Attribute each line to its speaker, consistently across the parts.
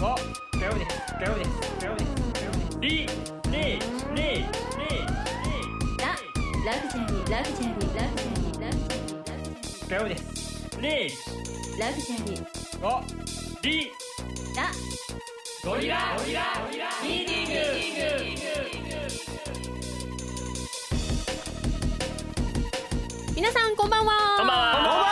Speaker 1: お火曜日です火曜日です火曜日です火曜日ですリリリリ
Speaker 2: ララグジュアリーラグジュアリーラグジュアリーラグジュアリーラグジュアリー
Speaker 1: 火曜日ですリ
Speaker 2: ラグジュアリーラ
Speaker 1: おリゴリラゴリラゴリラミーティング
Speaker 3: 皆さんこんばんは
Speaker 1: こんばんはこんばんは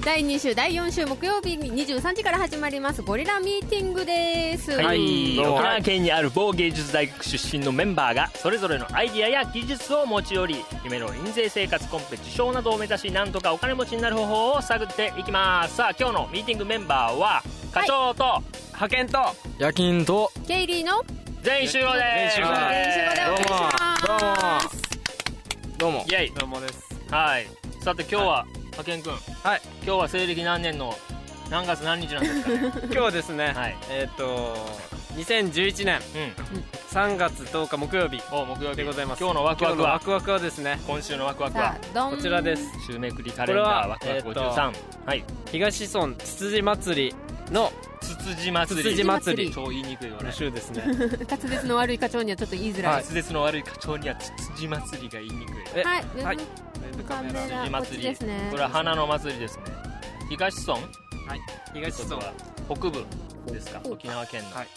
Speaker 3: 第2週第4週木曜日に23時から始まりますゴリラミーティングです
Speaker 1: はい、
Speaker 4: どうも
Speaker 1: 沖縄県にある某芸術大学出身のメンバーがそれぞれのアイディアや技術を持ち寄り夢の印税生活コンペ受賞などを目指しなんとかお金持ちになる方法を探っていきますさあ今日のミーティングメンバーは課長と
Speaker 4: 派遣と
Speaker 5: 夜勤と
Speaker 3: ケイリーの
Speaker 1: 全員集合です
Speaker 4: 全員集合
Speaker 3: 全員集合でお願いします
Speaker 5: どうも
Speaker 1: イエイ
Speaker 4: どうもです
Speaker 1: はいさて今日は派遣くん
Speaker 4: はい
Speaker 1: 今日は西暦何年の何月何日なんですかね
Speaker 4: 今日ですね、
Speaker 1: はい
Speaker 4: えっ、と2011年
Speaker 1: う
Speaker 4: 3月10日木曜日
Speaker 1: んお木曜日
Speaker 4: でございます
Speaker 1: 今日のワクワク
Speaker 4: 今日の
Speaker 1: は
Speaker 4: ワクワクはですね
Speaker 1: 今週のワクワク
Speaker 3: さ
Speaker 1: は
Speaker 3: あどん
Speaker 4: こちらです
Speaker 1: 週めくりカレンダーワクワク
Speaker 4: これは
Speaker 1: 53はい
Speaker 4: 東村つつじ祭りの
Speaker 1: つつじ祭り
Speaker 4: つつじ祭
Speaker 3: り
Speaker 1: 超言いにくいよね
Speaker 4: 週 ですね
Speaker 3: 滑舌の悪い課長にはちょっと言いづら
Speaker 1: 滑
Speaker 3: い
Speaker 1: 舌の悪い課長にはつつじ祭りが言いにくい
Speaker 4: え
Speaker 3: はい、
Speaker 4: はい
Speaker 3: ウェブカメラ
Speaker 1: 辻
Speaker 3: こっち
Speaker 1: 祭り
Speaker 3: ですね
Speaker 1: これは花の祭りですね東村こ
Speaker 4: 東村
Speaker 1: れは北部ですか
Speaker 3: ほう
Speaker 1: 沖縄県の
Speaker 4: はい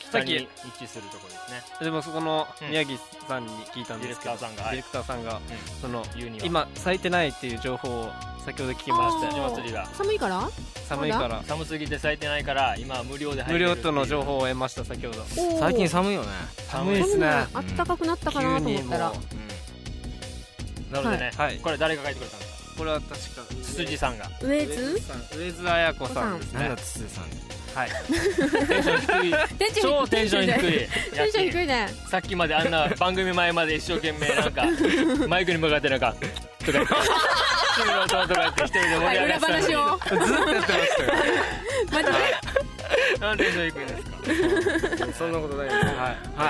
Speaker 1: 北に位置するところですね
Speaker 4: でもそこの
Speaker 1: うん
Speaker 4: 宮城さんに聞いたんですけど、
Speaker 1: ディレクターさんがはい
Speaker 4: ディレクターさんがその
Speaker 1: 言うには
Speaker 4: 今咲いてないっていう情報を先ほど聞きました
Speaker 1: 辻
Speaker 4: よ
Speaker 3: あ
Speaker 1: 祭りが
Speaker 3: 寒いから
Speaker 4: 寒いから
Speaker 1: 寒すぎて咲いてないから今は無料で入れ
Speaker 4: 無
Speaker 1: る
Speaker 4: 料との情
Speaker 1: 報
Speaker 4: 報を得ました先ほど
Speaker 3: おー
Speaker 5: 最近寒いよね
Speaker 4: 寒いで
Speaker 3: そ
Speaker 4: す
Speaker 3: んな
Speaker 4: ね
Speaker 3: あったかくなったかなと思ったら
Speaker 4: 急にも
Speaker 1: なのでね、
Speaker 4: はい
Speaker 1: これ誰が書いてくれたんですか
Speaker 4: うこれは確か
Speaker 1: 辻さんが
Speaker 3: ウェズ
Speaker 4: さん上津綾子さんです
Speaker 5: なん
Speaker 4: ね
Speaker 5: だつつさん
Speaker 4: はい
Speaker 1: テンション低い
Speaker 3: テンション
Speaker 1: 超テンション低い
Speaker 3: テンション
Speaker 1: や
Speaker 3: 低いね
Speaker 1: っさっきまであんな番組前まで一生懸命なん かマイクに向かってなんかとか言って君の弟とかやって一人で盛
Speaker 3: は
Speaker 1: り上
Speaker 3: い
Speaker 1: が
Speaker 3: 裏
Speaker 1: ってたの
Speaker 3: 話
Speaker 1: に
Speaker 3: を
Speaker 4: ずっとやってましたよ
Speaker 3: またね
Speaker 1: なんでテンション低いんですか
Speaker 5: そんなことないよ
Speaker 4: はい
Speaker 1: 頑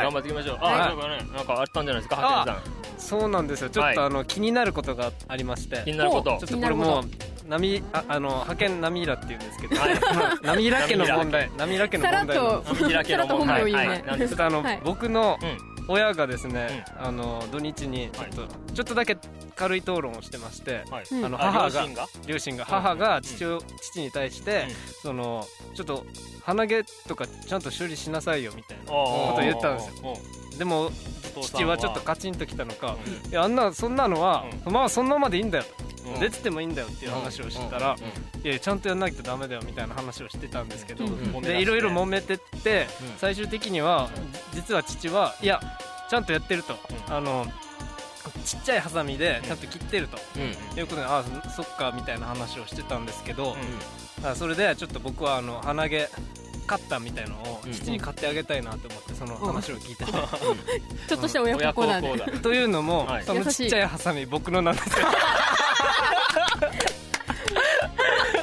Speaker 4: はい
Speaker 1: 張っていきましょう。
Speaker 4: はい
Speaker 1: あ、そうかね、なんかあったんじゃないですか、ハッ
Speaker 4: あ
Speaker 1: ケンさ
Speaker 4: そうなんですよちょっとあの気になることがありまして
Speaker 1: ん。気
Speaker 4: ち
Speaker 1: になること
Speaker 3: お。
Speaker 4: ょっとこれもう波ああの派遣波浦って言うんです けど
Speaker 1: はい。
Speaker 4: 波浦家の問題波浦家の
Speaker 3: さらっ
Speaker 4: 問題なん
Speaker 3: と
Speaker 4: です
Speaker 1: 開け
Speaker 3: さ
Speaker 1: ろ
Speaker 3: らっ
Speaker 1: も
Speaker 3: と本
Speaker 1: ん。
Speaker 3: 名
Speaker 1: はい
Speaker 3: いね、
Speaker 1: はい。なん
Speaker 4: ちょ
Speaker 1: で
Speaker 4: っ
Speaker 1: すか。
Speaker 4: とあの、
Speaker 3: はい
Speaker 4: 僕の
Speaker 1: うん
Speaker 4: 親がですね、あの土日にちょっと、ちょっとだけ軽い討論をしてまして
Speaker 1: はい。
Speaker 3: うん
Speaker 4: あの
Speaker 1: あ
Speaker 4: 母
Speaker 1: 両
Speaker 4: が
Speaker 1: 親が。
Speaker 4: 両親が母が父を、父に対して、
Speaker 1: うん
Speaker 4: そのちょっと鼻毛とかちゃんと修理しなさいよみたいな
Speaker 1: こ
Speaker 4: こと言ったんですよ
Speaker 1: よ。
Speaker 4: でも
Speaker 1: お父さん
Speaker 4: 父はちょっとカチンときたのか
Speaker 1: うん
Speaker 4: 「いやあんなそんなのは、まあそんなまでいいんだよ
Speaker 1: うん
Speaker 4: 出ててもいいんだよ」っていう話をしてたら「いやちゃんとやんなきゃダメだよ」みたいな話をしてたんですけど、
Speaker 3: うん
Speaker 1: うん
Speaker 4: でいろいろ揉めてって、
Speaker 5: うん
Speaker 4: 最終的には実は父はいやちゃんとやってると、
Speaker 1: うん
Speaker 4: あのちっちゃいハサミでちゃんと切ってると、
Speaker 5: うん
Speaker 4: いうことでああそっかみたいな話をしてたんですけど
Speaker 1: うん、
Speaker 4: あそれでちょっと僕はあの鼻毛カッターみたいのを
Speaker 5: うん
Speaker 4: 父に買ってあげたいなと思ってその話を聞いてた、
Speaker 3: ちょっとした親
Speaker 1: 親
Speaker 3: 子
Speaker 1: 孝
Speaker 3: コーナー
Speaker 1: 行
Speaker 3: で
Speaker 1: だ。
Speaker 4: というのも、
Speaker 1: はい
Speaker 4: その
Speaker 3: 優
Speaker 4: ち
Speaker 3: しい
Speaker 4: っちゃいハサミ僕のなんですよ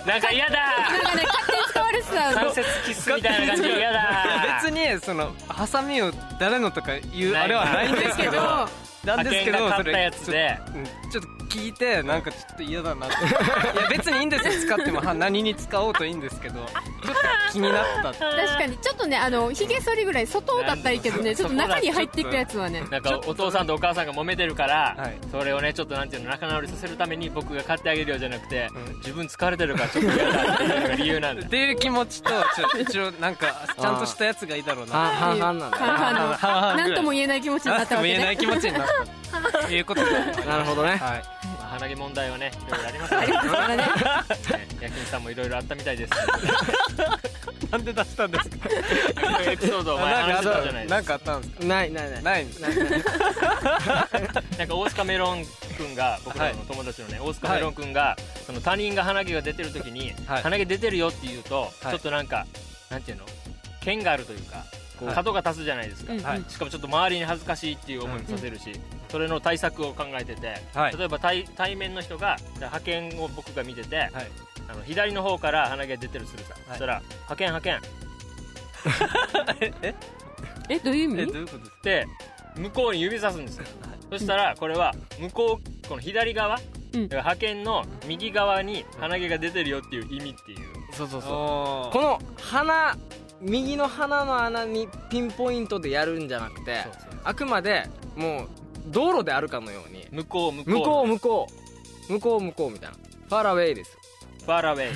Speaker 1: なんか嫌だ。
Speaker 3: なんかね勝手に使われてた
Speaker 1: 関
Speaker 3: の
Speaker 1: 節キスみたいな感じ嫌だ。
Speaker 4: 別
Speaker 1: に。
Speaker 4: にそのハサミを誰のとかいう
Speaker 1: ない
Speaker 4: あれはないんですけど
Speaker 1: な
Speaker 4: なんですけ
Speaker 1: 派遣
Speaker 4: ど
Speaker 1: が買
Speaker 4: それ
Speaker 1: ったやつで。
Speaker 4: うんちょっと聞いてなんかちょっと嫌だなっていや別にいいんですよ使ってもは何に使おうといいんですけどちょっと気になった って
Speaker 3: 確かにちょっとねあのひげ剃りぐらい外だったらいいけどねちょっと中に入っていくやつはね
Speaker 1: なんかお父さんとお母さんが揉めてるから、
Speaker 4: はい
Speaker 1: それをねちょっとなんていうの仲直りさせるために僕が買ってあげるよじゃなくて、
Speaker 4: うん
Speaker 1: 自分疲れてるからちょっと嫌だっていうのが理由なんだ
Speaker 4: っていう気持ちとちょ一応なんかちゃんとしたやつがいいだろうな
Speaker 5: あ半々なんだ
Speaker 3: 半々の
Speaker 4: 半々ぐら
Speaker 3: な
Speaker 4: い
Speaker 3: んとも言えない気持ちに
Speaker 4: な
Speaker 3: なっ
Speaker 4: ん
Speaker 3: た
Speaker 4: とも
Speaker 3: わけ
Speaker 4: 言えな
Speaker 3: ね
Speaker 4: い気持ちになったということで
Speaker 5: なるほどね
Speaker 4: はい
Speaker 1: まあ鼻毛問題はねいろいろありますか
Speaker 3: ありがとうございます
Speaker 1: らね夜勤さんもいろいろあったみたいです
Speaker 4: なんで出したんですか
Speaker 1: エピソードを前
Speaker 4: なん
Speaker 1: 話
Speaker 4: か
Speaker 1: し
Speaker 4: あ
Speaker 1: てた
Speaker 4: っ
Speaker 1: じ
Speaker 4: た
Speaker 1: ゃないです
Speaker 4: なんかあったんですか
Speaker 5: ないないない
Speaker 4: ないんです
Speaker 1: かなんか大塚メロン君が僕らの友達のね、大塚メロン君がその他人が鼻毛が出てる時に、
Speaker 4: はい
Speaker 1: 鼻毛出てるよって言うと、
Speaker 4: はい
Speaker 1: ちょっとなんかなんていうの剣があるというかこう
Speaker 4: はい
Speaker 1: 角が立つじゃないですか、
Speaker 3: うんうん
Speaker 4: はい
Speaker 1: しかもちょっと周りに恥ずかしいっていう思いもさせるし、それの対策を考えてて、
Speaker 4: はい
Speaker 1: 例えば対対面の人が派遣を僕が見てて、
Speaker 4: はい
Speaker 1: あの左の方から鼻毛出てるとするさ、そしたら「派遣派遣」
Speaker 3: えどういう意
Speaker 4: え
Speaker 3: 味
Speaker 4: どういうことです
Speaker 1: って向こうに指さすんですよそしたらこれは向こうこの左側
Speaker 3: うん
Speaker 1: だから派遣の右側に鼻毛が出てるよっていう意味っていう
Speaker 5: そうそうそう
Speaker 4: お
Speaker 5: こ
Speaker 4: ー
Speaker 5: の鼻右の鼻の穴にピンポイントでやるんじゃなくてあくまでもう道路であるかのように
Speaker 1: 向こう向こう
Speaker 5: 向こう向こう向こう向こうみたいなファーラウェイです
Speaker 1: ファーラウェイ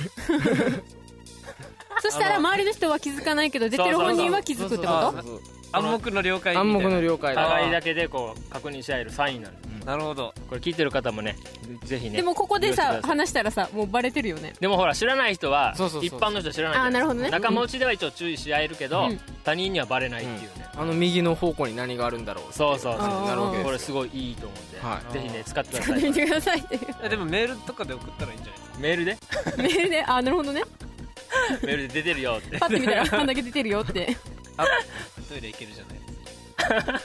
Speaker 3: そしたら周りの人は気づかないけど出てる本人は気づくってこ
Speaker 5: そうそう
Speaker 4: 暗黙の了解みたい
Speaker 5: 暗
Speaker 4: な
Speaker 5: 黙の了解だ
Speaker 1: 互いだけでこう確認し合えるサインなんです
Speaker 4: なるほど
Speaker 1: これ聞いてる方もねぜひ
Speaker 3: と
Speaker 1: ね
Speaker 3: でもここ
Speaker 1: 利
Speaker 3: で
Speaker 1: 用して
Speaker 3: さ
Speaker 1: ください
Speaker 3: 話したらさもうバレてるよね
Speaker 1: でもほら知らない人は
Speaker 5: そうそうそう
Speaker 1: 一般の人は知らないじゃな
Speaker 3: ああ
Speaker 1: い
Speaker 3: なるほどね
Speaker 1: 仲間内では一応注意し合えるけど、
Speaker 3: うん
Speaker 1: 他人にはバレないっていうね、
Speaker 5: あの右の方向に何があるんだろう
Speaker 1: そうそうそう
Speaker 3: あー
Speaker 5: なるわけです
Speaker 1: これすごいいいと思うんで、
Speaker 5: はい
Speaker 1: ぜひね使ってくださ
Speaker 3: や って
Speaker 1: い
Speaker 3: みてくださいっていう
Speaker 4: えでもメールとかで送ったらいいんじゃないですか
Speaker 1: メールで
Speaker 3: メールであなるほどね
Speaker 1: メールで出てるよって
Speaker 3: パッて見たらこんだけ出てるよって
Speaker 4: トイレ行けるじゃないです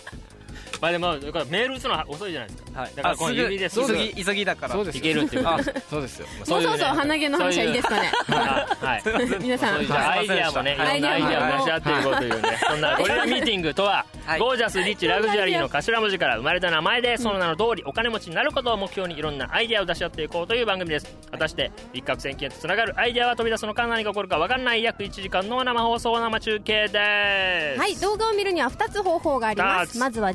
Speaker 1: まあでもだからメール打つのは遅いじゃないですか
Speaker 4: かはい
Speaker 1: だからこの指です
Speaker 4: あすぐ急ぎ急ぎだから
Speaker 5: そうです
Speaker 1: いけるっていう
Speaker 4: あ
Speaker 5: そうですよ
Speaker 1: まあ
Speaker 3: もう
Speaker 1: い
Speaker 3: そろそろ
Speaker 1: ね
Speaker 3: 鼻毛の話はいいですかね
Speaker 1: あはい
Speaker 4: すいません
Speaker 3: 皆さ
Speaker 1: そうんいうじゃあアイディアもねいろん
Speaker 3: はい
Speaker 1: なアイディアを出し合っていこうというねそんなゴリラミーティングとは
Speaker 4: はい
Speaker 1: ゴージャスリッチラグジュアリーの頭文字から生まれた名前でその名の通りお金持ちになることを目標にいろんなアイディアを出し合っていこうという番組です果たして一攫千金とつながるアイディアは飛び出すのか何が起こるか分かんない約1時間の生放送生中継です
Speaker 3: はい、動画を見るには2つ方法がありま
Speaker 1: 二つ
Speaker 3: すまずは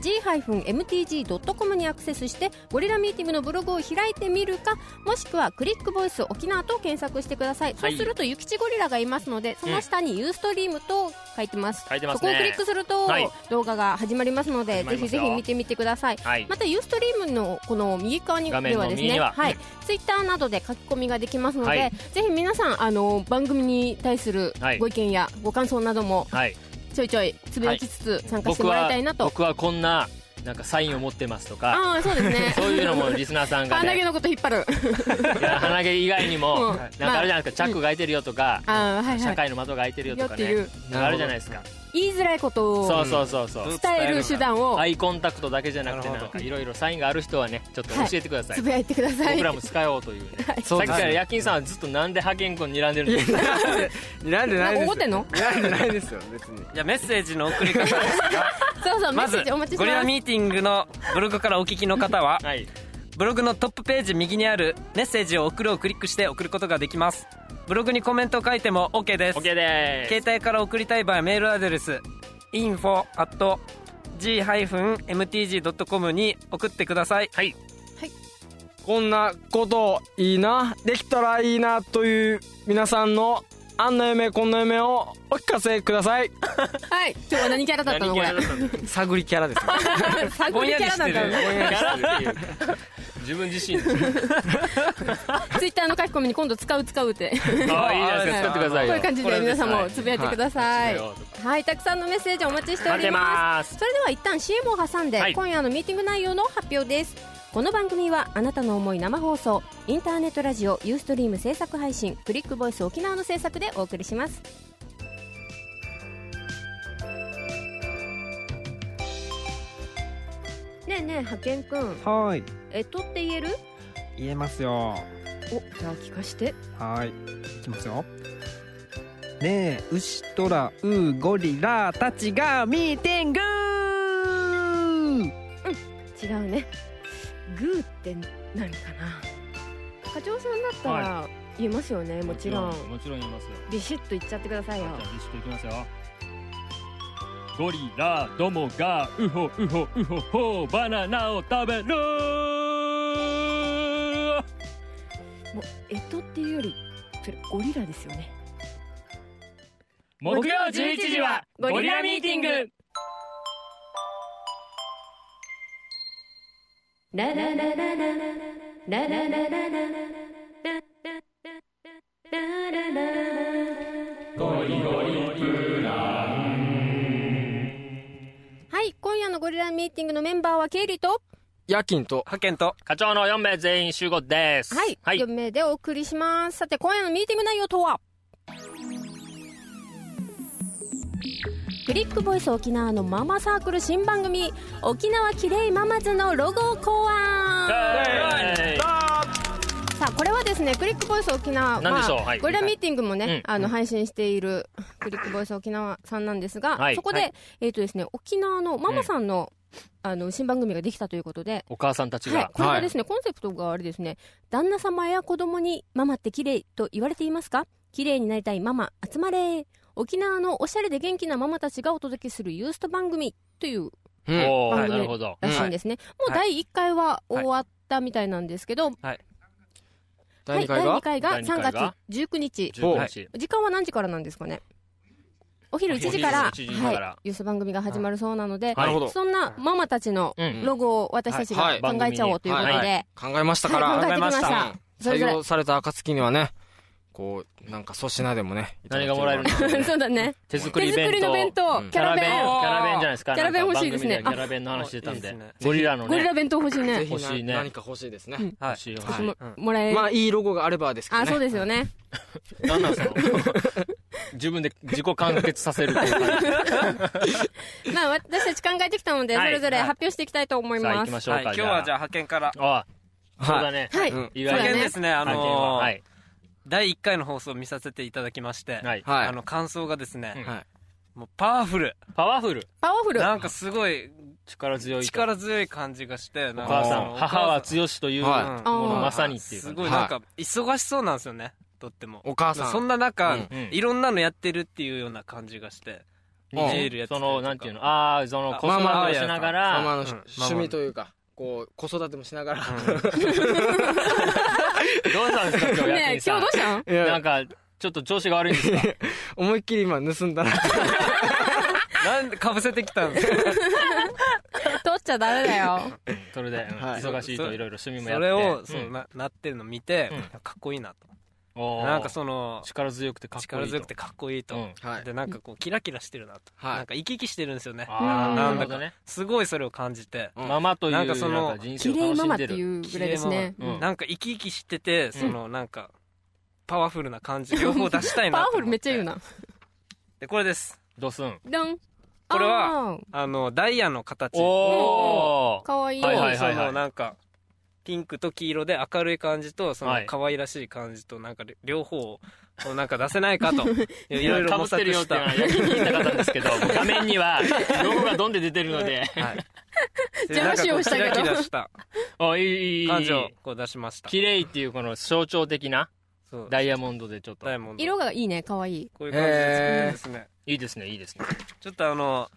Speaker 3: g-mtg.com にアクセスしてゴリラミーティングのブログを開いてみるかもしくはクリックボイス沖縄と検索してください、
Speaker 1: はい
Speaker 3: そうすると諭吉ゴリラがいますのでその下にユーストリームと書いてます,、
Speaker 1: 書いてますね
Speaker 3: そこをクリックすると
Speaker 1: はい
Speaker 3: 動画が始まりますので、
Speaker 1: 始まり
Speaker 3: ぜ
Speaker 1: ま
Speaker 3: ひ
Speaker 1: す
Speaker 3: ぜ
Speaker 1: よ
Speaker 3: ひ見てみてください
Speaker 1: はい
Speaker 3: またユーストリームのこの右側にで
Speaker 1: 画
Speaker 3: は
Speaker 1: 面の
Speaker 3: です
Speaker 1: 右に
Speaker 3: ね、
Speaker 1: は
Speaker 3: は
Speaker 1: う
Speaker 3: い
Speaker 1: ん、
Speaker 3: ツイッターなどで書き込みができますので、
Speaker 1: はい
Speaker 3: ぜひ皆さんあの番組に対する
Speaker 1: はい
Speaker 3: ご意見やご感想なども
Speaker 1: はい
Speaker 3: ちょいちょいつぶやきつつ参加してもらいたいなと、
Speaker 1: 僕は僕はこんななんかサインを持ってますとか
Speaker 3: ああーそうです ね
Speaker 1: そういうのもリスナーさんが
Speaker 3: 鼻毛
Speaker 1: ね
Speaker 3: のこと引っ張る
Speaker 1: いや鼻毛以外にも
Speaker 3: う
Speaker 1: なん
Speaker 3: ん
Speaker 1: かあるじゃないですかチャックが開いてるよとか
Speaker 3: ああはいは
Speaker 1: 社
Speaker 3: い
Speaker 1: 会の窓が開いてるよ
Speaker 3: よ
Speaker 1: と
Speaker 3: っ
Speaker 1: か
Speaker 3: て
Speaker 1: ね
Speaker 3: いう
Speaker 1: なんかあるじゃないですか
Speaker 3: 言いづらいこと
Speaker 1: そ
Speaker 3: を
Speaker 1: うそうそうそう
Speaker 4: うん
Speaker 3: 伝える 手段を
Speaker 1: アイコンタクトだけじゃなくて
Speaker 4: な
Speaker 1: な
Speaker 4: るほ
Speaker 1: ん
Speaker 4: ど
Speaker 1: かいろいろサインがある人はねちょっと教えてください、
Speaker 3: つぶやいてください
Speaker 1: 僕らも使おうというね、さ
Speaker 5: そ
Speaker 1: っ
Speaker 5: う
Speaker 1: き
Speaker 5: です
Speaker 1: から夜勤さんはずっとなんで派遣君睨んでるんですか
Speaker 5: なんで
Speaker 3: な
Speaker 5: ないです
Speaker 3: んか怒ってんの
Speaker 5: なんでないですよ別に
Speaker 4: じゃあメッセージの送り方ですが
Speaker 3: そうそうメ
Speaker 4: ま
Speaker 3: ッセ
Speaker 4: ず
Speaker 3: ージお待ちし
Speaker 4: ゴリ
Speaker 3: て
Speaker 4: ラ
Speaker 3: ます
Speaker 4: ミーティングのブログからお聞きの方は
Speaker 1: はい
Speaker 4: ブログのトップページ右にある「メッセージを送る」をクリックして送ることができますブログにコメントを書いても OK です
Speaker 1: OK でーす
Speaker 4: 携帯から送りたい場合メールアドレス info g-mtg.com に送ってください
Speaker 1: はい
Speaker 5: こんなこといいなできたらいいなという皆さんのあんな夢こんな夢をお聞かせください
Speaker 3: はい今日は何キャラだったのこれ
Speaker 1: 何キャラだったんだ
Speaker 5: 探りキャラですね
Speaker 3: 探りキャラなんだろうね
Speaker 1: キャラっていう自分自身です
Speaker 3: ツイッターの書き込みに今度使う使うって
Speaker 1: ああいいじゃないですか使ってくだ
Speaker 3: こ
Speaker 1: さ
Speaker 3: う
Speaker 1: いよ
Speaker 3: いう感じで皆さんもつぶやいてください
Speaker 1: は
Speaker 3: はいい、たくさんのメッセージお待ちしてお
Speaker 1: 待って
Speaker 3: ります
Speaker 1: ます
Speaker 3: それでは一旦 CM を挟んで、
Speaker 1: はい
Speaker 3: 今夜のミーティング内容の発表ですこの番組はあなたの思い生放送インターネットラジオユーストリーム制作配信クリックボイス沖縄の制作でお送りしますねえねえ派遣くん
Speaker 6: はい
Speaker 3: えっとって言える
Speaker 6: 言えますよ
Speaker 3: おじゃあ聞かして
Speaker 6: はいいきますよねえ牛とらうゴリラたちがミーティング
Speaker 3: 違うねグーって何かな課長さんだったら言えますよね、もちろん
Speaker 1: もちろん言いますよ
Speaker 3: ビシッと言っちゃってくださいよ
Speaker 1: ビシッといきますよゴリラどもがウホウホウホホバナナを食べる
Speaker 3: もうえとっていうよりそれゴリラですよね
Speaker 1: 木曜11時はゴリラミーティング
Speaker 2: ラララララララララララララララ
Speaker 3: はい今夜のゴリラミーティングのメンバーはケイリと
Speaker 5: 夜勤と
Speaker 4: 派遣と
Speaker 1: 課長の4名全員集合です
Speaker 3: はい、
Speaker 1: はい
Speaker 3: 4名でお送りしますさて今夜のミーティング内容とはクリックボイス沖縄のママサークル新番組「沖縄きれいママズ」のロゴ考案
Speaker 1: えー
Speaker 3: さあこれはですねクリックボイス沖縄
Speaker 1: 何でしょう
Speaker 3: まあ
Speaker 1: はい
Speaker 3: ゴリラミーティングもね、
Speaker 1: うん
Speaker 3: あの配信しているクリックボイス沖縄さんなんですが、
Speaker 1: はい
Speaker 3: そこで、
Speaker 1: は
Speaker 3: えっ、とですね沖縄のママさんのあの新番組ができたということで、
Speaker 1: お母さんたち
Speaker 3: はい
Speaker 1: が、、
Speaker 3: これがですね、コンセプトがあれですね、旦那様や子供にママって綺麗と言われていますか綺麗になりたいママ集まれ沖縄のおしゃれで元気なママたちがお届けするユースト番組という
Speaker 5: うん
Speaker 1: おお
Speaker 3: 番組
Speaker 1: なるほど
Speaker 3: らしいんですね、もう
Speaker 4: は
Speaker 3: 第1回は終わったみたいなんですけど、は
Speaker 5: 第
Speaker 3: い
Speaker 5: 2回
Speaker 3: 第
Speaker 5: が
Speaker 3: 2回が
Speaker 1: 第二回
Speaker 3: 3
Speaker 1: が
Speaker 3: 月19日
Speaker 1: 15
Speaker 5: はい
Speaker 1: 日
Speaker 3: 時間は何時からなんですかねお昼1時か
Speaker 1: お
Speaker 3: ら
Speaker 1: 昼1時から
Speaker 3: はい、ユースト番組が始まるそうなので、
Speaker 1: はい
Speaker 5: なるほど
Speaker 3: そんなママたちの
Speaker 1: うん
Speaker 3: ロゴを私たち
Speaker 5: は
Speaker 3: が
Speaker 5: い
Speaker 3: 考えちゃおうということで、
Speaker 5: はい考えましたから、
Speaker 3: はい考えてきました
Speaker 5: うん
Speaker 3: それ
Speaker 5: 採
Speaker 3: ぞれ
Speaker 5: 用された暁にはねこうなんか粗品でもねいただけ
Speaker 1: 何がもらえるんですか
Speaker 3: そうだね
Speaker 1: 手作
Speaker 3: 手
Speaker 1: り
Speaker 3: 作
Speaker 1: 弁
Speaker 3: りの弁
Speaker 1: 当
Speaker 3: 当、
Speaker 5: うん
Speaker 3: キャラ弁
Speaker 1: キ
Speaker 5: おー
Speaker 1: ャラ弁じゃないですか
Speaker 3: キャラ弁
Speaker 1: なんか
Speaker 3: 欲しいです
Speaker 1: 番組
Speaker 3: ね
Speaker 1: ではキャラ弁の話してたん
Speaker 4: あい
Speaker 1: で
Speaker 4: いですね
Speaker 1: ゴリラの
Speaker 3: ゴリ
Speaker 1: ね
Speaker 3: ラ弁当欲しい
Speaker 5: ぜ
Speaker 3: ね
Speaker 5: ひ
Speaker 1: 欲
Speaker 5: な
Speaker 1: しいね
Speaker 5: 何か欲しいですね、
Speaker 3: うん
Speaker 1: 欲しいよ
Speaker 3: 私も
Speaker 4: はい
Speaker 3: もらえる、
Speaker 5: まあいいロゴがあればですけど
Speaker 3: あ
Speaker 5: ね
Speaker 3: そうですよね
Speaker 1: 何なん ですか自分で自己完結させるという 感じ
Speaker 3: まあ私たち考えてきたので、
Speaker 1: はい
Speaker 3: それぞれ発表していきたいと思い
Speaker 1: さあ行
Speaker 3: ます
Speaker 1: きましょう
Speaker 4: は
Speaker 1: か
Speaker 4: い、今日はじゃあ派遣から
Speaker 1: ああ
Speaker 5: はい
Speaker 1: そうだね
Speaker 3: はい、
Speaker 5: うん
Speaker 1: 意
Speaker 3: そう
Speaker 1: 外に
Speaker 3: だ
Speaker 4: 派
Speaker 3: ね
Speaker 4: 遣ですねあ
Speaker 1: あ
Speaker 4: のー
Speaker 1: はい
Speaker 4: 第1回の放送を見させていただきまして、
Speaker 1: はい
Speaker 5: はい
Speaker 4: あの感想がですね、
Speaker 5: はい
Speaker 4: もうパワフル
Speaker 1: パワフル
Speaker 3: パワフル
Speaker 4: なんかすごい
Speaker 1: 力強いと
Speaker 4: 力強い感じがして
Speaker 1: お
Speaker 4: なんか
Speaker 1: 母さ
Speaker 4: あ
Speaker 1: ん
Speaker 4: の
Speaker 1: 母は
Speaker 4: お
Speaker 1: 強しというも
Speaker 5: はい
Speaker 4: 母さん
Speaker 3: うん
Speaker 1: のまさにっていう
Speaker 4: す
Speaker 1: 感じ
Speaker 4: ごいなんか忙しそうなんですよねとっても
Speaker 5: お母さん
Speaker 4: そんな中、
Speaker 5: うん
Speaker 1: うん
Speaker 4: いろんなのやってるっていうような感じがして、
Speaker 5: うん
Speaker 4: ジェールやって
Speaker 1: そ
Speaker 4: たりとか
Speaker 1: のなんていうのああその
Speaker 4: あ
Speaker 1: 子育てをしなが
Speaker 5: まあまあ
Speaker 1: ら
Speaker 5: あの、
Speaker 4: うん
Speaker 5: 趣味というかこう子育てもしながら、
Speaker 1: どうしたんですか今日やっ
Speaker 3: ね
Speaker 1: て
Speaker 3: え
Speaker 1: さ
Speaker 3: 今日どうしたん
Speaker 5: いや
Speaker 1: なんかちょっと調子が悪いんですか
Speaker 5: 思いっきり今盗んだなって
Speaker 4: なんでかぶせてきたんで すか
Speaker 3: 取っちゃダメだよ
Speaker 1: それで、うん
Speaker 5: はい
Speaker 1: 忙しいといろいろ趣味もや
Speaker 4: そ
Speaker 1: って
Speaker 4: れをそううんななってるの見て、
Speaker 1: うん
Speaker 4: かっこいいな
Speaker 1: お
Speaker 4: と
Speaker 1: ー
Speaker 4: なんかその
Speaker 1: 力強くてかっこいい
Speaker 4: 力
Speaker 1: と
Speaker 4: 強くてかっこいいと、
Speaker 1: うん
Speaker 5: はい
Speaker 4: でなんかこうキラキラしてるなと、
Speaker 5: はい
Speaker 4: なんか生き生きしてるんですよね
Speaker 1: あ
Speaker 3: う
Speaker 1: あ
Speaker 3: ん
Speaker 1: なるほどね
Speaker 4: すごいそれを感じて、
Speaker 5: うん
Speaker 1: ママという
Speaker 4: なんかその
Speaker 1: なんか人生
Speaker 3: 綺
Speaker 1: を
Speaker 3: 麗
Speaker 1: 楽
Speaker 3: マ
Speaker 1: しん
Speaker 3: マって
Speaker 1: でる
Speaker 3: いうぐらいですね、
Speaker 1: うん
Speaker 4: なんか生き生きしててそのなんかパワフルな 感じ両方出したいな
Speaker 3: パ
Speaker 4: と
Speaker 3: ワ
Speaker 4: 思
Speaker 3: フルめっちゃ言う
Speaker 4: な
Speaker 3: な
Speaker 4: でこれです
Speaker 1: ドスン
Speaker 3: ダン
Speaker 4: これ
Speaker 3: は
Speaker 4: あのダイヤの形
Speaker 1: おー
Speaker 3: かわいい、
Speaker 1: はいはい
Speaker 4: そのなんかピンクと黄色で明るい感じとその
Speaker 1: はい
Speaker 4: 可愛らしい感じとなんか両方をなんか出せない かとい
Speaker 1: い
Speaker 4: ろ
Speaker 1: ろ
Speaker 4: い
Speaker 1: い
Speaker 4: ろ
Speaker 1: ろ
Speaker 4: 模
Speaker 1: 被っ
Speaker 4: 索
Speaker 1: てるよっ
Speaker 4: して
Speaker 1: い
Speaker 4: た
Speaker 1: うのはやりに言いたかったんですけど画面にはロゴがどんで出てるので
Speaker 4: はい で
Speaker 3: 邪魔しようしたけど
Speaker 4: なんかこうキラキラした
Speaker 1: おいいいいいい
Speaker 4: 感じをこう出しました
Speaker 1: 綺麗っていうこの象徴的な
Speaker 4: そう
Speaker 1: ダイヤモンドでちょっと
Speaker 4: ダイヤモンド
Speaker 3: 色がいいねかわいい
Speaker 4: こういう感じ
Speaker 5: へー
Speaker 4: ですね
Speaker 1: いいですねいいですね
Speaker 4: ちょっとあの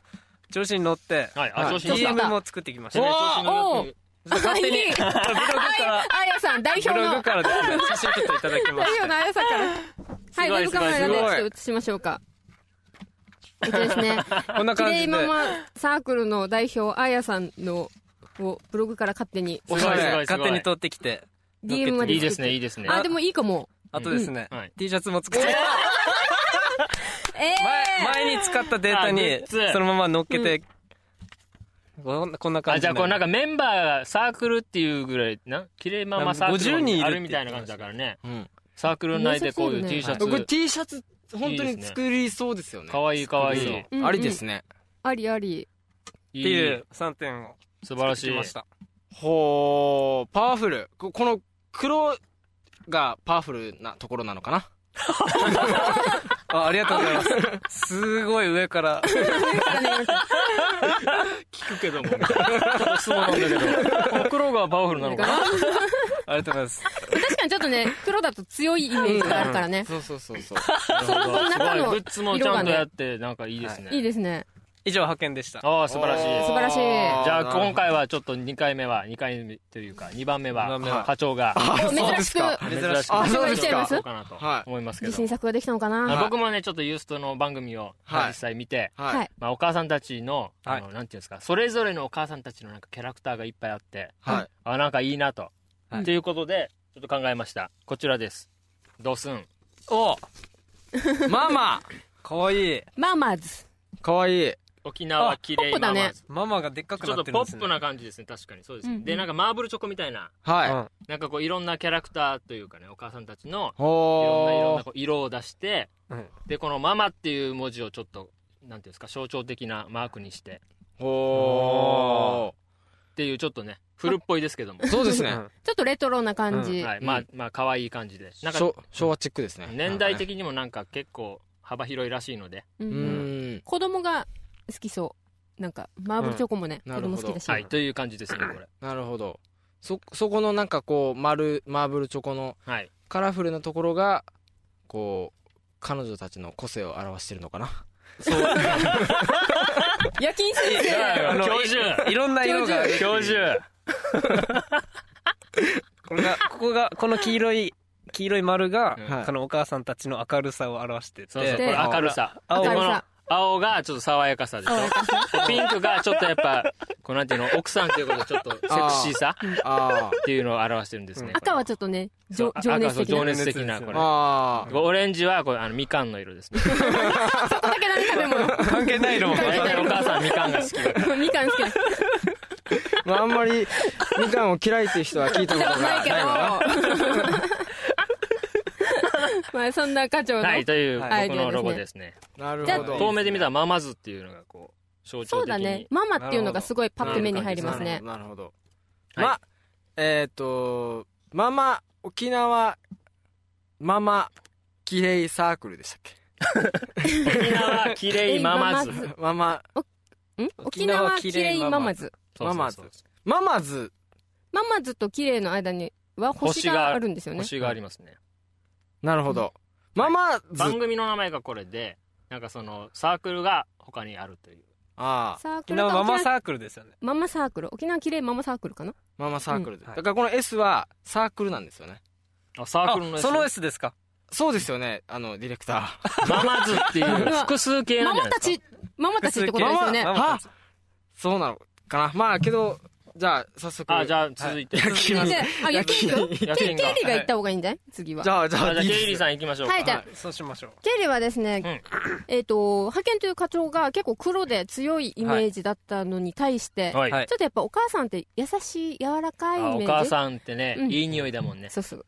Speaker 4: 調子に乗って
Speaker 1: はいあ
Speaker 5: はい
Speaker 1: 調子に乗った
Speaker 4: CM も作ってきました
Speaker 1: お
Speaker 4: ね
Speaker 1: ー
Speaker 3: おー
Speaker 4: 勝手に
Speaker 3: いい
Speaker 4: ブログから
Speaker 3: あやさん代表
Speaker 4: ブロ
Speaker 3: の
Speaker 4: グからですね写真撮っていただきま
Speaker 3: 代
Speaker 4: し
Speaker 3: 表のあやさんからはいウ
Speaker 1: ごい
Speaker 3: ェブカメラ
Speaker 1: す
Speaker 3: で
Speaker 1: ご
Speaker 3: ち
Speaker 1: い
Speaker 3: ょっと映しましょうかえっとですね
Speaker 4: たこんな
Speaker 3: 綺
Speaker 4: 感じ
Speaker 3: 麗
Speaker 4: で
Speaker 3: ママサークルの代表あやさんのをブログから勝手に
Speaker 1: すごいすごいすごい
Speaker 4: 勝手に撮ってきて
Speaker 3: DM ま
Speaker 4: マ
Speaker 3: で
Speaker 1: いい
Speaker 3: 作
Speaker 1: で
Speaker 3: っ
Speaker 1: すね
Speaker 3: て
Speaker 1: いいですね
Speaker 3: あでもいいかも
Speaker 4: あとですね
Speaker 1: うんはい
Speaker 4: T シャツも作って
Speaker 3: え
Speaker 4: 前前に使ったデータ
Speaker 1: あグ
Speaker 4: に
Speaker 1: ッズ
Speaker 4: そのまま乗っけてこんこんな感
Speaker 1: あ
Speaker 4: じ
Speaker 1: じゃあこうなん
Speaker 4: か
Speaker 1: かメンバーがサークルっていうぐらいな綺麗ママサークルもあるみたいな感じだからね
Speaker 5: うん
Speaker 1: サークル内でこういう
Speaker 3: ね
Speaker 1: T シャ
Speaker 5: これ
Speaker 1: ツ
Speaker 5: T シャツ本当に作りそうですよね
Speaker 1: かわいいかわいい
Speaker 5: そう
Speaker 3: うんうん
Speaker 5: ありですね
Speaker 3: ありあり
Speaker 1: い
Speaker 4: ってい
Speaker 1: いう
Speaker 4: 3点を
Speaker 1: 素晴
Speaker 4: 作
Speaker 1: ら
Speaker 4: って
Speaker 1: しい
Speaker 4: きました
Speaker 5: ほーパワフルここの黒がパワフルなところなのかな
Speaker 4: あありがとうございますすごい上から
Speaker 1: 聞くけどもそうなんだけど黒がパワフルなの かな
Speaker 4: ありがとうございます
Speaker 3: 確かにちょっとね黒だと強いイメージがあるからね
Speaker 5: そうそうそう そう
Speaker 1: なるほどす
Speaker 3: 中の
Speaker 1: ごいグッズもちゃんとやってなんかいいですね
Speaker 3: いいですね
Speaker 4: 以上派遣でした
Speaker 1: ああ素晴らしい
Speaker 3: 素晴らしい
Speaker 1: じゃあ今回はちょっと2回目は2回目というか2番目
Speaker 4: 二
Speaker 1: は
Speaker 4: 番目は
Speaker 1: 課長が
Speaker 3: お珍しく
Speaker 1: 珍
Speaker 4: 珍
Speaker 1: しく
Speaker 4: しく
Speaker 5: あそう
Speaker 1: で
Speaker 5: ですす
Speaker 1: か
Speaker 5: か
Speaker 1: そうかなと思いますけ
Speaker 3: 自
Speaker 1: ど
Speaker 3: 信作ができたのか
Speaker 1: あの
Speaker 3: な
Speaker 1: 僕もねちょっとユーストの番組をまあ
Speaker 5: はい
Speaker 1: 実際見て
Speaker 5: はい
Speaker 3: はい
Speaker 1: まあお母さんたちのあの
Speaker 4: は
Speaker 1: なんていうんですかそれぞれのお母さんたちのなんかキャラクターがいっぱいあって
Speaker 5: はい
Speaker 1: あなんかいいなと
Speaker 4: はい
Speaker 1: ということでちょっと考えましたこちらですドスン
Speaker 4: お
Speaker 5: ママ
Speaker 4: かわいい
Speaker 3: ママーズ
Speaker 5: かわいい
Speaker 1: 沖縄きれい
Speaker 3: あポップだね
Speaker 1: ママズ
Speaker 4: ママがでっかく
Speaker 1: ちょ
Speaker 4: な
Speaker 1: っ
Speaker 4: っ
Speaker 1: と
Speaker 4: て
Speaker 1: ポ
Speaker 4: るんです
Speaker 1: ッ
Speaker 4: ね
Speaker 1: プな感じですね確かにそうですね
Speaker 3: うん
Speaker 1: でなんかマーブルチョコみたいな
Speaker 5: は
Speaker 1: なんかこういろんなキャラクターというかねお母さんたちの
Speaker 5: い
Speaker 1: いろんな色ん
Speaker 5: ほ
Speaker 1: なこう色を出して、
Speaker 4: うん
Speaker 1: でこの「ママ」っていう文字をちょっとなんていうんですか象徴的なマークにして
Speaker 5: ーほ
Speaker 1: っていうちょっとね古っぽいですけども
Speaker 5: ー、そうですね
Speaker 4: うん
Speaker 3: ちょっとレトロな感じ
Speaker 1: はい、
Speaker 5: うん
Speaker 1: まあまあ可愛い感じでなんか
Speaker 5: 昭昭和チックですね
Speaker 1: 年代的にもなんか結構幅広いらしいので
Speaker 3: う
Speaker 5: うんん
Speaker 3: 子供が好きそなんかマーブルチョコもね、
Speaker 5: うん
Speaker 3: 子供好きだし、
Speaker 5: な
Speaker 1: は
Speaker 5: る
Speaker 1: いという感じですねこれ
Speaker 5: なるほどそそこのなんかこう丸マーブルチョコの
Speaker 1: はい
Speaker 5: カラフルなところがこう彼女たちの個性を表してるのかな
Speaker 3: 夜勤先生
Speaker 4: あの
Speaker 1: 教授
Speaker 4: いろんな色がある
Speaker 1: 教授
Speaker 4: これがここがこの黄色い黄色い丸が、
Speaker 5: はい
Speaker 4: このお母さんたちの明るさを表してて
Speaker 1: そうそうこ
Speaker 3: で
Speaker 1: れ明るさ
Speaker 3: 青
Speaker 1: で
Speaker 3: 明る
Speaker 1: この
Speaker 3: さ
Speaker 1: 青がちょっと爽やかさでしょ
Speaker 3: 爽やか
Speaker 1: でピンクがちょっとやっぱこうなんていうの奥さんということでちょっとセクシーさっ
Speaker 5: あ
Speaker 1: ていうのを表してるんですね
Speaker 3: 赤はちょっとねじ
Speaker 1: そう
Speaker 3: ょ情
Speaker 1: 赤
Speaker 3: 熱的
Speaker 1: はそう情
Speaker 3: な
Speaker 1: 熱的なこ
Speaker 5: あ
Speaker 1: れ
Speaker 5: ああ
Speaker 1: オレンジはこれあのみかんの色ですね
Speaker 3: そこだけだね食べ物
Speaker 4: 関係ない色も
Speaker 1: 大体お母さんみかんが好きだ
Speaker 3: みかん好きだ
Speaker 5: まああんまりみかんを嫌いっていう人は聞いたこと が
Speaker 3: な
Speaker 5: ないい
Speaker 3: けど
Speaker 5: わな
Speaker 3: まあそんな課長の、
Speaker 1: はいというこ
Speaker 4: はい
Speaker 1: このロゴですね
Speaker 5: なる
Speaker 3: じゃあ
Speaker 5: ほど
Speaker 1: 遠目で見たらママズっていうのがこう象
Speaker 3: そ
Speaker 1: 徴
Speaker 3: う
Speaker 1: 的
Speaker 3: だね
Speaker 1: に
Speaker 3: ママっていうのがすごいパッと目に入りますね
Speaker 5: なるほど
Speaker 1: はい
Speaker 5: まあえっ、とママ沖縄ママ綺麗サークルでしたっけ
Speaker 1: 沖縄きれいマ マズ
Speaker 3: ママズ
Speaker 5: ママ
Speaker 3: ん沖
Speaker 4: 沖
Speaker 3: 縄
Speaker 4: 縄
Speaker 3: き
Speaker 4: き
Speaker 3: れ
Speaker 4: れ
Speaker 3: い
Speaker 4: い
Speaker 3: マ
Speaker 4: マ
Speaker 3: マ
Speaker 4: マ
Speaker 3: ズ
Speaker 1: そうそうそう
Speaker 5: ママママズ
Speaker 3: ママズときれいの間には星
Speaker 1: 星が
Speaker 3: があるんですよね
Speaker 1: 星がありますね
Speaker 5: なるほど、ママズ
Speaker 1: 番組の名前がこれでなんかそのサークルが他にあるという
Speaker 5: ああ
Speaker 3: サーク
Speaker 4: 沖
Speaker 3: ルと
Speaker 4: 縄ママ
Speaker 3: 沖縄
Speaker 4: サークルですよね
Speaker 3: ママサークル沖縄きれいママサークルかな
Speaker 5: ママサークルで、
Speaker 4: うん
Speaker 5: だからこの S はサークルなんですよね
Speaker 1: あサークルの
Speaker 4: あ
Speaker 1: やつ
Speaker 4: その S ですか
Speaker 5: そうですよねあのディレクター
Speaker 1: ママズっていう 複数形な
Speaker 3: マ
Speaker 1: んじゃ
Speaker 3: マ
Speaker 1: ないで
Speaker 3: た
Speaker 1: すか
Speaker 3: ちママたちってことですよ ね
Speaker 4: ママたち
Speaker 5: そうなのかなまあけどじゃあ早速
Speaker 1: あじゃあ続いて、
Speaker 5: きま
Speaker 3: じゃああ夜勤 行く
Speaker 1: 夜
Speaker 3: ケイケ
Speaker 1: 勤
Speaker 3: イ
Speaker 1: が
Speaker 3: リが行った方がいいんじゃない次は
Speaker 5: じゃあじゃあ
Speaker 1: あじゃあ
Speaker 5: いい
Speaker 1: ケイ
Speaker 5: で
Speaker 1: リー
Speaker 5: す
Speaker 1: さん行きましょうか
Speaker 3: はいじゃあ
Speaker 4: そうしましょう
Speaker 3: ケイリはですね、えっ、と、派遣という課長が結構黒で強いイメージだったのに対して、
Speaker 1: はい
Speaker 4: はい
Speaker 3: ちょっとやっぱお母さんって優しい、柔らかいイメ
Speaker 1: あ
Speaker 3: ー
Speaker 1: お
Speaker 3: ジ。
Speaker 1: 母さんってね、
Speaker 3: うん
Speaker 1: いい匂いだもんね
Speaker 3: そうそう。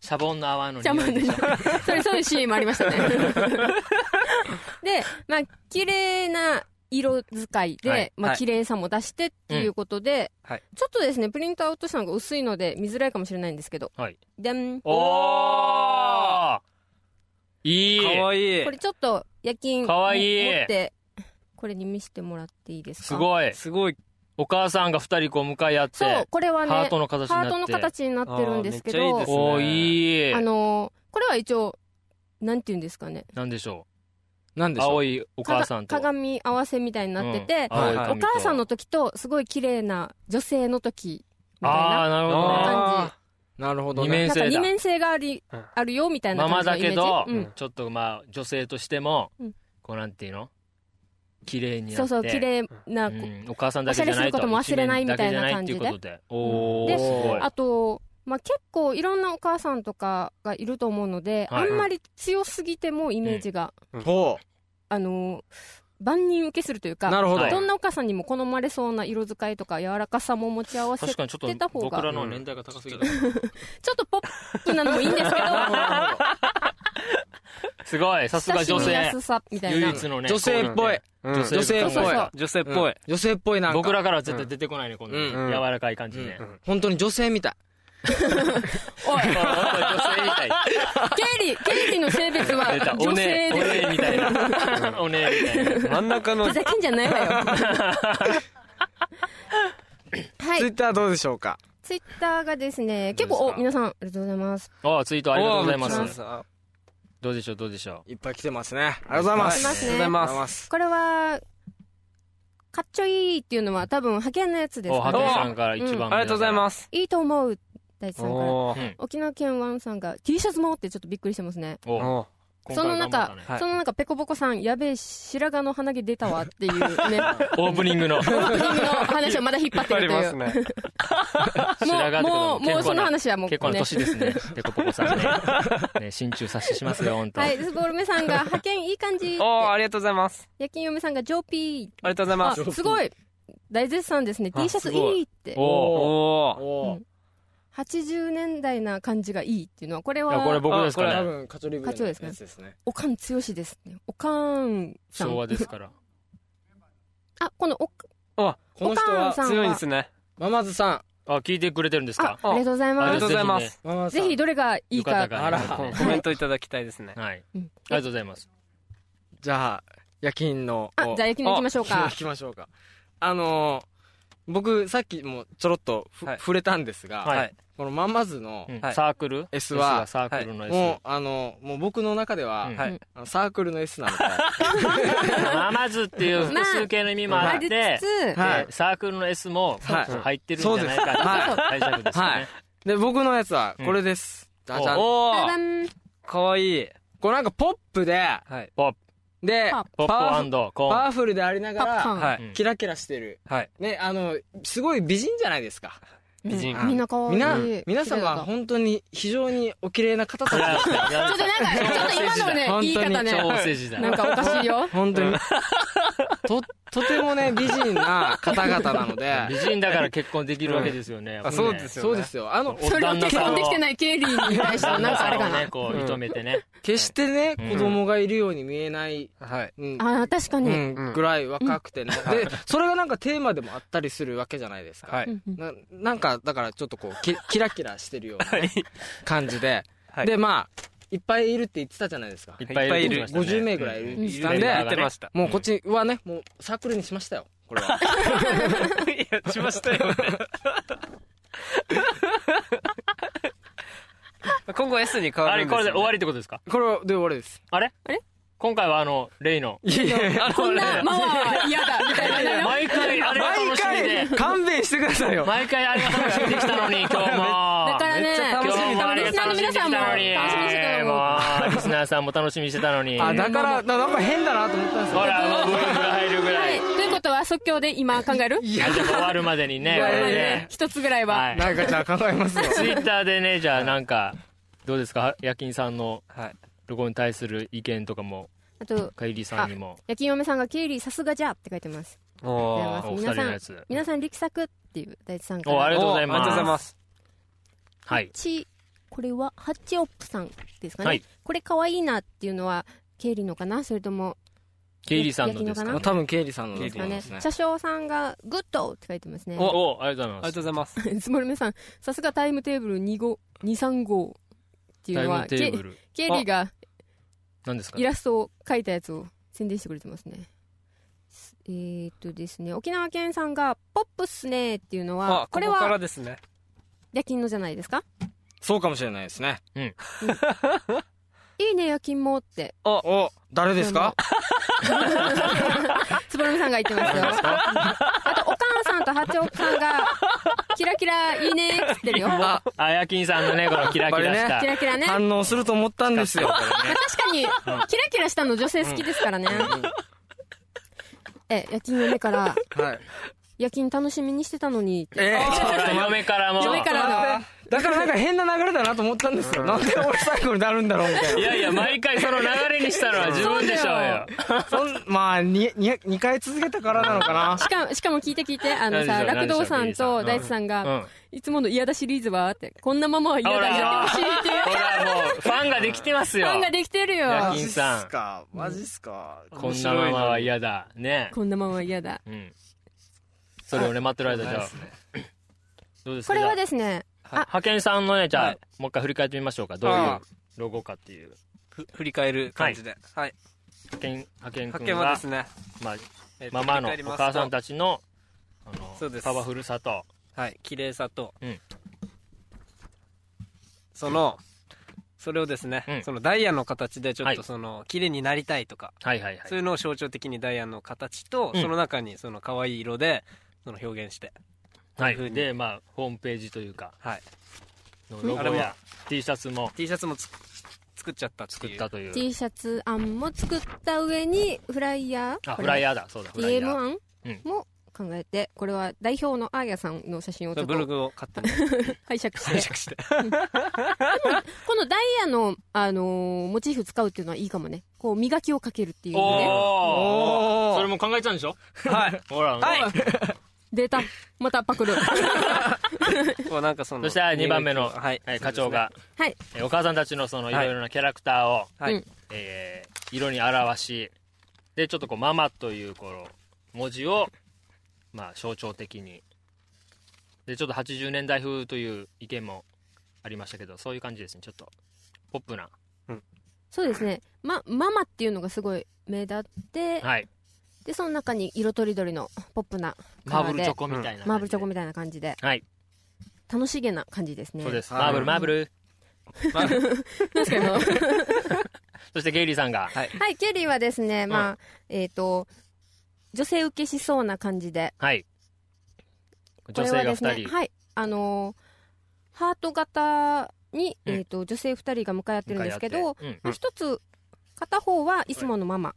Speaker 1: シャボンの泡の
Speaker 3: ジャマ
Speaker 1: 匂い
Speaker 3: ン
Speaker 1: でし
Speaker 3: でしょ
Speaker 1: ょ。
Speaker 3: それ、そういうシーンもありましたね。で、まあ、綺麗な色使いで、
Speaker 1: はい
Speaker 3: まあ、
Speaker 4: はい
Speaker 3: 綺麗さも出してっていうことで、
Speaker 4: うんはい
Speaker 3: ちょっとですね、プリントアウトしたのが薄いので見づらいかもしれないんですけど、
Speaker 1: はい
Speaker 3: でん。こ
Speaker 1: おおいい
Speaker 4: かわいい
Speaker 3: れちょっと夜勤
Speaker 1: かわいい
Speaker 3: 持って、これに見せてもらっていいですか
Speaker 1: すごい
Speaker 4: すごい
Speaker 1: お母さんが二人こう向かい合って
Speaker 3: そう、これはね、
Speaker 1: ハートの形になって
Speaker 3: ハートの形になってるんですけ
Speaker 4: あーめっちゃ
Speaker 3: ど、あ
Speaker 4: いいですね
Speaker 1: おーいい
Speaker 3: のーこれは一応、なんて言うんですかね。
Speaker 1: なんでしょ
Speaker 5: なん
Speaker 1: う
Speaker 5: でしょう
Speaker 1: 青いお母さんと
Speaker 3: かが鏡合わせみたいになってて、
Speaker 1: うん青い
Speaker 5: はい
Speaker 1: 髪
Speaker 3: お
Speaker 1: と
Speaker 3: 母さんの時と、すごい綺麗な女性の時、みたい
Speaker 1: ああ
Speaker 3: な。
Speaker 1: なるほどね
Speaker 3: 感
Speaker 5: あーなるほど
Speaker 1: 二
Speaker 5: ね
Speaker 1: 面
Speaker 3: なんか
Speaker 1: 性
Speaker 3: 二
Speaker 1: だ
Speaker 3: 面性があり、
Speaker 4: うん
Speaker 3: あるよ、みたいな
Speaker 1: ママ
Speaker 3: 感じの
Speaker 1: だ
Speaker 3: イメー
Speaker 1: け
Speaker 3: ジ。
Speaker 1: ど、
Speaker 3: うん
Speaker 1: ちょっとまあ女性としても、
Speaker 3: うん
Speaker 1: こうなんていうの綺麗になって
Speaker 3: そうそう、綺麗な子、
Speaker 1: うんお母さんだけじゃないと
Speaker 3: おしゃれすることも忘れないみたいな感じで
Speaker 1: 一面だけじゃないっていうことで
Speaker 3: で
Speaker 1: おおすごい
Speaker 3: あと、まあ、結構いろんなお母さんとかがいると思うので、
Speaker 1: はい
Speaker 3: あんまり強すぎてもイメージが、
Speaker 5: ほ
Speaker 3: あのー万人受けするという
Speaker 5: う
Speaker 3: か、
Speaker 5: なるほど、
Speaker 1: はい
Speaker 3: どんなお母さんにも好まれそうな色使いとか柔らかさも持ち合わせ
Speaker 1: 確
Speaker 3: ちょ
Speaker 1: か
Speaker 3: っ
Speaker 1: にちょっ
Speaker 3: 出た
Speaker 1: と
Speaker 3: 方が
Speaker 1: 僕らの年代が高すぎた、
Speaker 3: とポップなのもいいんですけど
Speaker 1: すごいさすが
Speaker 3: 親し
Speaker 1: 女
Speaker 3: みや
Speaker 1: 性
Speaker 3: すさみたいな
Speaker 1: 唯一のね
Speaker 5: 女性っぽい
Speaker 4: うん
Speaker 1: 女性
Speaker 5: 女性っ
Speaker 3: そ
Speaker 5: ぽ
Speaker 3: うそう
Speaker 5: い
Speaker 3: そう
Speaker 4: 女性っぽい
Speaker 5: 女性っぽいなんか
Speaker 1: 僕らからは絶対出てこないねこんなの、
Speaker 5: うん
Speaker 4: うん
Speaker 1: 柔らかい感じね、
Speaker 5: うん本当に女性みたい
Speaker 1: おいおい女性みたい
Speaker 3: 経理経理の性別は
Speaker 1: 出たお
Speaker 3: 女
Speaker 1: ね
Speaker 3: 性
Speaker 1: お
Speaker 3: です
Speaker 1: ねみたいな おねみたいな
Speaker 4: 真ん中 の
Speaker 3: ふざけんじゃないわ よは
Speaker 5: ツイ
Speaker 3: い
Speaker 5: ッターどうでしょうか
Speaker 3: ツイッターがですね結
Speaker 5: どうです
Speaker 3: 構お
Speaker 5: か
Speaker 3: 皆さんありがとうございます
Speaker 1: おーツイートありがとうございま
Speaker 4: おーめっ
Speaker 1: す
Speaker 4: ちゃ
Speaker 1: どうでしょうどうでしょ
Speaker 5: いっぱい来てますねありがとうございま
Speaker 3: い
Speaker 5: す、
Speaker 3: ま
Speaker 5: あり
Speaker 3: す
Speaker 4: ありがとう
Speaker 3: ね
Speaker 4: ござ
Speaker 5: がと
Speaker 4: い
Speaker 5: うござい
Speaker 4: ま
Speaker 5: ますす
Speaker 3: これはかっちょいいっていうのは多分派遣のやつで
Speaker 1: うお
Speaker 3: すか
Speaker 1: はて
Speaker 4: 派遣
Speaker 3: ね
Speaker 1: さんから一番、
Speaker 4: ありがとうございますす
Speaker 3: いいと思う大地さんから
Speaker 4: おー
Speaker 3: 沖縄県ワンさんが T シャツもってちょっとびっくりしてますね
Speaker 1: おー
Speaker 4: お
Speaker 1: 今
Speaker 3: そ
Speaker 1: 回頑
Speaker 3: の
Speaker 1: 張った
Speaker 3: 中、
Speaker 1: ね
Speaker 4: はい
Speaker 3: その中ペコボコさんやべえ白髪の鼻毛出たわっていうね
Speaker 1: オープニングの
Speaker 3: オープニングの話をまだ引っ張ってるという
Speaker 4: ね
Speaker 1: 白髪ってこと
Speaker 3: もうもうもう
Speaker 1: 結構
Speaker 3: そ
Speaker 1: な
Speaker 3: の話はもう
Speaker 1: 結構な年ですねペコペコさんねね心中察ししますよ本当、
Speaker 3: はい、スボルメさんが派遣いい感じって
Speaker 4: おーありがとうございます
Speaker 3: 夜勤嫁さんがジョーピー
Speaker 4: ありがとうござい
Speaker 3: あ
Speaker 4: ます
Speaker 3: すごい大絶賛ですね
Speaker 4: あ
Speaker 3: T シャツ
Speaker 4: す
Speaker 3: い
Speaker 4: ごい
Speaker 3: いって
Speaker 1: おお
Speaker 4: おー
Speaker 5: おー
Speaker 3: 80年代な感じがいいっていうのはこれ
Speaker 1: いやこれ
Speaker 3: は
Speaker 1: 僕ですか
Speaker 5: 多
Speaker 1: ね
Speaker 5: 分カチョリブレ
Speaker 3: カチョで
Speaker 5: のや
Speaker 3: すね
Speaker 5: つですね
Speaker 3: おかん強しですねおかんさ
Speaker 1: 昭
Speaker 3: ん
Speaker 1: 和ですから
Speaker 3: あこのお
Speaker 5: この人
Speaker 3: お母
Speaker 5: は
Speaker 3: さん
Speaker 4: 強いんですね
Speaker 5: ママズさん
Speaker 1: あ聞いてくれてるんです
Speaker 3: あ
Speaker 1: か
Speaker 3: ありがとうござい
Speaker 4: あり
Speaker 3: ま
Speaker 4: がとうございま
Speaker 1: ぜ
Speaker 4: す
Speaker 5: ママ
Speaker 3: す
Speaker 5: ズさ
Speaker 3: ぜ
Speaker 5: ん
Speaker 3: ひどれがいい
Speaker 1: よかった
Speaker 3: か
Speaker 1: か
Speaker 5: あら
Speaker 1: よかった
Speaker 4: コメントいただきたいですね
Speaker 1: はい
Speaker 3: うん
Speaker 1: ありがとうございます
Speaker 5: じゃあ夜勤の。
Speaker 3: あ
Speaker 5: お
Speaker 3: じゃあ夜勤の行きましょう か
Speaker 5: あ行きましょうか。あのー僕、さっきもちょろっとふ、
Speaker 4: はい
Speaker 5: 触れたんですが、
Speaker 1: はい
Speaker 4: はい
Speaker 5: このまんまずの
Speaker 1: うん
Speaker 4: はい
Speaker 1: サークル
Speaker 5: S
Speaker 1: は
Speaker 5: は、
Speaker 1: サークルの S、
Speaker 5: もう、あの、もう僕の中では、
Speaker 1: うん
Speaker 4: はい
Speaker 5: あのサークルの S なのか、
Speaker 1: まあまずっていう複数形の意味もあっ
Speaker 3: 混ぜ
Speaker 1: て
Speaker 3: つ、つ、
Speaker 5: はい
Speaker 1: でサークルの S も
Speaker 5: はい
Speaker 1: 入ってるんじゃないか
Speaker 5: そう
Speaker 1: と大丈夫ですよ
Speaker 5: はい
Speaker 1: ね。。
Speaker 5: で、僕のやつは、これです。じゃじゃん。こ
Speaker 1: おお
Speaker 3: ダダン
Speaker 4: かわいい
Speaker 5: れなんかポップで、
Speaker 4: はい
Speaker 1: ポップ
Speaker 5: で、
Speaker 3: パ
Speaker 1: ポ
Speaker 5: パワ
Speaker 1: ッ
Speaker 5: フ
Speaker 1: プコ
Speaker 5: パ
Speaker 1: ーン
Speaker 5: ワフルでありなが
Speaker 3: パパ
Speaker 5: ら、
Speaker 3: ン、
Speaker 4: は
Speaker 1: う
Speaker 4: い
Speaker 1: ん
Speaker 5: キラキラしてる。
Speaker 4: はい
Speaker 5: ね、あの、すごい美人じゃないですか。
Speaker 4: 美人
Speaker 3: みんな可愛い
Speaker 5: みな、皆
Speaker 3: 綺麗
Speaker 5: 様、
Speaker 3: だ
Speaker 5: 本当に非常にお綺麗な方たちで
Speaker 1: そ
Speaker 5: す。
Speaker 1: れは
Speaker 3: ちょっとなんかちょっと今のね
Speaker 5: 本当
Speaker 3: 言
Speaker 5: に
Speaker 3: い方
Speaker 1: 調
Speaker 3: ね
Speaker 1: 整時代
Speaker 3: なんかおかしいよ
Speaker 5: 本当に。と、とてもね、美人な方々な ので。
Speaker 1: 美人だから結婚できるわけですよね。
Speaker 4: あそうですよね
Speaker 5: そうですよ。あの、
Speaker 1: お
Speaker 3: それを
Speaker 1: 旦那
Speaker 3: 結
Speaker 1: さん
Speaker 3: 婚
Speaker 1: を
Speaker 3: できてないケイリーに対してはなんかあれか
Speaker 1: 旦那さんをね
Speaker 3: な
Speaker 1: こう認めてね。
Speaker 5: 決してね、
Speaker 1: うん
Speaker 5: 子供がいるように見えない、
Speaker 4: はい
Speaker 5: うん、
Speaker 3: あー確か
Speaker 5: う
Speaker 3: に、
Speaker 5: んぐらい若くてね。で、それがなんかテーマでもあったりするわけじゃないですか。
Speaker 4: はい
Speaker 3: うんうん
Speaker 5: ななんかだからちょっとこうキキラキラしてるようなね、感じで、
Speaker 4: はい
Speaker 5: でまあいっぱいいるって言ってたじゃないですか
Speaker 1: いっぱいいるって言ってましたね。
Speaker 5: 50名ぐらいいるって言ってたん
Speaker 1: うん
Speaker 5: で、
Speaker 1: メンバー
Speaker 4: 言
Speaker 1: が
Speaker 4: ってました
Speaker 5: もうこっちはねもうサークルにしましたよこれ は
Speaker 4: いやしましたよね 今後 S に変わ
Speaker 1: あ
Speaker 4: る
Speaker 1: れ
Speaker 4: ん
Speaker 1: こ
Speaker 4: です
Speaker 1: れで
Speaker 4: よ、ね、
Speaker 1: 終わりってことですか
Speaker 5: これはで終わりです
Speaker 1: あれ今回はあの、レイの。
Speaker 5: いやいや
Speaker 3: こんなママは嫌だみたいな
Speaker 1: 毎回あれが
Speaker 5: 毎
Speaker 1: 楽しみで
Speaker 5: 回。勘弁してくださいよ
Speaker 1: 毎回あれが楽しみできたのに、今日も。
Speaker 3: だからね
Speaker 1: 今日もあれ
Speaker 3: リスナー
Speaker 1: が楽し
Speaker 3: の
Speaker 1: みに
Speaker 3: 皆
Speaker 1: して
Speaker 3: さ
Speaker 1: た
Speaker 3: ん
Speaker 1: の
Speaker 3: も楽しみ
Speaker 1: に。
Speaker 3: にしてたの
Speaker 1: もうリスナーさんも楽しみにしてたのに。
Speaker 5: あだからだなんか変だなと思ったんですよ
Speaker 1: ほら、もうブーブー入るぐら
Speaker 3: はい
Speaker 1: い。
Speaker 3: ということは即興で今考える
Speaker 1: いや、じゃあ終わるまでにね、こ
Speaker 5: いやいや
Speaker 1: れ
Speaker 5: いや
Speaker 1: ね。
Speaker 3: 一つぐらいは、
Speaker 1: はい。
Speaker 5: なんかじゃあ考えますよ
Speaker 1: ツイッターでね、じゃあなんか、どうですか夜勤さんの
Speaker 4: はい
Speaker 1: ロゴに対する意見とかも、
Speaker 3: あと
Speaker 1: かゆりさんにも、
Speaker 3: 夜勤嫁さんが「ケイリーさすがじゃ」って書いてます
Speaker 4: おー
Speaker 3: あ
Speaker 1: お二
Speaker 3: 皆
Speaker 1: 人
Speaker 3: さん
Speaker 1: のやつ。
Speaker 3: 皆さん力作っていう大地さんか
Speaker 1: お、ありが
Speaker 3: ら
Speaker 1: とうございます。
Speaker 4: おありがとうございます
Speaker 1: はい。
Speaker 3: ちこれはハッチオップさんですかね、
Speaker 1: はい
Speaker 3: これ可愛いなっていうのはケイリーのかなそれとも
Speaker 1: ケイリーさんのです
Speaker 3: 焼きの
Speaker 1: か
Speaker 3: か
Speaker 5: 多分経理さんの
Speaker 4: 経理
Speaker 5: だと
Speaker 3: ですか
Speaker 5: 思い
Speaker 3: ね
Speaker 5: ます
Speaker 3: 車
Speaker 5: ね
Speaker 3: 掌さんがグッドって書いてますね
Speaker 1: お、ありがとうご
Speaker 4: あ
Speaker 1: ざ
Speaker 4: りが
Speaker 1: い
Speaker 4: と
Speaker 1: ま
Speaker 4: うございます
Speaker 3: つもりめさんさすがタイムテーブル2号235って
Speaker 1: す。
Speaker 3: い
Speaker 1: タ
Speaker 3: う
Speaker 1: イ
Speaker 3: のは
Speaker 1: ムテ
Speaker 3: ケ
Speaker 1: ーブ
Speaker 3: イ
Speaker 1: ル。
Speaker 3: ケイリーが
Speaker 1: 何ですか
Speaker 3: イラストを描いたやつを宣伝してくれてますねすえー、っとですね沖縄県さんが「ポップっすね」っていうのは
Speaker 4: あ
Speaker 3: こ
Speaker 4: こ
Speaker 3: れ
Speaker 4: れはから
Speaker 3: は
Speaker 4: ですね
Speaker 3: 夜勤のじゃないですか
Speaker 5: そうかもしれないですね
Speaker 3: いいね夜勤もって
Speaker 5: おお誰ですか
Speaker 3: つぼるみさんが言ってますよあとおかんさんと八丁さんが「キラキラいいね」っつってるよ
Speaker 5: あ
Speaker 1: あやきんさんのね、このキラキラし
Speaker 5: や
Speaker 1: た
Speaker 3: キ。ラキラね
Speaker 5: 反応すると思ったんですよ
Speaker 3: 確かにキラキラしたの女性好きですからねえ夜勤嫁から
Speaker 5: はい
Speaker 3: 夜勤楽しみにしてたのにって
Speaker 5: えー、 ちょっと
Speaker 1: ほ
Speaker 5: 待っ
Speaker 1: ら
Speaker 5: て
Speaker 1: 嫁からも。
Speaker 3: 嫁からの
Speaker 5: だからなんか変な流れだなと思ったんですよ。なんで俺最後になるんだろうみたい
Speaker 1: いやいや、毎回その流れにしたのは自分でしょうよ。
Speaker 5: な。そんまあ、に、に、2回続けたからなのか な。
Speaker 3: しかもしかも聞いて聞いてあの
Speaker 1: 何でしょ
Speaker 3: さ
Speaker 1: う
Speaker 3: 楽堂さんと
Speaker 1: 何
Speaker 3: 大
Speaker 1: でしょう
Speaker 3: 地さん
Speaker 1: うん。
Speaker 3: が
Speaker 1: ほ
Speaker 3: 「いつもの嫌だシリーズは?」って「こんなままは嫌だやってほしい」っていう
Speaker 1: らもう、ファンができてますよ
Speaker 3: ファ。ンができてるよ
Speaker 1: 夜
Speaker 5: ジ
Speaker 1: 勤
Speaker 5: っ
Speaker 1: さん
Speaker 5: す。か。マジっすか。
Speaker 1: こんなままは嫌だ。ね。
Speaker 3: こんなままは嫌だ
Speaker 1: うん。それをね、待ってる間、じゃあ。どうですか
Speaker 3: これは
Speaker 1: じゃあ
Speaker 3: ですね
Speaker 1: 派遣さんのね、じゃ
Speaker 4: は
Speaker 1: あ
Speaker 4: い、
Speaker 1: もう一回振り返ってみましょうか。どういう
Speaker 5: あ
Speaker 1: ロゴかっていう。
Speaker 4: ふ振り返る感じではい、
Speaker 1: 派遣、派遣
Speaker 4: 派
Speaker 1: 君
Speaker 4: 遣はで
Speaker 1: が
Speaker 4: す、ね、
Speaker 1: まあ、
Speaker 4: えっと
Speaker 1: ママの
Speaker 4: 振り返り
Speaker 1: お
Speaker 4: ますと
Speaker 1: 母さんたちの、あの
Speaker 4: そうで、す
Speaker 1: パワフルさと。
Speaker 4: はい綺麗さと、
Speaker 1: うん
Speaker 4: そのそれをですね、
Speaker 1: うん
Speaker 4: そのダイヤの形でちょ
Speaker 1: は
Speaker 4: っ
Speaker 1: い
Speaker 4: とその、綺麗になりたいとか、
Speaker 1: はいはいはい
Speaker 4: そう。いうのを象徴的にダイヤの形と、
Speaker 1: うん
Speaker 4: その中にその可愛い色でその表現して
Speaker 1: は
Speaker 4: こういう風
Speaker 1: い、
Speaker 4: に
Speaker 1: でまあホームページというか
Speaker 4: はい
Speaker 1: のロ
Speaker 4: あ
Speaker 1: ゴ
Speaker 4: れ
Speaker 1: や
Speaker 4: は
Speaker 1: T シャツも
Speaker 4: T シャツもつ作っちゃったって
Speaker 1: 作
Speaker 4: い
Speaker 1: っ
Speaker 4: う
Speaker 1: たという
Speaker 3: T シャツ案も作った上にフライヤー
Speaker 1: あフライ
Speaker 3: ヤ
Speaker 1: ヤーだそうだフライ
Speaker 3: DM
Speaker 1: ヤー
Speaker 3: 案
Speaker 1: うん
Speaker 3: も考えてこれは代表のアーヤさんの写真をちょっ
Speaker 4: ブロ
Speaker 3: と
Speaker 4: グを勝手に
Speaker 3: 拝借
Speaker 4: 解
Speaker 3: して
Speaker 4: 釈して
Speaker 3: このダイヤのあのーモチーフ使うっていうのはいいかもねこう磨きをかけるっていう意味で
Speaker 1: おお
Speaker 5: おー
Speaker 1: それも考えちゃうんでしょ
Speaker 4: はい
Speaker 1: ほら
Speaker 4: はい
Speaker 3: データまたパクる
Speaker 4: こうなんかその
Speaker 1: そしたら2番目の、
Speaker 4: はい
Speaker 1: えー課長が、
Speaker 3: はい
Speaker 1: えーお母さんたちのそのいろいろなキャラクターを、
Speaker 4: はい、
Speaker 3: うん
Speaker 1: えー色に表しでちょっとこう「ママ」というこの文字を、まあ、象徴的にでちょっと80年代風という意見もありましたけどそういう感じですねちょっとポップな
Speaker 3: そうですね、ま、ママっていうのがすごい目立って、
Speaker 1: はい
Speaker 3: でその中に色とりどりのポップなカ
Speaker 1: マー
Speaker 3: ラ
Speaker 1: ブ
Speaker 3: ー
Speaker 1: ルチ
Speaker 3: で
Speaker 1: ョコみたいな
Speaker 3: マーブルチョコみたいな感じで
Speaker 1: はい
Speaker 3: 楽しげな感じですね
Speaker 1: そうです
Speaker 4: はい
Speaker 1: マーブルマーブル
Speaker 3: ですけどは
Speaker 1: そしてゲイリーさんが
Speaker 3: いケリーはですねまあ、えっ、と女性受けしそうな感じで
Speaker 1: はい
Speaker 3: こ
Speaker 1: 女
Speaker 3: れ
Speaker 1: 性
Speaker 3: は
Speaker 1: が2
Speaker 3: です
Speaker 1: 人、
Speaker 3: ねはいあのーハート型に、
Speaker 1: うん
Speaker 3: えー、と女性2人が向かい合ってるんですけど
Speaker 1: 向かい合って
Speaker 3: まあ一つ片方はいつものママ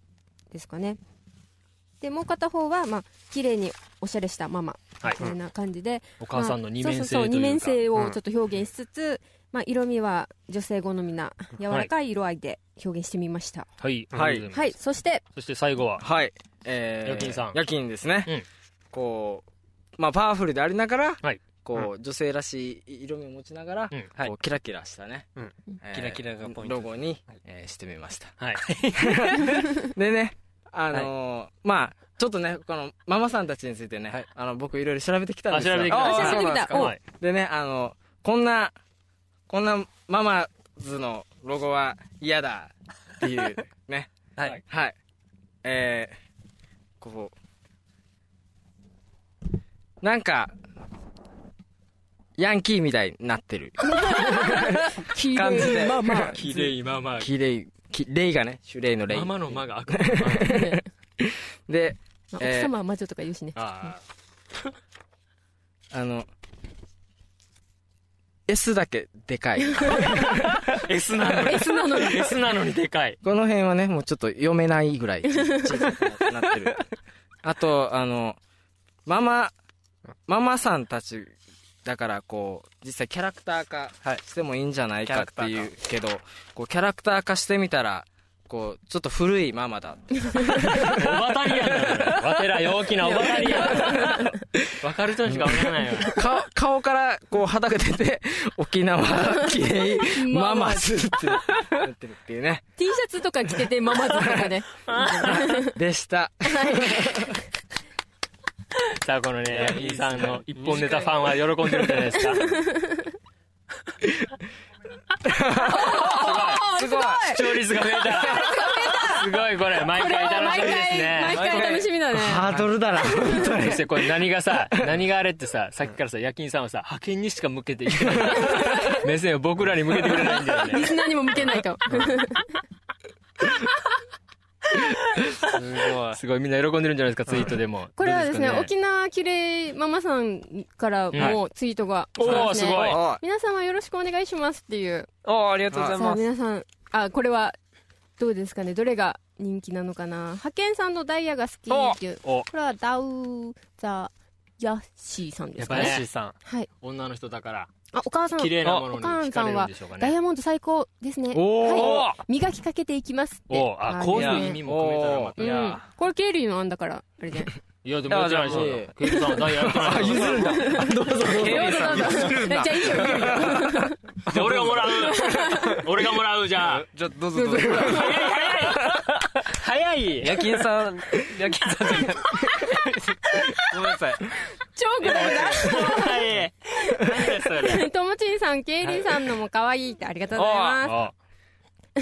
Speaker 3: ですかね、でもう片方はまあ綺麗におしゃれしたママ
Speaker 1: うんは
Speaker 3: み
Speaker 1: い
Speaker 3: たいな感じで、
Speaker 1: お母さんの二面性
Speaker 3: そうそうそ
Speaker 1: と
Speaker 3: う二
Speaker 1: いう
Speaker 3: 面
Speaker 1: か
Speaker 3: 性
Speaker 4: う
Speaker 3: を
Speaker 4: ん
Speaker 3: ちょっと表現しつつ、まあ、色味は女性好みな柔らかい色合いで表現してみました
Speaker 1: はい
Speaker 5: は
Speaker 1: あ
Speaker 5: い
Speaker 1: りがとうござます
Speaker 3: はい、そして
Speaker 1: そして最後は
Speaker 5: はいえー、
Speaker 1: 夜勤さん
Speaker 5: 夜勤ですね、
Speaker 1: うん
Speaker 5: こうまあパワフルでありながら、
Speaker 1: はい
Speaker 5: こう女性らしい色味を持ちながら、
Speaker 1: うん
Speaker 4: はい
Speaker 5: こうキラキラしたね、
Speaker 4: うん
Speaker 5: えー
Speaker 4: キラキラがポイント
Speaker 5: ロゴに、えーしてみました
Speaker 1: はい
Speaker 5: でねあのーまあちょっとねこのママさんたちについてね、
Speaker 4: はい
Speaker 5: あの僕いろいろ調べてきたんですよ
Speaker 1: あ調べてきた
Speaker 5: ー
Speaker 3: あ調べてきた
Speaker 5: そうなん
Speaker 1: は
Speaker 5: で
Speaker 1: い
Speaker 5: すかでねあのこんなこんなママズのロゴは嫌だっていうね
Speaker 4: はい
Speaker 5: はいえー、こうなんかヤンキーみたいになってる
Speaker 3: 黄
Speaker 5: 感じで
Speaker 3: ママ
Speaker 1: 綺麗ママ
Speaker 5: きれいきレイがねシュレイのレイ
Speaker 1: ママの間が赤
Speaker 5: で
Speaker 3: まあ
Speaker 5: えー
Speaker 3: 奥様は魔女とか言うしね、
Speaker 1: あ
Speaker 5: あの S だけでかい
Speaker 1: ー S なのに S なのに S なのにでかい
Speaker 5: この辺はねもうちょっと読めない ぐらい小さくなってるあとあのママママさんたちだからこう実際キャラクター化
Speaker 4: はい
Speaker 5: してもいいんじゃないかって
Speaker 4: キャ
Speaker 5: い
Speaker 4: ラ
Speaker 5: うけどこうキャラクター化してみたらこうちょっと古いママだって
Speaker 1: オバタリアンだからわてら陽気なオバタリアンわかる人にしかわからないよ
Speaker 5: 顔顔からこう肌が出て 沖縄綺麗ママズってなってるっていうね
Speaker 3: T シャツとか着ててママズとかね
Speaker 5: でした
Speaker 1: さあこのねヤギさんの一本ネタファンは喜んでるんじゃないですか
Speaker 5: すごい
Speaker 1: 視聴率が増えたすごいこれ毎
Speaker 3: これ
Speaker 1: 回
Speaker 3: は
Speaker 1: 楽し
Speaker 3: 毎
Speaker 1: みです
Speaker 3: 回毎
Speaker 1: ね
Speaker 3: 回楽しみだね
Speaker 5: ハードルだな
Speaker 1: そしてこれ何がさ何があれってささっきからさ夜勤さんはさ派遣にしか向けていけない 目線を僕らに向けてくれないんだよね
Speaker 3: リスナーにも向けないと
Speaker 5: すごい
Speaker 1: すごいみんな喜んでるんじゃないですかツイートでも
Speaker 3: これはですね
Speaker 1: どう
Speaker 3: 沖縄きれいママさんからもツイートが来て
Speaker 1: お
Speaker 3: ま
Speaker 1: おす
Speaker 3: ね
Speaker 1: ごい
Speaker 3: 皆様よろしくお願いしますっていう
Speaker 4: おーありがとうござい
Speaker 3: さあ
Speaker 4: ます
Speaker 3: 皆さんあこれはどうですかねどれが人気なのかな派遣さんのダイヤが好きっていう
Speaker 1: お
Speaker 3: これはダウザヤッシーさんで
Speaker 1: やっ
Speaker 3: す
Speaker 1: ぱ
Speaker 3: か
Speaker 1: り
Speaker 3: ね
Speaker 1: ね
Speaker 4: さん
Speaker 3: はい
Speaker 1: 女の人だから
Speaker 3: あお母さん
Speaker 1: 綺麗なもの
Speaker 3: お
Speaker 1: に
Speaker 3: 母
Speaker 1: 惹
Speaker 3: さ
Speaker 1: かれ
Speaker 3: ん
Speaker 1: るん
Speaker 3: は
Speaker 1: でしょうか
Speaker 3: ダイ
Speaker 1: ね
Speaker 3: ヤモンド最高ですね
Speaker 1: お
Speaker 3: は
Speaker 1: ー
Speaker 3: い磨きかけていきますって
Speaker 1: おーあこういう意味も込めたらまた
Speaker 3: う
Speaker 1: い
Speaker 3: ん
Speaker 1: や、
Speaker 3: これケイリーの案だからあれで
Speaker 1: いやでももちろんでしょうクイズさんはダイヤやってない譲るんだ
Speaker 3: どう ぞどうぞじゃあいいよいいよ
Speaker 1: じゃあ俺がもらう俺がもらうじゃあ
Speaker 4: じゃあどうぞどうぞ
Speaker 1: 早い
Speaker 4: 夜勤さん夜勤さんじゃないごめんなさい
Speaker 3: 超グラグラ
Speaker 1: 早い何だそれ
Speaker 3: ともちんさん、ケイリーさんのも可愛いってありがとうございます。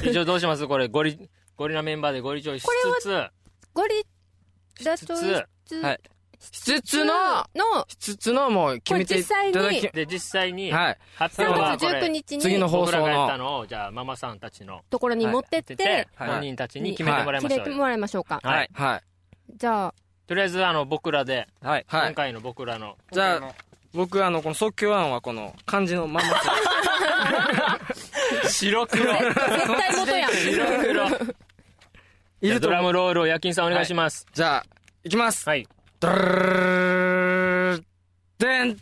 Speaker 1: あ一応どうしますこれゴリゴリラメンバーでゴリチョイしつつ
Speaker 3: ゴリラ
Speaker 1: し
Speaker 3: と
Speaker 1: つつ
Speaker 3: つ
Speaker 5: はいしつつの
Speaker 3: の
Speaker 5: しつつのもう決めていた
Speaker 3: こ
Speaker 5: だ
Speaker 3: れ実際
Speaker 5: き
Speaker 3: に
Speaker 1: で実際に
Speaker 5: はい
Speaker 1: 発表は
Speaker 3: 3
Speaker 1: こ
Speaker 3: 月19
Speaker 1: れ
Speaker 3: 日
Speaker 5: 次の
Speaker 3: に
Speaker 5: 方
Speaker 1: 僕らがやったのをじゃあママさんたちの
Speaker 3: ところに持ってっ
Speaker 1: で
Speaker 3: て、
Speaker 5: はい
Speaker 1: 本人たちに決めてもらい
Speaker 3: 決
Speaker 1: まし
Speaker 3: め
Speaker 1: ょ
Speaker 3: て
Speaker 1: うよ
Speaker 3: もらいましょうか。
Speaker 1: はい
Speaker 5: はい
Speaker 3: じゃあ、
Speaker 1: とりあえずあの僕らで
Speaker 4: はい
Speaker 5: は
Speaker 1: 今
Speaker 5: い
Speaker 1: 回の僕らの
Speaker 5: じゃあ僕あのこの即興案はこの漢字のまんま
Speaker 1: 白黒
Speaker 3: 絶対元やん。
Speaker 1: 白黒
Speaker 5: いる
Speaker 1: ド
Speaker 5: と思
Speaker 1: ラ
Speaker 5: う
Speaker 1: ムロールを夜勤さんお願いします
Speaker 5: じゃあいきます
Speaker 1: はい
Speaker 5: ドルルルルルルルルでん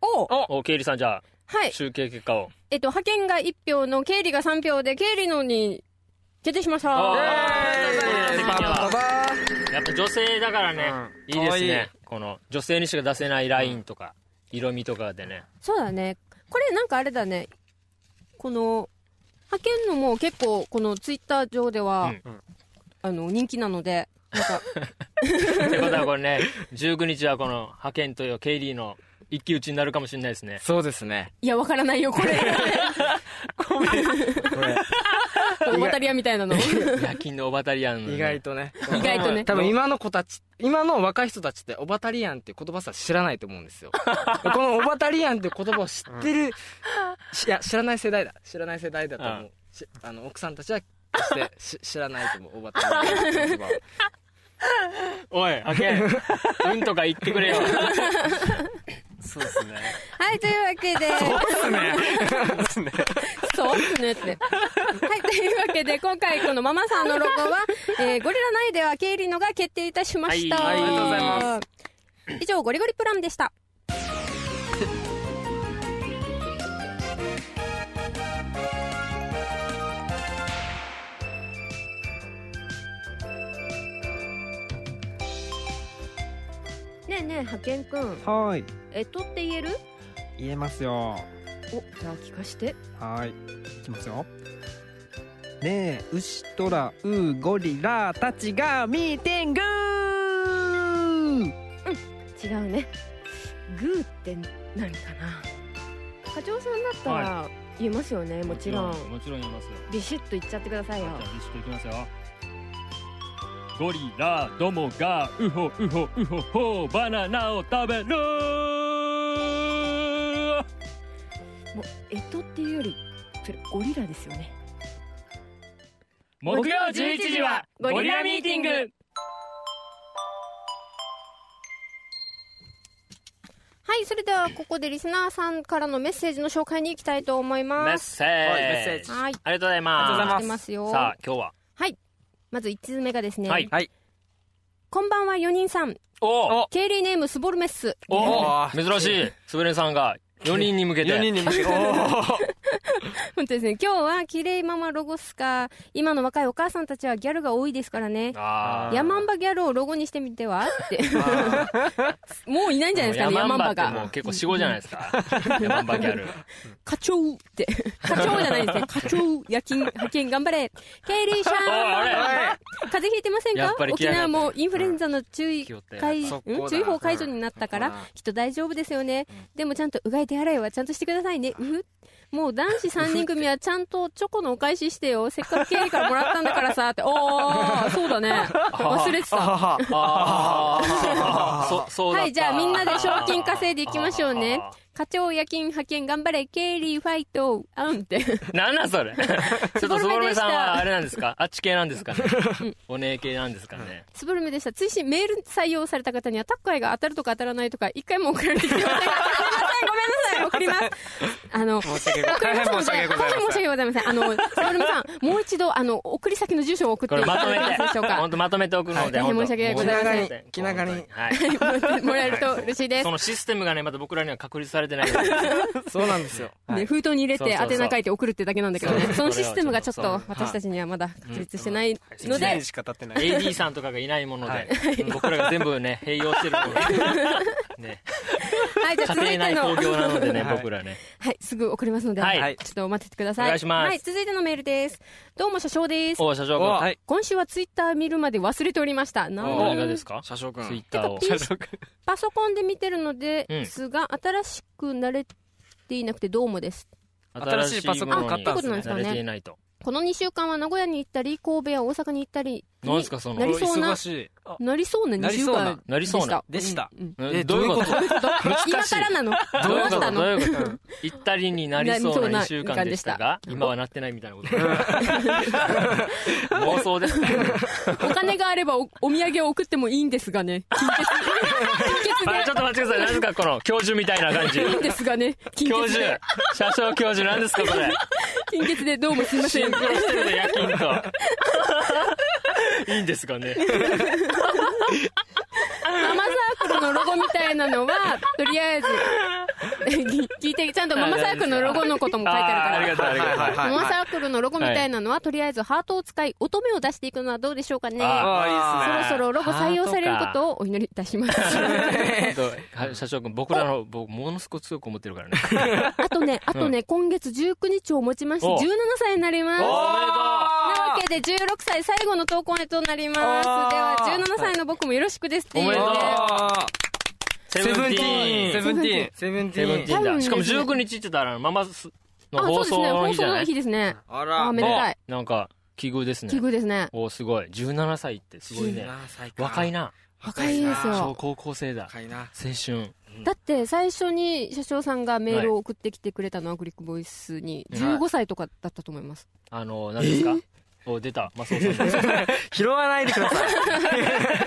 Speaker 3: おう
Speaker 1: おケイリさんじゃ
Speaker 3: は
Speaker 1: あ
Speaker 3: い。
Speaker 1: 集計結果を
Speaker 3: えっと、派遣が1票の、ケイリーが3票で、ケイリーのに決定しました。
Speaker 1: おー
Speaker 5: イエーイ
Speaker 1: パパパ
Speaker 5: パ
Speaker 1: やっぱ女性だからねいいですねこの女性にしか出せないラインとか色味とかでね
Speaker 3: そうだね。これなんかあれだね。この、派遣のも結構、このツイッター上では、あの、人気なので、なんか、
Speaker 1: ってことはこれ ね19日はこの派遣というケイリーの一騎打ちになるかもしれないですね
Speaker 5: そうですね
Speaker 3: いや、わからないよ、これ。オバタリアみたいなの意
Speaker 1: 夜勤のオバタリアンの
Speaker 5: 意外とね。
Speaker 3: 外とね
Speaker 5: 多分今の子たち、今の若い人たちってオバタリアンって言葉さ知らないと思うんです よ。このオバタリアンって言葉を知ってる、しいや、知らない世代だ。知らない世代だと思う。
Speaker 1: うん
Speaker 5: しあの、奥さんたちは決してし知らないと思う、オバタリアンって言葉を。
Speaker 1: おいあけん うんとか言ってくれよ
Speaker 4: そうですね。
Speaker 3: はいというわけでそうっすねって。はい、というわけで、今回このママさんのロゴ は、えーゴリラ内ではケイリノが決定いたしました。
Speaker 1: はいありがとうござい
Speaker 3: 以上、ゴリゴリプラムでした。ねえねえ、派遣くん、
Speaker 6: はい
Speaker 3: えっとって言える
Speaker 6: 言えますよ
Speaker 3: お、じゃあ聞かして。
Speaker 6: はいいきますよねえ牛トラウーゴリラたちがミーティング
Speaker 3: 違うねグーって何かな課長さんだったら言えますよね、もちろん
Speaker 1: もちろん言いますよ
Speaker 3: ビシッと言っちゃってくださいよ
Speaker 1: じゃあビシッといきますよゴリラどもがウホウホウホホバナナを食べる
Speaker 3: もうえとっていうよりそれゴリラですよね
Speaker 1: 木曜11時はゴリラミーティング
Speaker 3: はいそれではここでリスナーさんからのメッセージの紹介に行きたいと思い
Speaker 1: メッ
Speaker 3: ます
Speaker 1: セージ,、
Speaker 5: はいメッセージ
Speaker 3: はい
Speaker 1: ありがとうございます
Speaker 4: ありがとうござい
Speaker 3: 来てますよ
Speaker 1: さあ今日は
Speaker 3: まず1通目がですね、
Speaker 1: はい
Speaker 5: はい
Speaker 3: こんばんは4人さん
Speaker 1: お
Speaker 3: ケイリーネームスボルメッス
Speaker 1: おお珍しいすぶれさんが4人に向けて
Speaker 4: 4人に向けて。
Speaker 3: 本当ですね今日はキレイママロゴスか今の若いお母さんたちはギャルが多いですからね
Speaker 1: あー
Speaker 3: ヤマンバギャルをロゴにしてみてはって。 もういないんじゃないですかね、ヤ
Speaker 1: ヤ
Speaker 3: マ
Speaker 1: マ
Speaker 3: ン
Speaker 1: ンバっ
Speaker 3: バ
Speaker 1: てもう
Speaker 3: が。
Speaker 1: 結構死語じゃないです かヤマンバギャル
Speaker 3: 課長って。課長じゃないですね。 課長、夜勤、派遣頑張 れ。ケイリーシャ
Speaker 1: おいあ
Speaker 3: ン風邪ひいてません
Speaker 1: や
Speaker 3: か
Speaker 1: っぱり
Speaker 3: 沖
Speaker 1: 嫌いだ
Speaker 3: 縄
Speaker 1: った
Speaker 3: もインフルエンザの注意
Speaker 1: 気をって
Speaker 3: 解、
Speaker 5: 速攻
Speaker 3: ん
Speaker 5: だ
Speaker 3: 注意報解除になったか
Speaker 5: うん
Speaker 3: ら、きっと大丈夫ですよね。でもちゃんとうがい手洗いはちゃんとしてくださいね。うふもう男子3人組はちゃんとチョコのお返し してよ。せっかくケイリーからもらったんだからさ、って。おー、そうだね。忘れてた。
Speaker 1: ああ そそうだった
Speaker 3: はい、じゃあみんなで賞金稼いでいきましょうね
Speaker 1: あ。
Speaker 3: 課長夜勤派遣頑張れ、ケイリーファイト、あんって。
Speaker 1: なんなんそれ ちょっとそぼろめさんはあれなんですかあっち系なんですかねお姉系なんですかね
Speaker 3: つぶるめでした。追伸メール採用された方にはタッカイが当たるとか当たらないとか、一回も送られてきてません。すいません、 ごめんなさい、送ります。あの、
Speaker 4: 申し訳ございません。大変申し訳ござい
Speaker 3: 大変
Speaker 4: ま
Speaker 3: 申し
Speaker 4: せ
Speaker 3: 訳
Speaker 4: ん。
Speaker 3: ございません。あの、つぶるめさん、もう一度、あの、送り先の住所を送っ
Speaker 1: こ
Speaker 3: て
Speaker 1: れ
Speaker 3: いた
Speaker 1: ま
Speaker 3: だ
Speaker 1: と
Speaker 3: けますでしょう
Speaker 1: めて
Speaker 3: か
Speaker 1: 本。当まとめて送るので
Speaker 3: 大
Speaker 1: 本
Speaker 3: 変
Speaker 1: 当
Speaker 3: 申し訳ご
Speaker 5: ざいません
Speaker 1: 本当
Speaker 5: 気長に
Speaker 1: はい
Speaker 3: もらえると嬉しい です
Speaker 1: そ。のシステムがねまだ僕らには確立されてない
Speaker 5: そうなんですよ。
Speaker 3: ね、封筒に入れ
Speaker 1: そうそ
Speaker 3: て
Speaker 1: うそう
Speaker 3: 宛名書いて送るってだけなんだけどね
Speaker 1: そう
Speaker 3: そのシステムがちょっ
Speaker 1: そう
Speaker 3: と私たちにはまだ確立してないの
Speaker 4: 1
Speaker 3: で
Speaker 4: 年しか経ってない。
Speaker 1: AD さんとかがいないもの
Speaker 4: はい
Speaker 1: でうん僕らが全部ね併用してるのでね家庭
Speaker 3: はいじゃあ続いて
Speaker 1: 内
Speaker 3: の
Speaker 1: 工業なのでね
Speaker 4: はい
Speaker 1: 僕らね
Speaker 3: はい、すぐ送りますので、
Speaker 1: はい
Speaker 3: ちょっと待っててください。
Speaker 1: お願いします
Speaker 3: はい、続いてのメールです。どうも、車掌です。
Speaker 1: お社長
Speaker 5: お
Speaker 1: 君
Speaker 5: は
Speaker 4: はいい。
Speaker 3: 今週はツイッター見るまで忘れておりました。な
Speaker 5: お
Speaker 1: 何
Speaker 3: ん
Speaker 1: がですか
Speaker 5: 車掌く
Speaker 1: ツイッ
Speaker 5: ん。
Speaker 1: ターを
Speaker 3: てかパソコンで見てるのですが、新しく慣れていなくてどうもです。
Speaker 5: 新しいパソコンを買ったんですね
Speaker 1: 慣れていないと
Speaker 3: この2週間は名古屋に行ったり、神戸や大阪に行ったりに、
Speaker 1: 何ですかその
Speaker 3: なりそうな
Speaker 5: 忙、しい。
Speaker 3: なりそうな2週間
Speaker 1: なり
Speaker 3: で
Speaker 1: そ
Speaker 3: し
Speaker 1: うな
Speaker 3: た。
Speaker 5: でした。
Speaker 3: うんうん
Speaker 5: え、どういうこと
Speaker 3: 今からなの
Speaker 1: どう
Speaker 3: ど
Speaker 1: いう
Speaker 3: う
Speaker 1: こ
Speaker 3: した
Speaker 1: とどう
Speaker 3: の
Speaker 1: いうこと行ったりになりそうな
Speaker 3: な
Speaker 1: 2週間でしたが今はなってないみたいなこと妄想ですね
Speaker 3: お金があればおお土産を送ってもいいんですがね。金 欠金
Speaker 1: あち
Speaker 3: 欠
Speaker 1: ょっと
Speaker 3: で
Speaker 1: 待ってください何ですかこの教授みたいな感じ
Speaker 3: いいんですがね。金
Speaker 1: 教
Speaker 3: 欠
Speaker 1: 授
Speaker 3: で。
Speaker 1: 車掌教授何ですかこれ
Speaker 3: 金欠でどうもすいませ
Speaker 1: シン
Speaker 3: ん
Speaker 1: ク。ロしてるの夜勤といいんですかね
Speaker 3: ママサークルのロゴみたいなのは、とりあえず、 聞いて、ちゃんとママサークルのロゴのことも書いてあ
Speaker 1: あーありが
Speaker 3: る
Speaker 1: とうありがとう
Speaker 5: はい
Speaker 3: から。ママサークルのロゴみたいなのは、とりあえずハートを使い、乙女を出していくのはどうでしょうかね。
Speaker 1: あ
Speaker 5: あ
Speaker 3: そろそろロゴ採用されるこ
Speaker 1: ハート
Speaker 3: とをお祈りいたします。
Speaker 1: はい社長君僕らの僕ものすごく強く思ってるからね
Speaker 3: あとね、あとね、今月19日をもちまして、
Speaker 1: お
Speaker 3: 17歳になります。
Speaker 1: おめでとう
Speaker 3: なわけで16歳最後の投稿へとなります。では17歳の僕もよろしくですっていうね
Speaker 1: おめでとう
Speaker 5: セブンティーン
Speaker 3: セブンティーン
Speaker 5: セブンテ
Speaker 1: セ
Speaker 5: ィ
Speaker 1: ブ
Speaker 5: ー
Speaker 1: ン
Speaker 5: ン
Speaker 1: ティーンだしかも
Speaker 3: 多分ね
Speaker 1: 19日って言ったらママスの
Speaker 3: あ、そう
Speaker 1: 放
Speaker 3: です
Speaker 1: 送
Speaker 3: ね。
Speaker 1: の
Speaker 3: 放
Speaker 1: 日じ
Speaker 3: 送
Speaker 1: ゃな
Speaker 3: の
Speaker 1: い
Speaker 3: 日ですね。
Speaker 5: あ
Speaker 3: あ
Speaker 5: ら
Speaker 3: ー、めでたい。
Speaker 1: なんか奇遇です
Speaker 3: 奇
Speaker 1: ね
Speaker 3: 遇ですね。
Speaker 1: おすごい17歳ってすごいね若いな
Speaker 3: 若いです
Speaker 1: 小
Speaker 3: よ。
Speaker 1: 高校生だ
Speaker 5: 若いな
Speaker 1: 青春
Speaker 3: だって最初に社長さんがメールを送ってきてくれたのはグリックボイスに15歳とかだったと思います。
Speaker 1: あの何ですかお出たマスオさんです
Speaker 5: 拾わないでくださ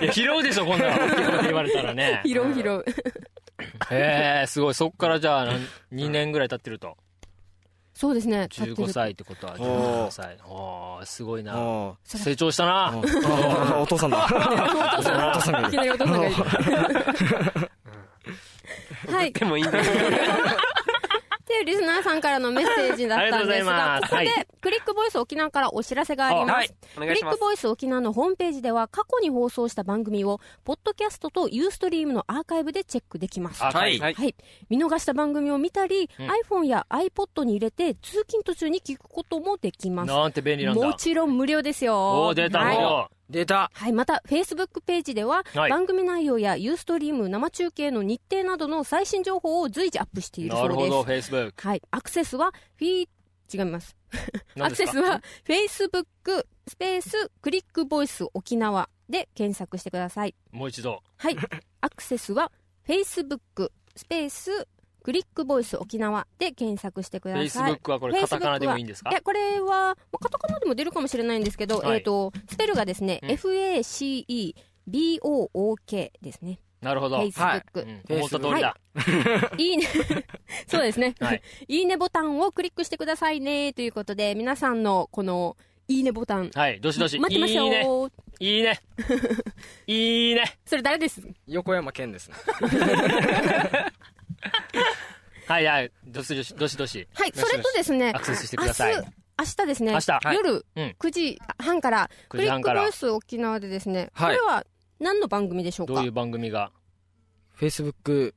Speaker 5: い
Speaker 1: いや拾うでしょこんなの大きいこと言われたらね
Speaker 3: 拾う拾う。
Speaker 1: へえすごいそっからじゃあ何2年ぐらい経ってると
Speaker 3: そうですね。立って
Speaker 1: 15
Speaker 3: る
Speaker 1: 歳ってことは17歳おーすごいな
Speaker 5: お
Speaker 1: 成長したな
Speaker 5: ーお父さんだ
Speaker 3: お父さん、
Speaker 5: 父さんがい
Speaker 3: いきなりお父さんがいる。はい。
Speaker 4: でもいいんですけど
Speaker 3: っていうリスナーさんからのメッセージだったんです
Speaker 1: ありがとうご
Speaker 3: が、ここ
Speaker 1: ざい
Speaker 3: で
Speaker 1: ますは、
Speaker 3: クリックボイス沖縄からお知らせがあります。
Speaker 4: はいお願
Speaker 3: ク
Speaker 4: い
Speaker 3: リ
Speaker 4: し
Speaker 3: ッ
Speaker 4: ま
Speaker 3: ク
Speaker 4: す
Speaker 3: ボイス沖縄のホームページでは過去に放送した番組をポッドキャストとユーストリームのアーカイブでチェックできます。
Speaker 1: あ
Speaker 5: はい
Speaker 4: はい
Speaker 3: はい、見逃した番組を見たり、
Speaker 1: うん
Speaker 3: iPhone や iPod に入れて通勤途中に聞くこともできます。
Speaker 1: なんて便利なん
Speaker 3: も
Speaker 1: だ
Speaker 3: ちろん無料ですよ。
Speaker 1: おー出た
Speaker 3: はい
Speaker 1: もう
Speaker 5: 出た
Speaker 3: はい、また、Facebook ページでは、
Speaker 1: はい
Speaker 3: 番組内容やユーストリーム生中継の日程などの最新情報を随時アップしているそ
Speaker 1: な
Speaker 3: う
Speaker 1: る
Speaker 3: です。
Speaker 1: ほどフェイスブック
Speaker 3: はい、アクセスは、フィー、違います。ア
Speaker 1: 何
Speaker 3: ク
Speaker 1: です
Speaker 3: セ
Speaker 1: か
Speaker 3: スは、Facebook スペースクリックボイス沖縄で検索してください。
Speaker 1: もう一度
Speaker 3: はい、アクセスは、Facebook スペースクリックボイス沖縄で検索してく
Speaker 1: フ
Speaker 3: だ
Speaker 1: ェイスブ
Speaker 3: さい
Speaker 1: ッ。クはこれカタカナでもいいんですか
Speaker 3: いや、これは、まあカタカナでも出るかもしれないんですけど、
Speaker 1: はい
Speaker 3: えっ、と、スペルがですね、
Speaker 1: うん
Speaker 3: FACEBOOK です ね。
Speaker 1: なるほど、
Speaker 3: フ
Speaker 1: は
Speaker 3: ェイ
Speaker 1: い
Speaker 3: スブッ
Speaker 1: う
Speaker 3: ク。
Speaker 1: ん、思った通りだ、
Speaker 3: いいね。そうですね、
Speaker 1: はい
Speaker 3: い。いねボタンをクリックしてくださいね。ということで、皆さんのこの、いいねボタン。
Speaker 1: はい、どしどし。
Speaker 3: 待ってまし
Speaker 1: いいね。
Speaker 3: ょう。
Speaker 1: い いね。いいね。
Speaker 3: それ誰です
Speaker 5: 横山健ですね
Speaker 1: はいはい、どしどし、どしどし。
Speaker 3: はい、それとですね
Speaker 1: ア、クセスしてく
Speaker 3: 明
Speaker 1: だ
Speaker 3: 日
Speaker 1: さい。、
Speaker 3: 明日ですね、
Speaker 1: 明日はい
Speaker 3: 夜
Speaker 1: うん
Speaker 3: 9時半から、
Speaker 1: 9
Speaker 3: ク
Speaker 1: 時
Speaker 3: リ
Speaker 1: 半
Speaker 3: ッ
Speaker 1: か
Speaker 3: ク
Speaker 1: ら
Speaker 3: ボイス沖縄でですね、
Speaker 5: はい
Speaker 3: これは何の番組でしょうか
Speaker 1: どういう番組が。
Speaker 5: フェイスブック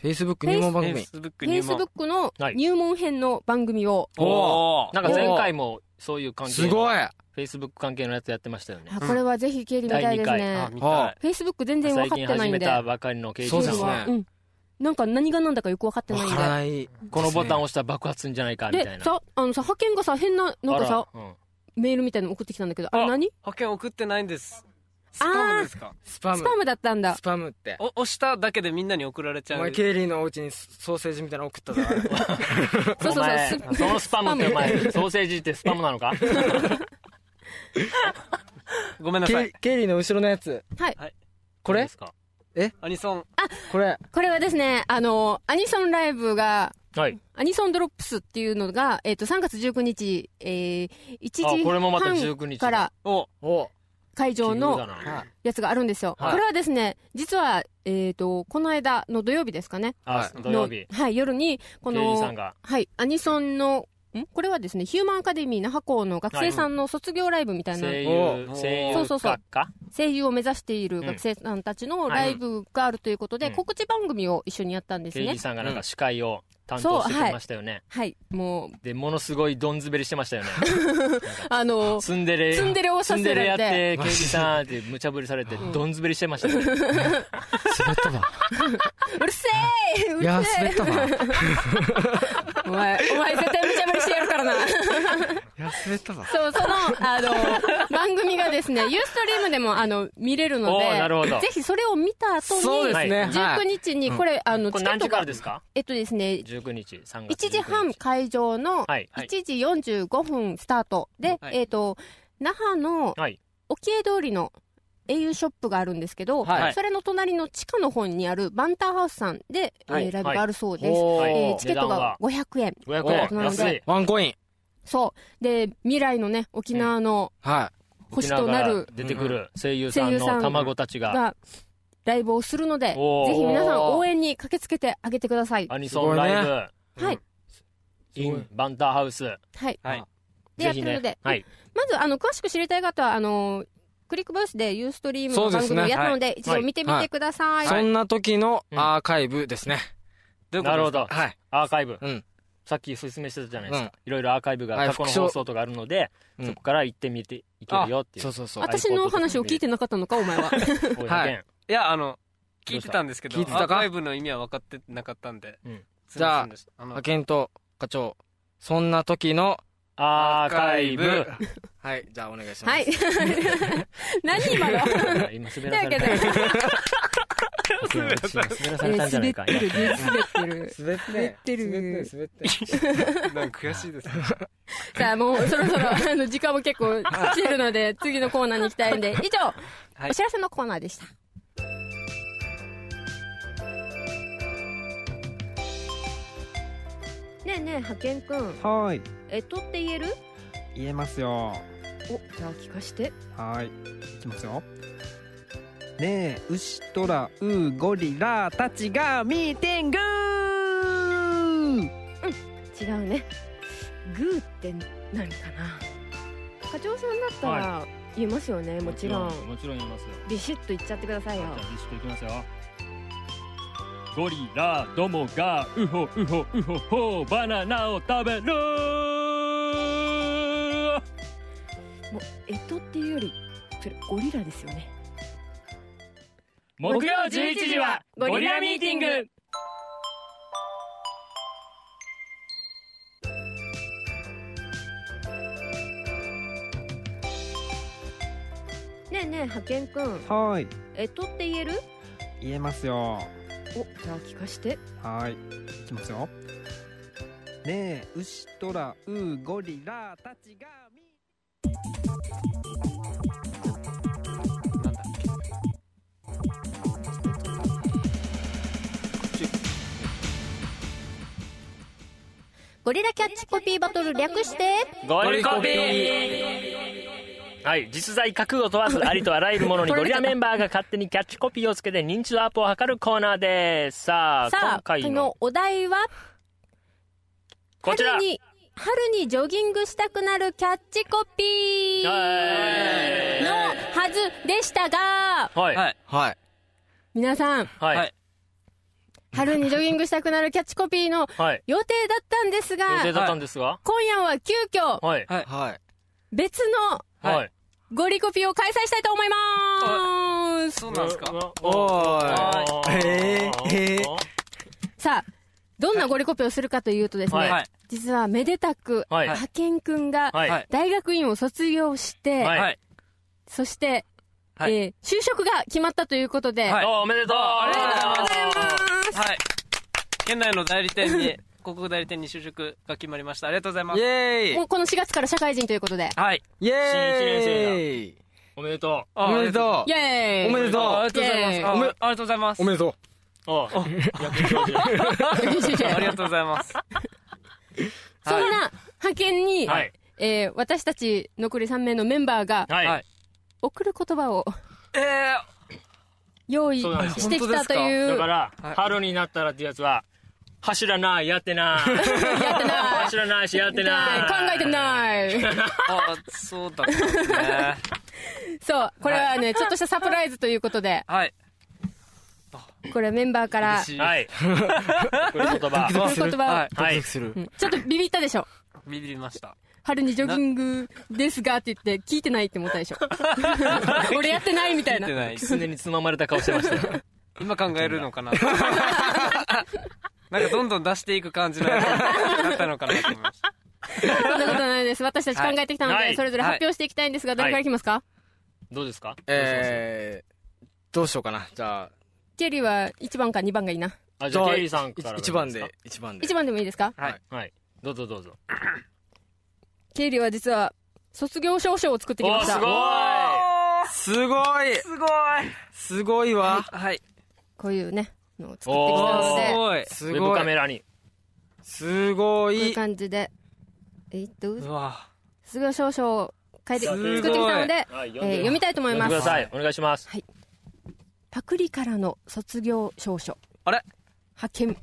Speaker 5: フェイスブック入門番組
Speaker 4: Facebook
Speaker 3: フェ
Speaker 4: 入
Speaker 3: イスブ
Speaker 4: 門
Speaker 3: ックの
Speaker 1: はい
Speaker 3: 入門編の番組を、
Speaker 5: お
Speaker 1: なんか前回もそういう関係の。
Speaker 5: すごい
Speaker 1: Facebook 関係のやつやってましたよね。
Speaker 3: あこれはぜひ経理みたいです
Speaker 1: 第二
Speaker 3: ね
Speaker 4: あ。見たい
Speaker 3: フェイスブック全然分
Speaker 1: 最
Speaker 3: かっ
Speaker 1: 近
Speaker 3: てな
Speaker 1: 始
Speaker 3: いん
Speaker 1: め
Speaker 3: で、
Speaker 1: たばかりの経営者
Speaker 5: そうで
Speaker 1: さ
Speaker 5: す
Speaker 1: ん
Speaker 5: ね
Speaker 1: は、
Speaker 3: うん、なんか何が何だかよく分かってない
Speaker 5: わ
Speaker 3: ん
Speaker 5: から
Speaker 3: で。
Speaker 5: ない
Speaker 1: このボタン押したら爆発するんじゃないか、みたい
Speaker 3: で
Speaker 1: な。
Speaker 3: さあのさ派遣がさ変ななんかさ
Speaker 1: あらうん
Speaker 3: メールみたいなの送ってきたんだけどあ
Speaker 4: あ
Speaker 3: れ何
Speaker 4: 保険送ってないんですスパムですか
Speaker 5: スパム
Speaker 3: スパムだったんだ
Speaker 5: スパムって
Speaker 4: お押しただけでみんなに送られち
Speaker 5: お
Speaker 4: ゃう
Speaker 5: 前ケイリーのお家にソーセージみたいなの送った だろ
Speaker 3: そうそう
Speaker 1: お前
Speaker 3: そうス
Speaker 1: そのスパムってお前、ソーセージってスパムなのか
Speaker 4: ごめんなさ
Speaker 5: ケイ
Speaker 4: い
Speaker 5: ケイリーの後ろのやつ
Speaker 3: はい
Speaker 5: こ
Speaker 1: 何で
Speaker 5: れ
Speaker 1: すか
Speaker 4: アニソン
Speaker 5: これ
Speaker 3: これはですねあのアニソンライブが
Speaker 1: はい。
Speaker 3: アニソンドロップスっていうのが、えっと3月19日、えー、1時
Speaker 1: あこれもまた19
Speaker 3: 半
Speaker 1: 日
Speaker 3: から
Speaker 4: お
Speaker 5: お
Speaker 3: 会場
Speaker 1: 奇遇だ
Speaker 3: の
Speaker 1: な
Speaker 3: やつがあるんですよ、
Speaker 1: はい
Speaker 3: これはですね実は、えっとこの間の土曜日ですかね
Speaker 1: あ、土曜日。
Speaker 3: のはい、夜にこ
Speaker 1: 経営者さん
Speaker 3: の
Speaker 1: が。
Speaker 3: はい、アニソンの、んこれはですね、ヒューマンアカデミー那覇校の学生さんの卒業ライブみたいな、
Speaker 1: 声優、
Speaker 4: お
Speaker 1: 声優
Speaker 3: そうそうそう
Speaker 1: 学科
Speaker 3: 声優を目指している学生さんたちのライブがあるということで、
Speaker 1: うん
Speaker 3: 告知番組を一緒にやったんです
Speaker 1: ケイリ
Speaker 3: ね
Speaker 1: ー。さんがなんか司会を担当してくれましたよね。
Speaker 3: はい、もう、
Speaker 1: で、ものすごいどんずべりしてましたよ ね。
Speaker 3: あの、
Speaker 1: ツンデレ。
Speaker 3: ツンデレをさ
Speaker 1: ツンデ
Speaker 3: せられて
Speaker 1: レやって、ケイリーさんって無茶ぶりされて、どんずべりしてま したよね。
Speaker 5: 滑ったわ
Speaker 3: うるせえう
Speaker 5: い
Speaker 3: る
Speaker 5: や
Speaker 3: せ
Speaker 5: 滑
Speaker 3: え
Speaker 5: ったわい
Speaker 3: お前、お前絶対無茶ぶりしてやるか らな。
Speaker 5: や滑ったわ
Speaker 3: そう、その、あの、番組がですね、ユーストリームでも、あの、見れるの
Speaker 1: おー
Speaker 3: で、
Speaker 1: なるほど
Speaker 3: ぜひそれを見た後に、
Speaker 5: そうですねは
Speaker 3: 19
Speaker 5: い
Speaker 3: 日に、これ、あの、
Speaker 1: こ
Speaker 3: チ
Speaker 1: れ
Speaker 3: ケッ
Speaker 1: 何時
Speaker 3: ト
Speaker 1: から
Speaker 3: が
Speaker 1: で、すか
Speaker 3: えっとですね、
Speaker 1: ?19 日、3月。
Speaker 3: 1時半。会場の
Speaker 1: はい。
Speaker 3: 1時45分スタートで、
Speaker 4: はい
Speaker 3: えっ、と、那覇の
Speaker 1: はい。
Speaker 3: 沖江通りの au ショップがあるんですけど、
Speaker 5: はい
Speaker 3: それの隣の地下の方にあるバンターハウスさんで、
Speaker 5: はい
Speaker 3: えーライブがあるそうです。
Speaker 5: お
Speaker 1: はい
Speaker 3: えー
Speaker 5: ー
Speaker 3: チケットが500円。
Speaker 1: 500円。
Speaker 3: お
Speaker 1: 安い。
Speaker 5: ワンコイン
Speaker 3: そう。で、未来のね、沖縄の
Speaker 5: は
Speaker 3: 星となる
Speaker 1: 出てくる声優さ
Speaker 3: 声
Speaker 1: ん
Speaker 3: 優さ
Speaker 1: の
Speaker 3: ん
Speaker 1: 卵たちが、
Speaker 3: が、ライブをするので、ぜ
Speaker 1: おー
Speaker 3: ひ皆さん応援に駆けつけてあげてください。
Speaker 1: アニソンライブ、
Speaker 3: はい。
Speaker 5: い
Speaker 1: in バンターハウス。
Speaker 3: はい。
Speaker 4: はい
Speaker 3: で
Speaker 1: ぜひね
Speaker 3: やってるので
Speaker 1: はい。
Speaker 3: まず、あの、詳しく知りたい方は、あの、クリックボイスでユーストリーム
Speaker 5: そ
Speaker 3: の
Speaker 5: うで
Speaker 3: 番
Speaker 5: すね
Speaker 3: 組をやったので、一
Speaker 1: は
Speaker 3: 度
Speaker 1: い
Speaker 3: 見てみてください。
Speaker 5: そんな時の
Speaker 1: うん
Speaker 5: アーカイブですね
Speaker 4: どういうこ
Speaker 1: なるほ
Speaker 4: とで
Speaker 1: ど。
Speaker 5: はい
Speaker 1: アーカイブ。
Speaker 5: うん
Speaker 1: さっき説明してたじゃないです
Speaker 5: うん
Speaker 1: か。いろいろアーカイブが、
Speaker 5: はい
Speaker 1: 過去の
Speaker 5: 復唱
Speaker 1: 放送とかあるので、
Speaker 5: うん
Speaker 1: そこから行ってみていけるよっていう
Speaker 5: そう。そうそう
Speaker 3: 私の話を聞いてなかったのか、お前は。
Speaker 1: こういう
Speaker 5: は
Speaker 1: 件
Speaker 5: い
Speaker 4: すかいやあの聞いてたんですけど
Speaker 5: 聞いてたか
Speaker 4: アーカイブの意味は分かってなかったんで
Speaker 1: うん
Speaker 4: すいませんでしたあの
Speaker 5: 派遣と課長そんな時の、
Speaker 1: アーカイブ。
Speaker 5: はい、じゃあお願いし ます。
Speaker 3: はい。何今の
Speaker 1: 今
Speaker 3: と
Speaker 1: 滑
Speaker 3: いう
Speaker 1: ら
Speaker 3: わ
Speaker 1: さ
Speaker 3: け
Speaker 1: れ た。、滑ら
Speaker 3: でえ
Speaker 1: されたん
Speaker 3: ー
Speaker 1: じゃな
Speaker 3: 滑
Speaker 1: い
Speaker 3: っ
Speaker 1: か。
Speaker 3: てる、滑ってる。
Speaker 5: 滑って
Speaker 3: 滑ってる
Speaker 5: 滑って滑って
Speaker 4: なんか悔しい です。
Speaker 3: さあ、もうそろそろ、あの、時間も結構来てるので、次のコーナーに行きたいんで、以上、
Speaker 4: はい
Speaker 3: お知らせのコーナーでした。ねえねえ、派遣くん、
Speaker 6: はーい
Speaker 3: えっとって言える
Speaker 6: 言えますよ
Speaker 3: お、じゃあ聞かして。
Speaker 6: はーいいきますよねえ牛トラウゴリラたちがミーティング
Speaker 3: 違うね。グーって何かな課長さんだったら言えますよね、もちろん。
Speaker 1: もちろん言いますよ。
Speaker 3: ビシッと言っちゃってください
Speaker 1: じ
Speaker 3: よ。
Speaker 1: ゃあ、ビシッといきますよ。ゴリラどもがウホウホウホホバナナを食べる
Speaker 3: もう、えっとっていうより、それゴリラですよね。
Speaker 1: 木曜11時はゴリラミーティング
Speaker 3: ねえねえ派遣くん
Speaker 6: はーい
Speaker 3: えっとって言える
Speaker 6: 言えますよ
Speaker 3: おじゃあ聞かして
Speaker 6: はーいいきますよねえ牛トラウゴリラたちがミー
Speaker 3: ゴリラキャッチコピーバトル略して
Speaker 1: ゴリコピーはい実在架空を問わずありとあらゆるものにゴリラメンバーが勝手にキャッチコピーをつけて認知度アップを図るコーナーですさあ
Speaker 3: さ
Speaker 1: 今
Speaker 3: あ今日
Speaker 1: 回の
Speaker 3: のお題は
Speaker 1: こちら
Speaker 3: 春に春にジョギングしたくなるキャッチコピーの
Speaker 1: はい
Speaker 3: はずでしたが
Speaker 1: はい
Speaker 4: はい
Speaker 5: はい。
Speaker 3: 皆さん
Speaker 1: は
Speaker 4: はいい
Speaker 3: 春にジョギングしたくなるキャッチコピーの
Speaker 1: はい
Speaker 3: 予定だったんですが
Speaker 1: 予定だったんですが
Speaker 3: 今夜は急遽
Speaker 1: はい
Speaker 4: はい
Speaker 5: はい。
Speaker 3: 別の
Speaker 4: はい
Speaker 1: はい
Speaker 3: ゴリコピーを開催したいと思います
Speaker 4: そうなんですか
Speaker 5: おーい。えー、えー。
Speaker 3: さあどんなゴリコピーをするかというとですね、
Speaker 1: はい
Speaker 4: はい。
Speaker 3: 実はめでたく、
Speaker 1: はい
Speaker 3: 派遣くん
Speaker 1: は
Speaker 3: が
Speaker 1: い
Speaker 4: は
Speaker 1: はい
Speaker 4: い
Speaker 3: 大学院を卒業して、
Speaker 1: はい
Speaker 4: はい。
Speaker 3: そして、
Speaker 4: はい
Speaker 3: えー就職が決まったということで、
Speaker 4: はい
Speaker 1: おおめでとう
Speaker 4: ありがとうござ
Speaker 3: おめでとうございます
Speaker 4: はい。県内の代理店に、広告代理店に就職が決まりました。ありがとうございま
Speaker 5: イ
Speaker 4: す。
Speaker 5: ェー
Speaker 3: も
Speaker 5: イ
Speaker 3: うこの4月から社会人ということで、
Speaker 4: はい。
Speaker 5: イェーイ
Speaker 1: おめでとう
Speaker 5: おめでと
Speaker 3: イエーイ
Speaker 5: う おめで
Speaker 4: ああ
Speaker 5: と
Speaker 4: りがとうございます。あありがとうございます
Speaker 5: うお。めでと
Speaker 1: おう
Speaker 4: ありがとうござい ます。
Speaker 3: そんな派遣に、
Speaker 1: はい
Speaker 3: えー私たち残り3名のメンバーが
Speaker 1: はい
Speaker 4: はい
Speaker 3: 送る言葉を
Speaker 4: ええ
Speaker 3: 用意
Speaker 1: そうなんですよ
Speaker 3: してきたとい
Speaker 1: だ
Speaker 3: う
Speaker 1: から
Speaker 4: はい
Speaker 1: 春になったらってやつは走らないやってない
Speaker 3: やって ない
Speaker 1: 走らないしやってない
Speaker 3: 考えて ない
Speaker 4: あ、そうだったんですね。
Speaker 3: そうこれはねちょっとしたサプライズということで
Speaker 4: はい。
Speaker 3: これメンバーから
Speaker 4: 嬉しい
Speaker 1: はい 送る言葉
Speaker 3: 送る言葉を
Speaker 4: はい。
Speaker 5: うドキドキする。
Speaker 3: ちょっとビビったでしょ
Speaker 4: ビビりました。
Speaker 3: 春にジョギングですがって言って聞いてないって思った でしょ俺やってないみたいな
Speaker 4: 聞いてない
Speaker 1: すねにつままれた顔してましたよ
Speaker 4: 今考えるのかななんかどんどん出していく感じのやつだったのかなと思いました。
Speaker 3: そんなことないです私たち考えてきたので、
Speaker 1: はい
Speaker 3: それぞれ発表していきたいんですが、誰からいきますか、
Speaker 1: どうですか
Speaker 5: えー、どうしようかな。じゃあ、
Speaker 3: ケリーは1番か2番がいいな
Speaker 1: あじ
Speaker 5: じ
Speaker 1: ゃ
Speaker 5: ゃ
Speaker 1: あ
Speaker 5: あ
Speaker 1: ケイリーさんから
Speaker 5: 一番で、一番で。
Speaker 3: 1番でもいいですか
Speaker 4: はい。
Speaker 1: はいどうぞどうぞ
Speaker 3: ケリーは実は卒業証書を作ってきました
Speaker 1: おーすごい
Speaker 4: す
Speaker 5: すごい
Speaker 4: ごい
Speaker 5: すごいわ。
Speaker 4: はい。
Speaker 3: こういうねのを作ってきたの
Speaker 4: す
Speaker 3: でこ
Speaker 4: ごい。
Speaker 1: ウ
Speaker 5: す
Speaker 1: ェブ
Speaker 5: ご
Speaker 1: カメ
Speaker 5: い。
Speaker 1: ラに
Speaker 5: すご
Speaker 3: ういう
Speaker 5: い。
Speaker 3: 感じでえっと
Speaker 4: うわ
Speaker 3: 卒業証書を書いて
Speaker 1: すごい
Speaker 3: 作ってきたので、
Speaker 1: はい
Speaker 3: え
Speaker 1: 読ん
Speaker 3: ー
Speaker 1: で
Speaker 3: 読みたいと思い
Speaker 1: 読ん
Speaker 3: ま
Speaker 1: でくだ
Speaker 3: す
Speaker 1: さいお願いします
Speaker 3: パクリからの卒業証書
Speaker 4: あれ
Speaker 3: 派遣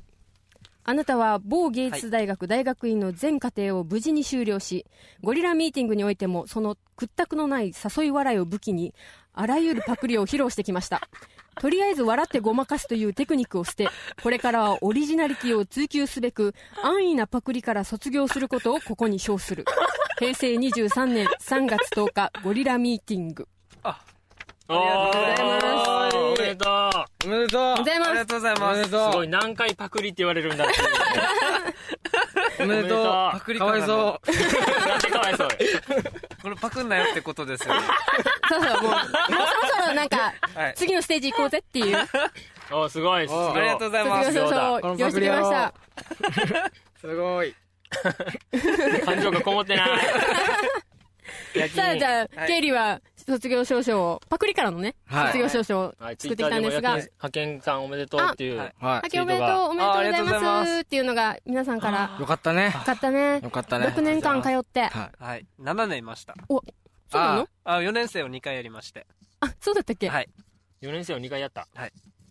Speaker 3: あなたは某芸術大学大学院の全課程を無事に終了し、ゴリラミーティングにおいてもその屈託のない誘い笑いを武器にあらゆるパクリを披露してきま したとりあえず笑ってごまかすというテクニックを捨てこれからはオリジナリティを追求すべく安易なパクリから卒業することをここに称する平成23年3月10日ゴリラミーティング
Speaker 1: お
Speaker 4: あり
Speaker 3: がとうございます
Speaker 1: ーおめでとう
Speaker 5: おめでとう
Speaker 3: ござい
Speaker 4: あ
Speaker 3: ま
Speaker 4: り
Speaker 3: す
Speaker 4: がとうござい
Speaker 5: お
Speaker 4: ま
Speaker 5: め
Speaker 4: す
Speaker 5: で。と
Speaker 1: すご
Speaker 5: う
Speaker 1: い何回パクリって言われるんだっていう
Speaker 5: お
Speaker 1: おめ
Speaker 5: めでとう
Speaker 1: でとう
Speaker 5: パクリかわいそ
Speaker 1: なんでかわいそう
Speaker 4: これパクんなよってことですよね。
Speaker 3: そうそう、もう、もうそろそろなんか、
Speaker 4: はい。
Speaker 3: 次のステージ行こうぜっていう。
Speaker 1: おすごいすご
Speaker 5: お
Speaker 4: ありがとうございま
Speaker 3: 卒業証
Speaker 4: す。
Speaker 3: 書を
Speaker 5: この
Speaker 3: 用
Speaker 5: パ
Speaker 3: 意して
Speaker 5: ク
Speaker 3: く
Speaker 5: リ
Speaker 3: れ
Speaker 5: 野
Speaker 3: ま
Speaker 5: 郎
Speaker 3: した。
Speaker 5: すごい
Speaker 1: 感情がこもって ない
Speaker 3: さあ、じゃあ、
Speaker 4: はい
Speaker 3: 経理は卒業証書を、パクリからのね、
Speaker 5: はい
Speaker 3: 卒業証書を
Speaker 1: はい、ツイ
Speaker 3: 作っ
Speaker 1: ッター
Speaker 3: てきたん
Speaker 1: で
Speaker 3: で
Speaker 1: も
Speaker 3: す
Speaker 1: やけ
Speaker 3: が、
Speaker 1: 派遣さんおめでとうっていう、
Speaker 4: はい
Speaker 5: は
Speaker 3: あ、今日おめでとう、おめでとうござい
Speaker 4: あありがとうござい
Speaker 3: ま
Speaker 4: ます
Speaker 3: すっていうのが、皆さんから
Speaker 5: い、よかったね
Speaker 3: よかったね。
Speaker 5: よかったね
Speaker 3: 6年間通って。
Speaker 5: はい
Speaker 4: はい。7年いました。
Speaker 3: そうなの
Speaker 5: あ
Speaker 4: あ、4年生を2回やりまして。
Speaker 3: あ、そうだったっけ
Speaker 4: はい。
Speaker 1: 4年生を2回やった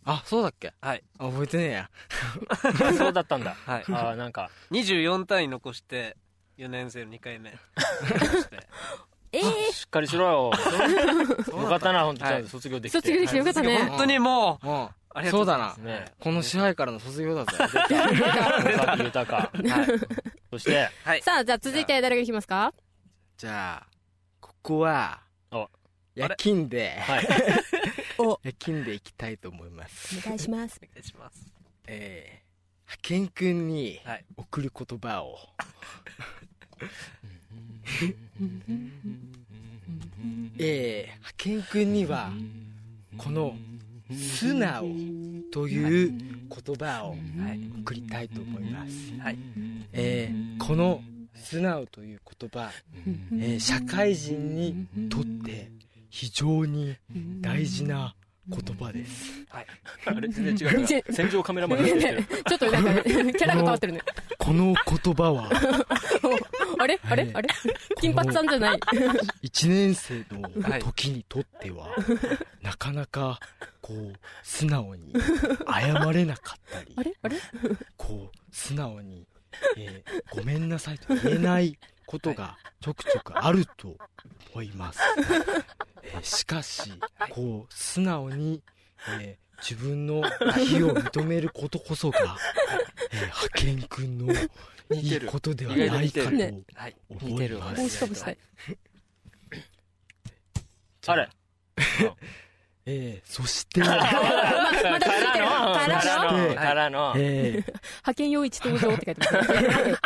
Speaker 5: あそうだっけ
Speaker 4: はい
Speaker 5: あ覚えてねえや
Speaker 1: あそうだったんだ
Speaker 4: はい。
Speaker 1: あーなんか
Speaker 4: 24単位残して、4年生の2回目。
Speaker 3: ええ
Speaker 1: しっかりしろよよかったな本当ちゃんと卒業できて
Speaker 3: 卒業できてよかったね。
Speaker 4: 本当にも
Speaker 5: うん
Speaker 4: ありがと
Speaker 5: そううだな
Speaker 1: ね
Speaker 5: この支配からの卒業だぜ
Speaker 1: 豊か豊か
Speaker 4: う。はい。
Speaker 1: そして
Speaker 4: はい。
Speaker 3: さあ、じゃあ続いて誰が行きますか
Speaker 5: じゃあここは
Speaker 1: お
Speaker 5: 夜勤で
Speaker 1: はい
Speaker 5: 夜勤で行きたいと思います
Speaker 3: お願いします。
Speaker 4: お願いします。
Speaker 5: えー派遣くんに
Speaker 4: はい
Speaker 5: 送る言葉をえー派遣くんにはこの「素直」という言葉を送りたいと思います、
Speaker 4: はい。
Speaker 5: えーこの「素直」という言葉、えー社会人にとって非常に大事な言葉です
Speaker 4: はい。
Speaker 1: あれ全然違うな
Speaker 3: 全
Speaker 1: 戦場カメラマン
Speaker 3: ち
Speaker 1: になってる
Speaker 3: ょっとなんか、キャラが変わってるね。
Speaker 5: この言葉は
Speaker 3: あれあれあれ金髪さんじゃない。
Speaker 5: 1年生の時にとっては、なかなかこう素直に謝れなかったり
Speaker 3: あれあれ
Speaker 5: こう素直に、えーごめんなさい」と言えないことがちょくちょくあると思います、えーしかしこう素直に、えー自分の非を認めることこそが、えー派遣君のいいことではないかと
Speaker 3: 似てる
Speaker 4: はい。
Speaker 5: 思いま
Speaker 3: 帽子か
Speaker 5: す
Speaker 3: ぶしたい。
Speaker 1: あれ
Speaker 5: えー そして、
Speaker 1: ま
Speaker 3: だついてる
Speaker 1: からの
Speaker 5: からの
Speaker 1: からの
Speaker 5: え ー
Speaker 3: 派遣用一登場って書いてます。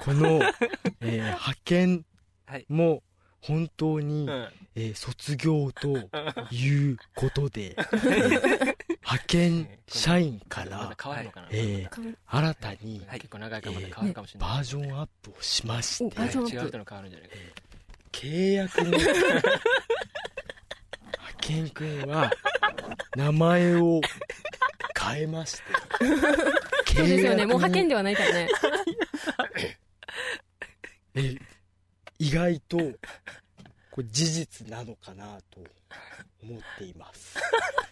Speaker 5: この、えー派遣
Speaker 4: はい
Speaker 5: も本当に、
Speaker 1: うん
Speaker 5: えー卒業というこ とで、えー派遣社員か
Speaker 1: まだ
Speaker 5: ら、
Speaker 1: 変わるのかな
Speaker 5: えー新たに、
Speaker 1: 結構長い
Speaker 5: え
Speaker 1: からまだ変わるかもし
Speaker 5: ー
Speaker 1: れ
Speaker 5: バ
Speaker 1: ない
Speaker 5: ージョンアップをしまして、
Speaker 3: バージョンアップ
Speaker 1: 違う人の変わるんじゃないか
Speaker 5: 契約の派遣君は名前を変えまして
Speaker 3: そうですよね。もう派遣
Speaker 5: で
Speaker 3: ではないからね。
Speaker 5: え意外とこれ事実なのかなと思っています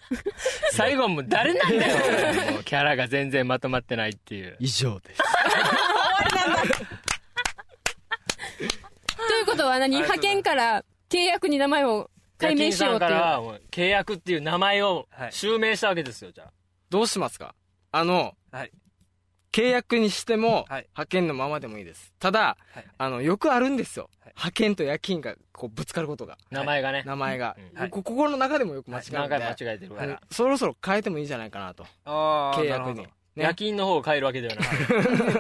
Speaker 1: 最後もう誰なんだよもうキャラが全然まとまってないっていう
Speaker 5: 以上です
Speaker 3: ということは何
Speaker 4: ありが
Speaker 3: 派
Speaker 4: とうござい
Speaker 3: 遣
Speaker 4: ます
Speaker 3: から契約に名前を改名しようっ
Speaker 1: じ
Speaker 3: て
Speaker 1: ゃあ金さんか
Speaker 3: いう。
Speaker 1: らはもう契約っていう名前を
Speaker 4: はい
Speaker 1: 襲名したわけですよじゃあ
Speaker 5: どうしますかあの、
Speaker 4: はい
Speaker 5: 契約にしても、
Speaker 4: はい
Speaker 5: 派遣のままでもいいですただ、
Speaker 4: はい
Speaker 5: あのよくあるんですよ、
Speaker 4: はい
Speaker 5: 派遣と夜勤がこうぶつかることが
Speaker 1: 名前がね
Speaker 5: 名前が、
Speaker 1: うん
Speaker 4: はい
Speaker 5: こ心の中でもよく間違うんで、
Speaker 1: 何回も間違えてるか
Speaker 5: あの
Speaker 1: ら
Speaker 5: そろそろ変えてもいいんじゃないかなと
Speaker 4: あー
Speaker 5: 契
Speaker 4: な
Speaker 5: 約
Speaker 4: るほ
Speaker 5: に
Speaker 4: ど
Speaker 1: 夜
Speaker 5: ね
Speaker 1: 勤の方を変えるわけではな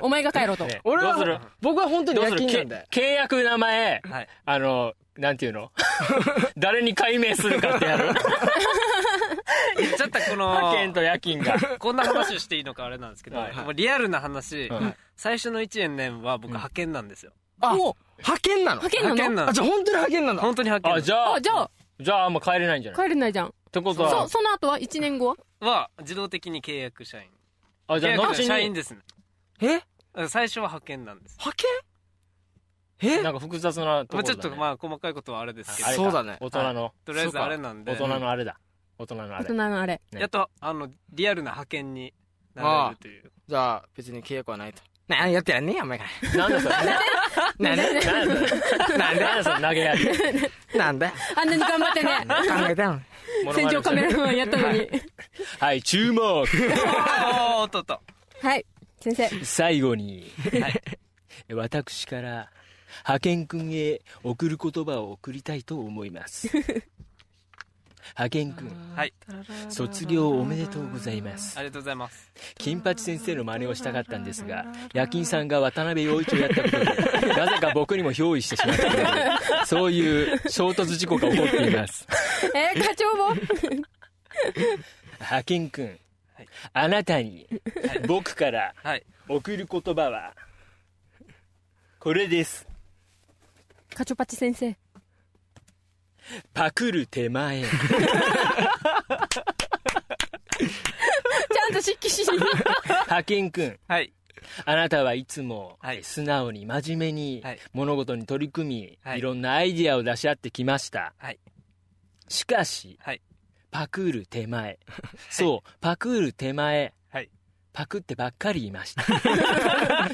Speaker 3: お前が帰ろうと
Speaker 1: い。ね
Speaker 5: 俺
Speaker 1: どうする
Speaker 5: は僕は本当に
Speaker 1: どう
Speaker 5: 夜
Speaker 1: する
Speaker 5: 勤
Speaker 1: け
Speaker 5: なんで
Speaker 1: 契約名前
Speaker 4: はい。
Speaker 1: あのなんていうの 誰に改名するかってやる
Speaker 4: 言っちょっとこ
Speaker 1: 派遣
Speaker 4: の、
Speaker 1: と夜勤が
Speaker 4: こんな話をしていいのかあれなんですけど、
Speaker 1: はい
Speaker 4: もうリアルな話、
Speaker 1: うん
Speaker 4: 最初の1年は僕派遣なんですよ。
Speaker 5: あ
Speaker 3: お
Speaker 5: 派遣なの
Speaker 3: 派遣な
Speaker 4: 派遣
Speaker 3: の
Speaker 4: なん
Speaker 5: あじゃあ本当に派遣なんだ
Speaker 4: 本当に派
Speaker 1: あ
Speaker 4: 遣
Speaker 1: じゃあ
Speaker 3: あ、じゃあ、
Speaker 1: じゃああんま帰れないんじゃないっ
Speaker 3: 帰れないじゃん。
Speaker 1: てこと
Speaker 3: そ
Speaker 1: は
Speaker 3: う、その後は ?1 年後は
Speaker 4: は自動的に契約社員。
Speaker 1: あじ
Speaker 4: 契
Speaker 1: ゃあ
Speaker 4: 約
Speaker 1: 後
Speaker 4: 社員
Speaker 1: に
Speaker 4: ですね。
Speaker 5: え
Speaker 4: 最初は派遣なんです。
Speaker 5: 派遣
Speaker 1: なんか複雑なとこ
Speaker 4: まあ
Speaker 1: ろ
Speaker 4: ち
Speaker 1: だ
Speaker 4: ょっ
Speaker 1: ね
Speaker 4: とまあ細かいことはあれですけ
Speaker 1: あれ
Speaker 4: ど、
Speaker 1: か
Speaker 5: そうだね
Speaker 1: 大人の
Speaker 4: とりあえずあれなんで、
Speaker 1: 大人のあれだ大人のあ
Speaker 3: 大
Speaker 1: れ
Speaker 3: 人のあれ。
Speaker 1: ね
Speaker 4: やっと、あの、リアルな派遣になれるという。
Speaker 5: じゃあ別に契約はないとなやってやんねえやお前か
Speaker 1: なんだそれ
Speaker 5: ら なんで
Speaker 1: なんだそれなんだそれ投げやり
Speaker 5: なんだよ
Speaker 3: あんなに頑張って ね。
Speaker 5: 考えたの
Speaker 3: 戦場カメラマンやったのに。
Speaker 1: はい注目
Speaker 4: あーおっとっと。
Speaker 3: はい、先生。
Speaker 1: 最後に、私から派遣くんへ送る言葉を送りたいと思いますハゲン君
Speaker 4: はい
Speaker 1: 卒業おめでとうございます
Speaker 4: ありがとうございます
Speaker 1: 金八先生の真似をしたかったんですが夜勤さんが渡辺陽一をやったことでなぜか僕にも憑依してしまったのでそういう衝突事故が起こっています
Speaker 3: えー、課長も
Speaker 1: 派遣君、あなたに僕から
Speaker 4: はい
Speaker 1: 送る言葉はこれです
Speaker 3: 課長パチ先生
Speaker 1: パクる手前
Speaker 3: ちゃんと筆記しに
Speaker 1: 派遣君
Speaker 4: はい
Speaker 1: あなたはいつも
Speaker 4: はい
Speaker 1: 素直に真面目に
Speaker 4: はい
Speaker 1: 物事に取り組み、
Speaker 4: はい
Speaker 1: い、ろんなアイディアを出し合ってきました、
Speaker 4: はい
Speaker 1: しかし、
Speaker 4: はい
Speaker 1: パクる手 前そうパクる手前、
Speaker 4: はい
Speaker 1: パクってばっかり言いま した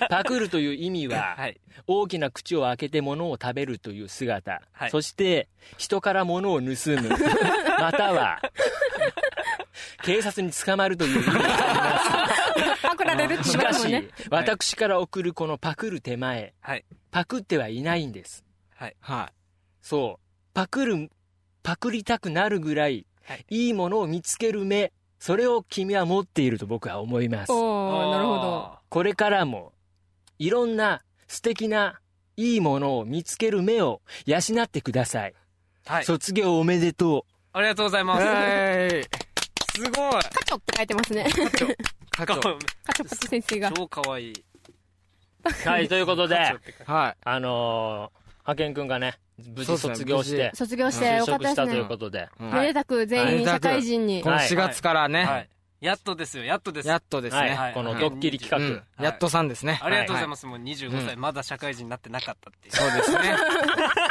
Speaker 1: パクるという意味は、
Speaker 4: はい
Speaker 1: 大きな口を開けて物を食べるという姿、
Speaker 4: はい
Speaker 1: そして人から物を盗む または警察に捕まるという意味が
Speaker 3: パクられるって言
Speaker 1: し
Speaker 3: いま
Speaker 1: か
Speaker 3: すもんね
Speaker 1: し私から送るこのパクる手前、
Speaker 4: はい
Speaker 1: パクってはいないんです
Speaker 5: は
Speaker 1: そうパクるパクりたくなるぐらい、
Speaker 4: はい
Speaker 1: い、いものを見つける目それを君は持っていると僕は思います
Speaker 3: おおなるほど
Speaker 4: あ
Speaker 1: これからもいろんな素敵ないいものを見つける目を養ってください、
Speaker 4: ーはい
Speaker 1: 卒業おめでと
Speaker 4: ありがとうございます
Speaker 5: はい
Speaker 4: すごい
Speaker 3: 課長って書いてますね課
Speaker 5: 課長
Speaker 3: 長パチ先生が
Speaker 4: 超かわいい
Speaker 7: はいということで
Speaker 4: 課長って書いて
Speaker 5: はい
Speaker 7: あのー、派遣君がね無事卒業して
Speaker 3: 卒業して
Speaker 7: 就
Speaker 3: よかっ
Speaker 7: 職
Speaker 3: た
Speaker 7: し
Speaker 3: です
Speaker 7: たという
Speaker 3: ね
Speaker 7: ことで
Speaker 5: うん
Speaker 3: めでたく全員社会人に
Speaker 5: この4月からね、
Speaker 4: はいやっとですよやっとです
Speaker 5: やっとですね、
Speaker 7: はい
Speaker 4: はい
Speaker 7: このドッキリ
Speaker 5: う
Speaker 7: 企
Speaker 5: ん
Speaker 7: 画、
Speaker 5: やっとさんですね、
Speaker 4: ありがとうござい
Speaker 5: ま
Speaker 4: ますもう25歳まだ社会人になってなかったっていう
Speaker 5: す、そうですね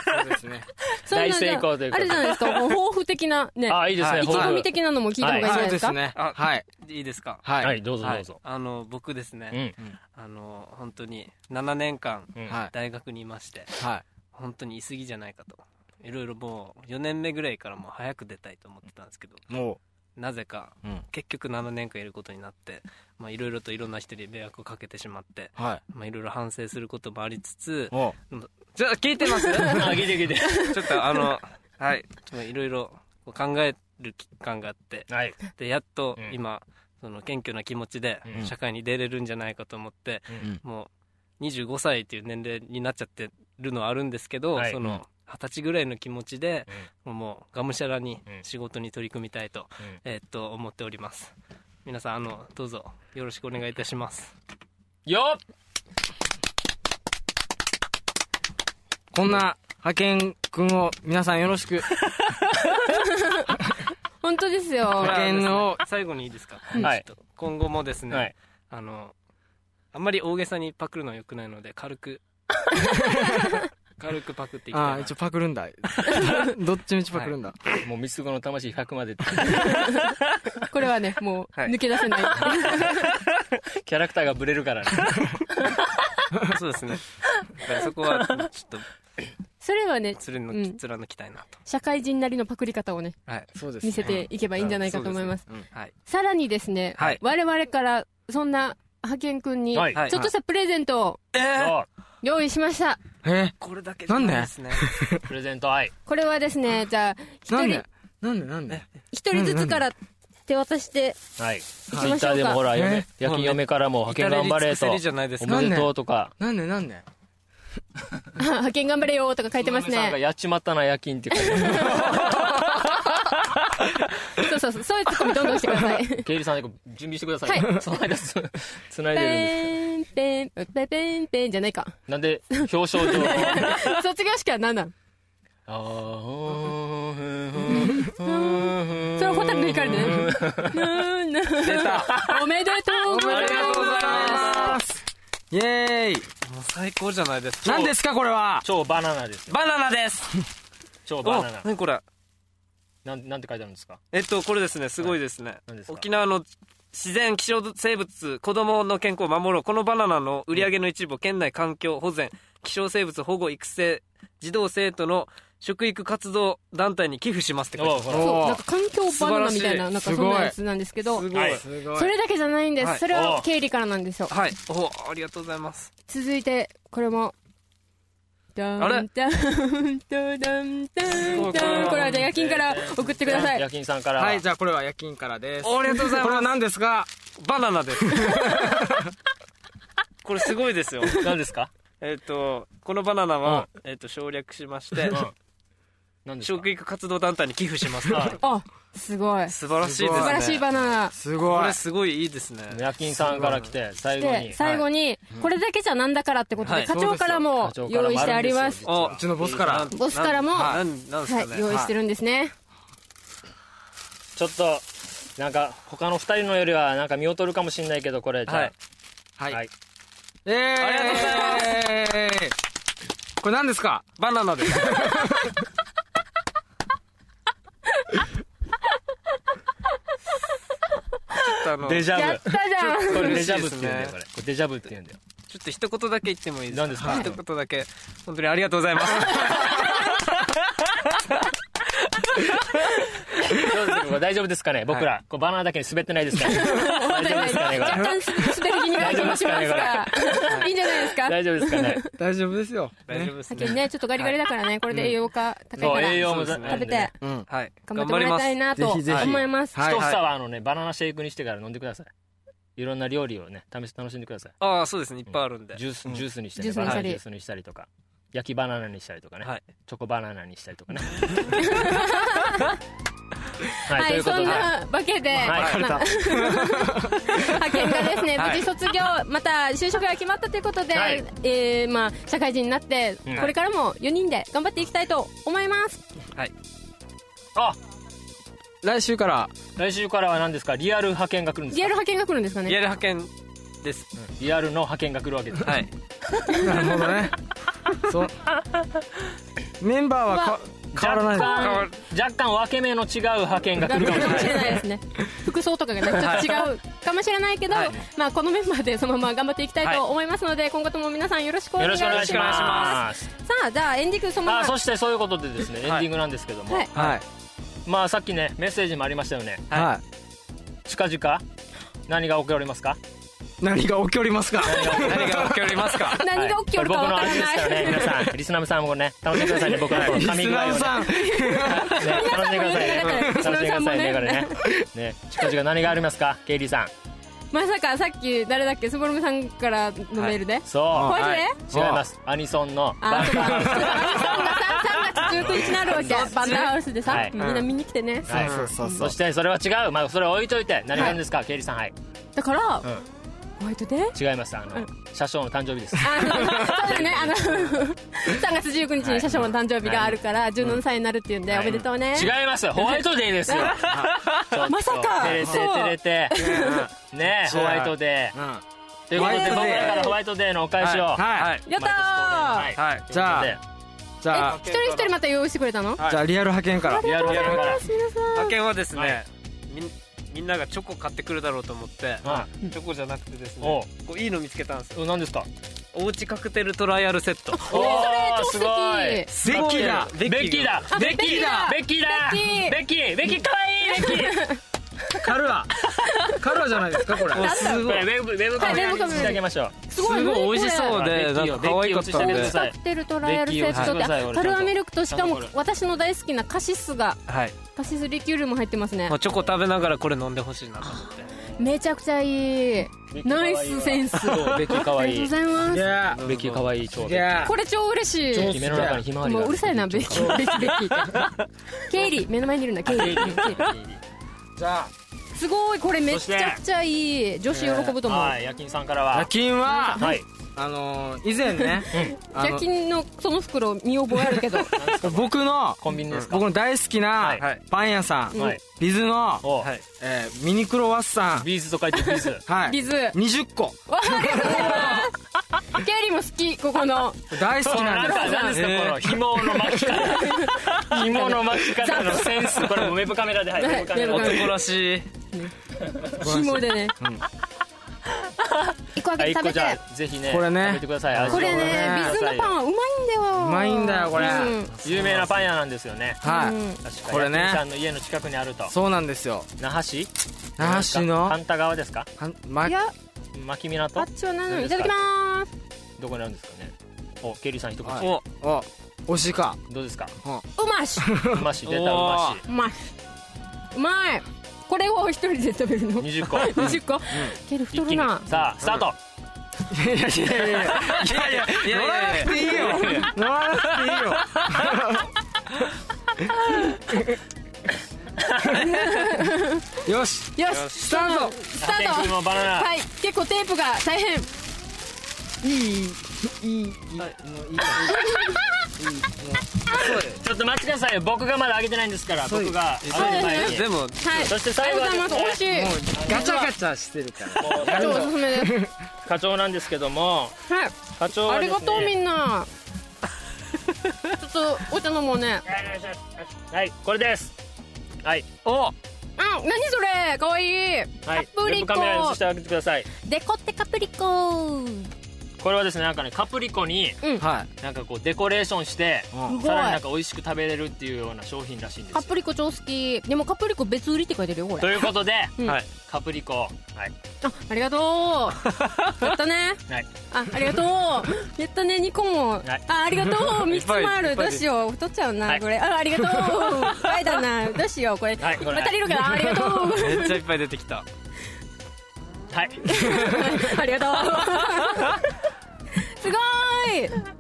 Speaker 5: そうですね
Speaker 3: そういうのじゃ
Speaker 7: 大成功ということで
Speaker 3: あれじゃないですかもう抱負的なね
Speaker 7: あいいですね、
Speaker 3: 意気
Speaker 7: 抱負
Speaker 3: 込み的なのも聞いた方がいいんじゃ
Speaker 5: そ
Speaker 3: ない
Speaker 5: うで
Speaker 3: ですすか
Speaker 5: ね
Speaker 4: あ
Speaker 5: はい
Speaker 4: いいですか
Speaker 5: はい、
Speaker 7: はいどうぞどうぞ、
Speaker 4: あの僕ですね、
Speaker 7: うん
Speaker 4: あの本当に7年間
Speaker 7: うん
Speaker 5: はい
Speaker 4: 大学にいまして
Speaker 5: はい
Speaker 4: 本当にいすぎじゃないかといろいろもう4年目ぐらいからもう早く出たいと思ってたんですけど
Speaker 5: も
Speaker 4: なぜか
Speaker 5: う、うん、
Speaker 4: 結局7年間いることになってまあいろいろといろんな人に迷惑をかけてしまって
Speaker 5: はい
Speaker 4: まあいろいろ反省することもありつつ
Speaker 5: も
Speaker 4: ちょ聞いてます
Speaker 7: あ聞いて聞いて
Speaker 4: ちょっとあ のはいまあいろいろこう考える期間があって
Speaker 7: はい
Speaker 4: でやっと
Speaker 7: うん
Speaker 4: 今、その謙虚な気持ちで
Speaker 7: うん
Speaker 4: 社会に出れるんじゃないかと思って、もう25歳っていう年齢になっちゃってるのはあるんですけど、
Speaker 7: はい
Speaker 4: その二十歳ぐらいの気持ちで、もうがむしゃらに仕事に取り組みたいと,、
Speaker 7: うん
Speaker 4: えーっと思っております皆さんあのどうぞよろしくお願いいたします
Speaker 7: よっ
Speaker 5: うこんな派遣君を皆さんよろしく
Speaker 3: 本当ですよ
Speaker 5: 派遣を
Speaker 4: 最後にいいですか、
Speaker 7: はい
Speaker 4: ちょっと今後もですね、
Speaker 7: はい
Speaker 4: あのあんまり大げさにパクるのは良くないので軽 く軽くパクっていきたいな
Speaker 5: ああ一応パクる んだどっちみちパクるんだ、
Speaker 1: うもう三つ子の魂100まで って
Speaker 3: これはねもう
Speaker 4: はい
Speaker 3: 抜け出せない
Speaker 1: キャラクターがブレるからね
Speaker 4: そうですね。だからそこは、ちょっと、
Speaker 3: それはね
Speaker 4: つるの、
Speaker 3: うん
Speaker 4: 貫きたいなと。
Speaker 3: 社会人なりのパクリ方をね
Speaker 4: はい。
Speaker 5: そうですね
Speaker 3: 見せていけばいいんじゃないかと思います
Speaker 4: はい。
Speaker 3: さらにですね
Speaker 4: はい
Speaker 3: 我々からそんな派遣くんに
Speaker 7: はい
Speaker 4: はい
Speaker 3: ちょっとしたプレゼントを
Speaker 4: えー、
Speaker 7: よ
Speaker 3: 用意しました
Speaker 5: え
Speaker 4: これだけ
Speaker 5: なんで
Speaker 4: ですね。
Speaker 7: プレゼント愛
Speaker 3: これはですねじゃあ
Speaker 5: な
Speaker 3: 一人
Speaker 5: んでなんでなんで
Speaker 3: 一人ずつから手渡して
Speaker 7: はい
Speaker 3: いきま
Speaker 7: ツイ
Speaker 3: しょうか
Speaker 7: ッターでもほら
Speaker 5: え
Speaker 7: 嫁夜勤嫁からも派遣頑張れ
Speaker 4: 至れり尽くせ
Speaker 7: と
Speaker 4: りじゃないです
Speaker 7: お
Speaker 4: か。
Speaker 7: めでとうとか
Speaker 5: なんでなんで
Speaker 3: 派遣頑張れよとか書いてます
Speaker 7: 娘さんが
Speaker 3: ね
Speaker 7: やっちまったな夜勤って書い て
Speaker 3: そうそうそうそういうツッコミどんどんしてください
Speaker 7: 経理さんでこう準備してください、その間つつないでるんです
Speaker 3: ペンペンペンペンペンじゃないか
Speaker 7: なんで表彰 状の
Speaker 3: 卒業式は何なん
Speaker 7: あー
Speaker 3: それはホタルの光でねなーな
Speaker 5: 出た
Speaker 3: おめでとうござい
Speaker 4: おめでとうござ
Speaker 3: ま
Speaker 4: います
Speaker 5: ますイエーイ
Speaker 4: もう最高じゃないですか。
Speaker 5: 何ですかこれは
Speaker 7: 超バナナですよ
Speaker 4: バナナです
Speaker 7: 超
Speaker 4: お
Speaker 7: バナナ
Speaker 4: 何これ
Speaker 7: なんなんて書いてあるんですか
Speaker 4: えっと、これですね、すごいですね。
Speaker 7: 何ですか
Speaker 4: 沖縄の自然希少生物、子供の健康を守ろう。このバナナの売り上げの一部を県内環境保全、希少生物保護育成、児童生徒の食育活動団体に寄付しますって書いてあ
Speaker 7: おう
Speaker 4: る
Speaker 7: ほら
Speaker 3: そう
Speaker 5: お
Speaker 3: なん
Speaker 5: ー
Speaker 3: か環境バナナみたいななんか
Speaker 5: 素
Speaker 3: そ
Speaker 5: 晴らしい
Speaker 3: んなやつなんですけど
Speaker 4: すごい。
Speaker 7: はい
Speaker 5: すご
Speaker 3: それだけじゃないんです、
Speaker 4: はい
Speaker 3: それは
Speaker 7: お
Speaker 3: 経理からなんですよ
Speaker 4: はい。おありがとうございます。
Speaker 3: 続いてこれもダ
Speaker 4: あれ
Speaker 3: ンダンダンダンダンダンこれはじゃあ夜勤から送ってください
Speaker 1: 夜勤さんから
Speaker 5: はい、じゃあこれは夜勤からです。
Speaker 4: ありがとうございます
Speaker 5: これは何ですか
Speaker 4: バナナですこれすご いですよ
Speaker 1: 何ですか
Speaker 4: えっとこのバナナは、えっと省略しまして
Speaker 1: 何ですか
Speaker 4: 食育活動団体に寄付します
Speaker 1: はい
Speaker 3: あすごい素
Speaker 4: 素晴らしいですね
Speaker 3: 晴らしいバナナ
Speaker 5: す
Speaker 4: こ
Speaker 5: ご
Speaker 4: れすごいいいですね
Speaker 1: 夜勤さんから来て最後
Speaker 3: で
Speaker 1: に
Speaker 3: 最後にこれだけじゃなんだからってこと
Speaker 4: は
Speaker 3: で
Speaker 4: い
Speaker 3: 課長からも
Speaker 1: そうですよ
Speaker 3: 用意してあります
Speaker 1: 課長からもあるんですよ実は
Speaker 3: ボ
Speaker 5: うちのボスから。
Speaker 3: スからも
Speaker 4: なんなんなんです
Speaker 3: は
Speaker 4: かね
Speaker 3: い用意してるんですね
Speaker 1: ちょっとなんか他の二人のよりはなんか見劣るかもしれないけどこれじゃあ
Speaker 4: はい
Speaker 5: はい。
Speaker 1: はい
Speaker 5: えー、
Speaker 4: ありがとうご
Speaker 5: ざいます。これ何ですか
Speaker 4: バナナです ちょっとあの
Speaker 1: デジャ
Speaker 3: やっ
Speaker 1: ブ
Speaker 3: たじゃ
Speaker 1: こ
Speaker 3: ん
Speaker 1: れ
Speaker 4: 嬉
Speaker 1: デ
Speaker 4: し
Speaker 1: ジャ
Speaker 4: いで
Speaker 1: ブって
Speaker 4: す
Speaker 1: 言うんだよ
Speaker 4: ね
Speaker 1: これこれデジャブって言うんだよ
Speaker 4: ちょっと一言だけ言ってもいいですか
Speaker 1: 何ですか
Speaker 4: 一言だけ本当にありがとうございます
Speaker 1: どうですかこれ大丈夫ですかね僕らこうバナーだけに滑ってないですかね大丈夫ですかねこ
Speaker 3: 若
Speaker 1: れ
Speaker 3: 干滑り気味がありもしますがいいんじゃないですか
Speaker 1: 大丈夫ですかね
Speaker 5: 大丈夫ですよ。
Speaker 4: 大丈夫です
Speaker 3: 先にねちょっとガリガリだからねこれで栄養価高い
Speaker 1: そ
Speaker 3: か
Speaker 1: う
Speaker 3: ら
Speaker 1: 栄養も
Speaker 4: そうですね
Speaker 3: 食べて
Speaker 5: うん。
Speaker 4: はい
Speaker 3: 頑張
Speaker 4: 頑
Speaker 3: っても
Speaker 4: 張り
Speaker 3: らい
Speaker 4: ま
Speaker 3: たい
Speaker 4: す
Speaker 3: なと
Speaker 5: 頑張りますぜひぜひ
Speaker 3: 思います
Speaker 5: はい
Speaker 1: 一房はあのねバナナシェイクにしてから飲んでくださいいろんな料理をね試して楽しんでください
Speaker 4: ああそうですねいっぱいあるんで
Speaker 1: ジュースジュースにして
Speaker 3: ジ
Speaker 1: ね
Speaker 3: ュースに
Speaker 1: バ
Speaker 3: した
Speaker 1: ナ
Speaker 3: り
Speaker 1: ナジュースにしたりとか焼きバナナにしたりとかね
Speaker 4: はい
Speaker 1: チョコバナナにしたりとかねはい、
Speaker 3: は
Speaker 1: とい
Speaker 3: いう
Speaker 1: こと
Speaker 3: そ
Speaker 1: で
Speaker 3: んなわけで
Speaker 1: はい
Speaker 3: まあ派遣がですね無事卒業また就職が決まったということで
Speaker 1: はい
Speaker 3: えーまあ社会人になって
Speaker 1: うん
Speaker 3: これからも4人で頑張っていきたいと思います
Speaker 1: あ
Speaker 5: 来週から、
Speaker 1: 来週からは何ですかリアル派遣が来るんです
Speaker 3: リア
Speaker 1: か
Speaker 3: ル派遣が来るんですか
Speaker 4: リア
Speaker 3: ね
Speaker 4: ル派遣です
Speaker 1: リアルの派遣が来るわけです
Speaker 4: はい
Speaker 5: なるほどね。そう。メンバーはか変わらない。
Speaker 1: 若
Speaker 4: 変わ
Speaker 1: 干若干分け目の違う派遣が来
Speaker 3: が
Speaker 1: る
Speaker 3: 来
Speaker 1: か
Speaker 3: る
Speaker 1: も
Speaker 3: かも
Speaker 1: し
Speaker 3: し
Speaker 1: れ
Speaker 3: れ
Speaker 1: な
Speaker 3: ないいですね服装とかがねちょっと違うかもしれないけどまあこのメンバーでそのまま頑張っていきたいと思いますので今後とも皆さんよろしくお
Speaker 1: よ
Speaker 3: 願
Speaker 1: ろ
Speaker 3: い
Speaker 1: し
Speaker 3: し
Speaker 1: くお願
Speaker 3: ま
Speaker 1: い
Speaker 3: す
Speaker 1: し
Speaker 3: さ
Speaker 1: ます
Speaker 3: あじゃあエンディングそのま
Speaker 1: あ
Speaker 3: ま
Speaker 1: そしてそういうことでですねエンデ
Speaker 4: はい
Speaker 1: ィングなんですけども、
Speaker 3: はい
Speaker 5: はい。
Speaker 1: まあさっきねメッセージもありましたよね
Speaker 5: は
Speaker 1: 近々何が起こりますか
Speaker 5: い。何が起きおりますか
Speaker 4: 何が起きります か
Speaker 3: 何が起き
Speaker 1: これ
Speaker 3: よ
Speaker 1: 僕
Speaker 3: るかわ
Speaker 1: の
Speaker 3: から
Speaker 1: 味です
Speaker 3: ない
Speaker 1: からね皆さんリスナーさんもね楽しんでくださいね僕のこの
Speaker 5: リスナ
Speaker 1: 髪具合を
Speaker 5: ー
Speaker 1: ね
Speaker 5: さん。
Speaker 1: ね楽しんでくださいね
Speaker 3: リス
Speaker 1: 楽しん
Speaker 3: ナ
Speaker 1: で
Speaker 3: ー
Speaker 1: くだ
Speaker 3: さんも
Speaker 1: さいね
Speaker 3: ね
Speaker 1: これねね近々何がありますかケイリーさん
Speaker 3: まさかさっき誰だっけスボルムさんからのメールで、
Speaker 1: そ
Speaker 3: マジで、
Speaker 1: う違いますアニソンのバ
Speaker 3: あ
Speaker 1: ン
Speaker 3: そう
Speaker 1: ド
Speaker 3: か
Speaker 1: ハウス
Speaker 3: 3月19日になるわけバンダーハウスでさ、
Speaker 1: はい
Speaker 3: みんな見に来てね、
Speaker 1: はい
Speaker 5: そうそうそ
Speaker 1: そうしてそれは違うまあそれ置いといて何があるんですかケイリーさんはい
Speaker 3: だから、ホワイトデー
Speaker 1: 違いますあの車掌の誕生日です
Speaker 3: あそうだね あの3月19日に車掌の誕生日があるから17歳になるっていうんで、おめでとうね、
Speaker 1: 違いますホワイトデーですよ
Speaker 3: まさか
Speaker 1: 照れて
Speaker 3: そう
Speaker 1: 照れてねえホワイトデー
Speaker 5: うん
Speaker 1: ということで
Speaker 5: ホ
Speaker 1: 僕
Speaker 5: ワイトデー
Speaker 1: らからホワイトデーのお返しを
Speaker 5: はい。
Speaker 3: や
Speaker 1: 毎年恒例
Speaker 3: ったー、
Speaker 1: のはい
Speaker 4: はい
Speaker 5: じゃあ
Speaker 1: というこ
Speaker 5: じゃあ、
Speaker 3: 一人一人また用意してくれたの、
Speaker 5: じゃあリアル派遣から
Speaker 1: と。でリアル派遣から
Speaker 4: 派遣はですね、
Speaker 1: はい
Speaker 4: みんみんながチョコ買ってくるだろうと思って、
Speaker 1: は
Speaker 4: チョコじゃなくてです
Speaker 1: おう
Speaker 4: ねこういいの見つけたんですよ
Speaker 1: お何ですか
Speaker 4: おうちカクテルトライアルセット
Speaker 1: おー
Speaker 3: 超
Speaker 1: す
Speaker 3: 素
Speaker 1: ごい
Speaker 3: 敵
Speaker 5: ベッキーだ
Speaker 1: ベッキーだ
Speaker 3: あ
Speaker 1: ベッキーだベ
Speaker 3: ベ
Speaker 1: ッキーだ
Speaker 3: ベッキー
Speaker 1: ベッキーベッキーかわいいベッキー
Speaker 5: カルア。カルアじゃないですかこれ。
Speaker 4: もうす
Speaker 1: こ
Speaker 4: ごい
Speaker 1: れウェブウェブカメラにしてあげましょう
Speaker 3: すごい
Speaker 4: すごい美味し
Speaker 3: 何これ
Speaker 4: そうで
Speaker 1: ベッキー
Speaker 4: な
Speaker 1: を
Speaker 4: んか可愛かったん
Speaker 1: ベッキーを映してあげてください
Speaker 3: おうち
Speaker 4: で
Speaker 3: カクテルトライアルセットで
Speaker 1: はい
Speaker 3: あカルアミルクとしかも
Speaker 1: ちゃんと
Speaker 3: 私の大好きなカシスが
Speaker 4: はい、
Speaker 3: カシスリキュールも入ってますね
Speaker 4: もうチョコ食べながらこれ飲んでほしいなと思って
Speaker 3: めちゃくちゃいいナイスセンス
Speaker 1: そうベッキーかわ
Speaker 3: あり
Speaker 1: い
Speaker 3: が
Speaker 1: い
Speaker 3: とうござい
Speaker 5: い
Speaker 3: ま
Speaker 5: や
Speaker 1: ベッキーかわいい超
Speaker 5: ー。い
Speaker 1: ベッ
Speaker 5: や
Speaker 3: すこれ超嬉
Speaker 1: キー
Speaker 3: し
Speaker 5: 上
Speaker 3: い
Speaker 5: 手
Speaker 1: 目の中にひまわりが
Speaker 3: もううるさいなベッキーベッキーベッキーってケイリー目の前にいるんだケイリーケイリー
Speaker 5: ー。じゃあ。
Speaker 3: すごいこれめちゃくちゃいい女子喜ぶと思う
Speaker 1: はい夜勤さんから
Speaker 5: 夜
Speaker 1: は
Speaker 5: 勤は、
Speaker 1: はい
Speaker 5: あのー以前ね、あ
Speaker 3: 夜
Speaker 5: の
Speaker 3: 勤のその袋見覚えあるけど
Speaker 5: 僕の
Speaker 1: コンビニですか
Speaker 5: 僕の大好き
Speaker 1: は
Speaker 5: ないパン屋さん、
Speaker 1: はい
Speaker 5: ビズの、
Speaker 1: おう
Speaker 4: はい
Speaker 5: えーミニクロワッサン、
Speaker 1: ビーズと書いてビーズ
Speaker 5: はい、
Speaker 3: ビズ
Speaker 5: 20個
Speaker 3: わあありがとうございますケイリーも好きここの
Speaker 5: 大好
Speaker 1: その
Speaker 5: きな
Speaker 1: なんんか何
Speaker 5: です
Speaker 1: ですか
Speaker 4: えー
Speaker 1: この紐の巻き方紐の巻き方のセンスこれもウェブカメラではいウ
Speaker 3: はい
Speaker 1: ェブカメラ
Speaker 3: ウェブカメラ
Speaker 1: で
Speaker 4: 男らしい
Speaker 3: 紐でね一個
Speaker 1: は
Speaker 3: あげ
Speaker 1: い一
Speaker 3: て食
Speaker 1: 個
Speaker 3: べ
Speaker 1: じ
Speaker 3: て
Speaker 1: ゃあぜひね
Speaker 5: これね
Speaker 1: 食べてください味を
Speaker 3: これ
Speaker 5: そうだ
Speaker 3: ね
Speaker 5: ね
Speaker 3: ビズのパンはうまいんだよ
Speaker 5: うまいんだよこれ
Speaker 3: うん
Speaker 1: 有名なパン屋なんですよね
Speaker 5: はい、
Speaker 3: うん
Speaker 1: 確か
Speaker 5: これね
Speaker 1: 焼き鳥さんの家の近くにあると
Speaker 5: そうなんですよ
Speaker 1: 那覇市
Speaker 5: 那覇市の
Speaker 1: 反対側ですか
Speaker 5: はんま
Speaker 3: いや
Speaker 1: 牧港
Speaker 3: あっちは何の
Speaker 1: 何です
Speaker 3: い
Speaker 1: か
Speaker 3: ただきまーす
Speaker 1: どこにあるんですかねおケリーさん一口、
Speaker 5: はい
Speaker 4: お
Speaker 5: あ惜しいか
Speaker 1: どうですか
Speaker 3: うまし
Speaker 1: うまし出たうまし
Speaker 3: うまいうまいこれを一人で食べるの
Speaker 1: 20個
Speaker 3: 20個、ケル
Speaker 1: 一
Speaker 3: 太
Speaker 1: 気
Speaker 3: る
Speaker 1: に
Speaker 3: な
Speaker 1: さあスタート、
Speaker 5: いやいやいやい
Speaker 4: い
Speaker 5: や
Speaker 4: やい
Speaker 5: 乗
Speaker 4: やいや
Speaker 5: ら
Speaker 4: い
Speaker 5: な
Speaker 4: や
Speaker 5: くていいよ乗らなくていいよよし
Speaker 3: よし
Speaker 5: スタート
Speaker 3: スタ
Speaker 1: テー
Speaker 3: ー
Speaker 1: プ
Speaker 3: ト
Speaker 1: のバナナ、
Speaker 3: はい結構テープが大変
Speaker 5: いいいいいいもういいから
Speaker 1: ちょっと待ってくださいよ僕がまだ上げてないんですから
Speaker 5: そう
Speaker 1: 僕が上げ
Speaker 3: そ
Speaker 1: て
Speaker 3: うですね
Speaker 1: 前に
Speaker 4: でも
Speaker 3: はい
Speaker 1: そして最後は
Speaker 3: ありがとうございます美味しい
Speaker 5: ガチャガチャしてるから
Speaker 1: もう
Speaker 3: 超おすすめです
Speaker 1: 課長なんですけども
Speaker 3: はい
Speaker 1: 課長
Speaker 3: あ
Speaker 1: は
Speaker 3: り
Speaker 1: ですね
Speaker 3: がとうみん なちょっとお茶飲もうね
Speaker 1: はいこれですはい
Speaker 4: お
Speaker 3: あ何それかわいい
Speaker 1: はい
Speaker 3: カプリコ
Speaker 1: ウェブカメラに映してあげてください
Speaker 3: デコってカプリコ
Speaker 1: これはですねなんかねカプリコに
Speaker 5: はい
Speaker 1: なんかこうデコレーションして
Speaker 5: うん
Speaker 3: すご
Speaker 1: さ
Speaker 3: い
Speaker 1: らになんか美味しく食べれるっていうような商品らしいんですよ
Speaker 3: カプリコ超好きでもカプリコ別売りって書いてるよこれ
Speaker 1: ということで、
Speaker 3: うん
Speaker 1: はい、カプリコ、はい、
Speaker 3: ああ りがとうやったね
Speaker 1: はい
Speaker 3: あありがとうやったね2個も
Speaker 1: はい
Speaker 3: あありがとう3つもあ
Speaker 4: い
Speaker 3: る
Speaker 4: っぱ
Speaker 3: ど
Speaker 4: いう
Speaker 3: しよう太っちゃう
Speaker 1: は
Speaker 3: ないこれあありがとう倍だなどうしようこれ
Speaker 1: はいこれ
Speaker 3: 渡りるからありが とう
Speaker 4: めっちゃいっぱい出てきた
Speaker 1: はい、
Speaker 3: ありがとうすごーい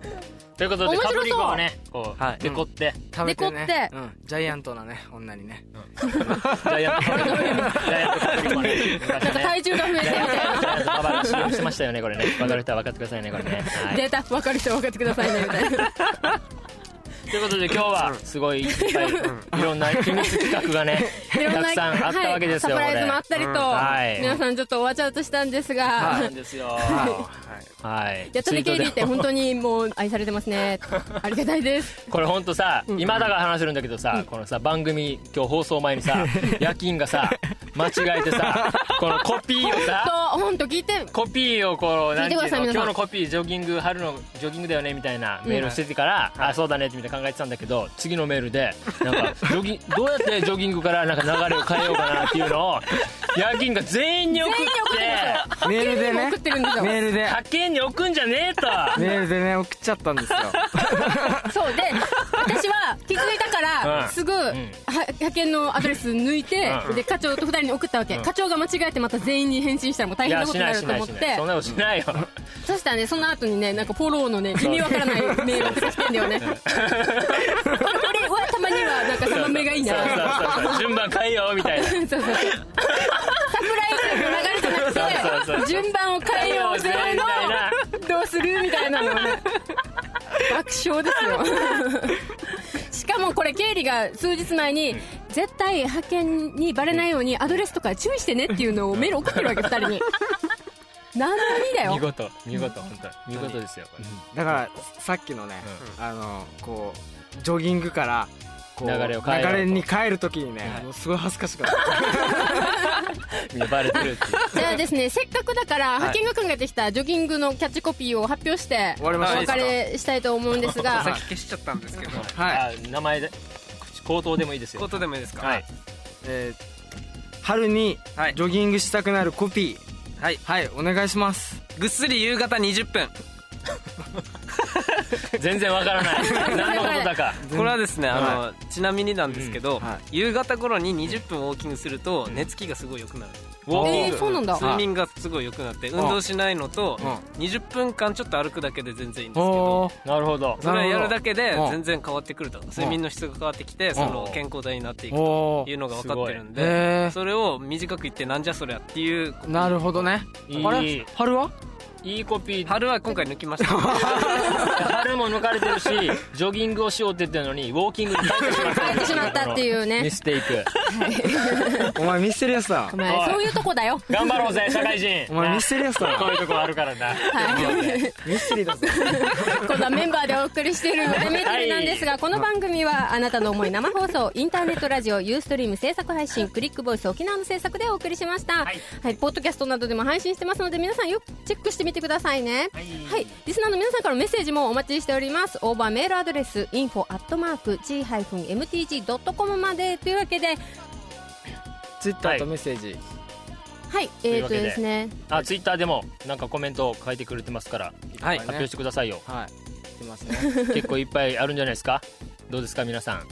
Speaker 1: ということで
Speaker 3: 面白
Speaker 1: カ
Speaker 3: そう
Speaker 1: プリコをねこう、
Speaker 4: はい
Speaker 1: デコって、
Speaker 5: 食べてね
Speaker 3: デ
Speaker 5: うん、ジャイアントなね女にね
Speaker 1: ジャイアントカプリコジャイアントカプリコね昔
Speaker 3: なんか
Speaker 1: はね
Speaker 3: 体重が増えて
Speaker 1: ジャ
Speaker 3: み
Speaker 1: イアン
Speaker 3: た
Speaker 1: トジャイアン
Speaker 3: いな
Speaker 1: トカバーの CM してましたよねこれね分かる人は分かってくださいねこれね、はい、
Speaker 3: データ分かる人は分かってくださいねみたいな
Speaker 1: ということで今日はすごいいっぱいいろんな秘密企画が ね
Speaker 3: いろん
Speaker 1: た
Speaker 3: な
Speaker 1: くさんあったわけですよ、
Speaker 3: はい、サプライズもあったりと、
Speaker 1: はい
Speaker 3: 皆さんちょっと終わっちゃうとしたんですが、
Speaker 1: これそうなんですよはい
Speaker 3: やったねケイリーって本当にもう愛されてますねありがたいです
Speaker 1: これ本当さ今だから話せるんだけどさ、このさ番組今日放送前に さ夜勤がさ間違えて さこのコピーを
Speaker 3: と
Speaker 1: さ
Speaker 3: 本当聞いて
Speaker 1: コピーをこう
Speaker 3: 聞いてくださ
Speaker 1: の
Speaker 3: い皆さん
Speaker 1: 今日のコピージョギング春のジョギングだよねみたいなメールをしててから、あそうだねってみたいな考えてたんだけど次のメールでなんかジョギンどうやってジョギングからなんか流れを変えようかなっていうのを夜勤が全員に送って
Speaker 5: メールでね
Speaker 3: 送ってるんですよ
Speaker 5: メールで
Speaker 1: 派遣に置くんじゃねえと
Speaker 5: メールでね送っちゃったんですよ
Speaker 3: そうで私は気づいたから、
Speaker 1: うん
Speaker 3: すぐ、は派遣のアドレス抜いて、で課長と二人に送ったわけ、課長が間違えてまた全員に返信したらもう大
Speaker 1: い
Speaker 3: 変な
Speaker 1: や
Speaker 3: こ
Speaker 1: し
Speaker 3: とに
Speaker 1: な
Speaker 3: ない
Speaker 1: し
Speaker 3: ると
Speaker 1: ない
Speaker 3: 思っ
Speaker 1: しないそんなこ
Speaker 3: て
Speaker 1: としない よ
Speaker 3: そしたらねその後にねなんかフォローのね意味わからないメールを私してん だよね俺はたまにはなんかその目がいいな
Speaker 1: そうそうそうそう順番変えようみ たいな
Speaker 3: そうそうそうサプライ
Speaker 1: そうそう
Speaker 3: ズの流れじゃな
Speaker 1: そ
Speaker 3: く
Speaker 1: う
Speaker 3: て順番を変えようぜ
Speaker 1: 変えようぜ
Speaker 3: のどうするみたいなのをね爆笑ですよしかもこれ経理が数日前に絶対派遣にバレないようにアドレスとか注意してねっていうのをメール送ってるわけ2人に何の意味だ
Speaker 1: 見
Speaker 3: よ
Speaker 1: 事見事本当に見事ですよこれ
Speaker 5: だからさっきのね、あのこうジョギングからこう
Speaker 1: 流れを変えようと
Speaker 5: 流れに変える時にね、もうすごい恥ずかしかった
Speaker 1: みんなバレてるっていう
Speaker 3: じゃあですねせっかくだから派遣が考えてきたジョギングのキャッチコピーを発表して
Speaker 5: 終
Speaker 3: お
Speaker 5: わりまし
Speaker 3: 別
Speaker 5: た
Speaker 3: れしたいと思うんです
Speaker 4: さっ
Speaker 3: が
Speaker 4: き消しちゃったんですけど
Speaker 5: はい、
Speaker 1: あ名前で口口頭でもいいですよ
Speaker 4: ことでもいいですか
Speaker 1: はい
Speaker 5: えー春に
Speaker 4: はい
Speaker 5: ジョギングしたくなるコピー
Speaker 4: はい
Speaker 5: はいお願いします
Speaker 4: ぐっすり夕方20分
Speaker 1: 全然わからない何のことだか
Speaker 4: これはですねあのちなみになんですけど
Speaker 5: んはい
Speaker 4: 夕方頃に20分ウォーキングすると寝つきがすごい良くなる
Speaker 1: お
Speaker 3: えー、そうなんだ
Speaker 4: 睡眠がすごい良くなって運動しないのと20分間ちょっと歩くだけで全然いいんですけど
Speaker 5: おー
Speaker 1: なるほど
Speaker 4: それをやるだけで
Speaker 5: うん
Speaker 4: 全然変わってくると睡眠の質が変わってきてその健康体になっていくと
Speaker 5: お
Speaker 4: い
Speaker 5: ー
Speaker 4: うのが分かってるんで
Speaker 5: え
Speaker 4: それを短く言ってなんじゃそりゃっていう
Speaker 5: ー、なるほどね
Speaker 1: いい
Speaker 5: あれ春はい
Speaker 1: いコピー
Speaker 4: 春は今回抜きま した
Speaker 1: 春も抜かれてるしジョギングをしようって言ってるのにウォーキングに変えてしまった
Speaker 3: 変えてしまったっていうね
Speaker 1: ミステイク
Speaker 5: お前ミステリアスだ
Speaker 3: ごめんそういうとこだよ
Speaker 1: 頑張ろうぜ社会人
Speaker 5: お前ミステリアス
Speaker 1: なこう
Speaker 5: だ
Speaker 1: いうとこあるからな
Speaker 5: ミステリだぜ
Speaker 3: このメンバーでお送りしている「メメテル」なんですがこの番組はあなたの思い生放送インターネットラジオユーストリーム制作配信クリックボイス沖縄の制作でお送りしました、はいポッドキャストなどでも配信してますので皆さんよくチェックしてみてくださいねはい、リスナーの皆さんからのメッセージもお待ちしておりますオーバーメールアドレス info.g-mtg.com までというわけで
Speaker 5: ツイッターとメッセージ
Speaker 3: はいえーとですね
Speaker 1: あツイッターでもなんかコメントを書いてくれてますから
Speaker 4: はい
Speaker 1: 発表してくださいよ
Speaker 5: はい
Speaker 6: てますね
Speaker 1: 結構いっぱいあるんじゃないですかどうですか皆さん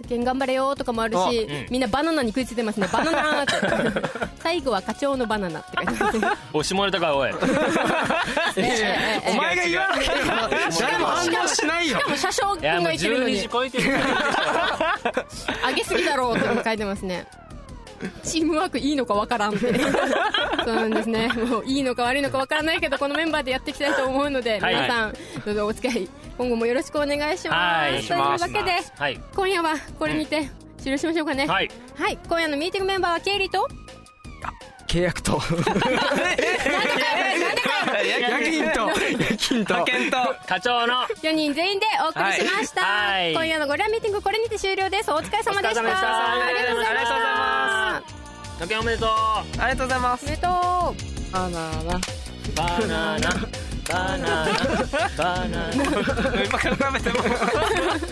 Speaker 3: 受験頑張れよとかもあるし、
Speaker 4: あうん
Speaker 3: みんなバナナに食いついてますねバナナーって最後は課長のバナナって書いてま
Speaker 1: お下ネタ かおい
Speaker 3: すねええええ
Speaker 5: お前が言わなければ誰も反応しないよ
Speaker 3: ええ車掌
Speaker 1: いや
Speaker 3: 君
Speaker 1: も
Speaker 3: が
Speaker 1: う
Speaker 3: 言ってるの
Speaker 1: 12時
Speaker 3: に
Speaker 1: 超えてる
Speaker 3: 上げすぎだろうとか書いてますねチームワークいいのかわからんってそうなんですねもういいのか悪いのかわからないけどこのメンバーでやっていきたいと思うので、
Speaker 1: はい
Speaker 3: 皆さんどうぞお付き合い今後もよろしくお願いし ま
Speaker 1: は
Speaker 3: す
Speaker 1: い
Speaker 3: というわけで
Speaker 1: はい
Speaker 3: 今夜はこれにて終了しましょうかね、
Speaker 1: はい
Speaker 3: はい、今夜のミーティングメンバーはケイリーと
Speaker 5: 契約と夜勤と夜勤と
Speaker 4: 派遣と
Speaker 1: 課長の
Speaker 3: 4人全員でお送りしました、
Speaker 1: はいはい
Speaker 3: 今夜のゴリラミーティングこれにて終了ですお疲れ様でした
Speaker 1: お疲れ様でした
Speaker 3: ありがとうございまし
Speaker 1: あ
Speaker 3: た
Speaker 1: 課金おめでと
Speaker 4: ありがとうございます
Speaker 3: おめでとう
Speaker 6: あなあな
Speaker 1: うバナナバナナバナナ
Speaker 4: 今から食べても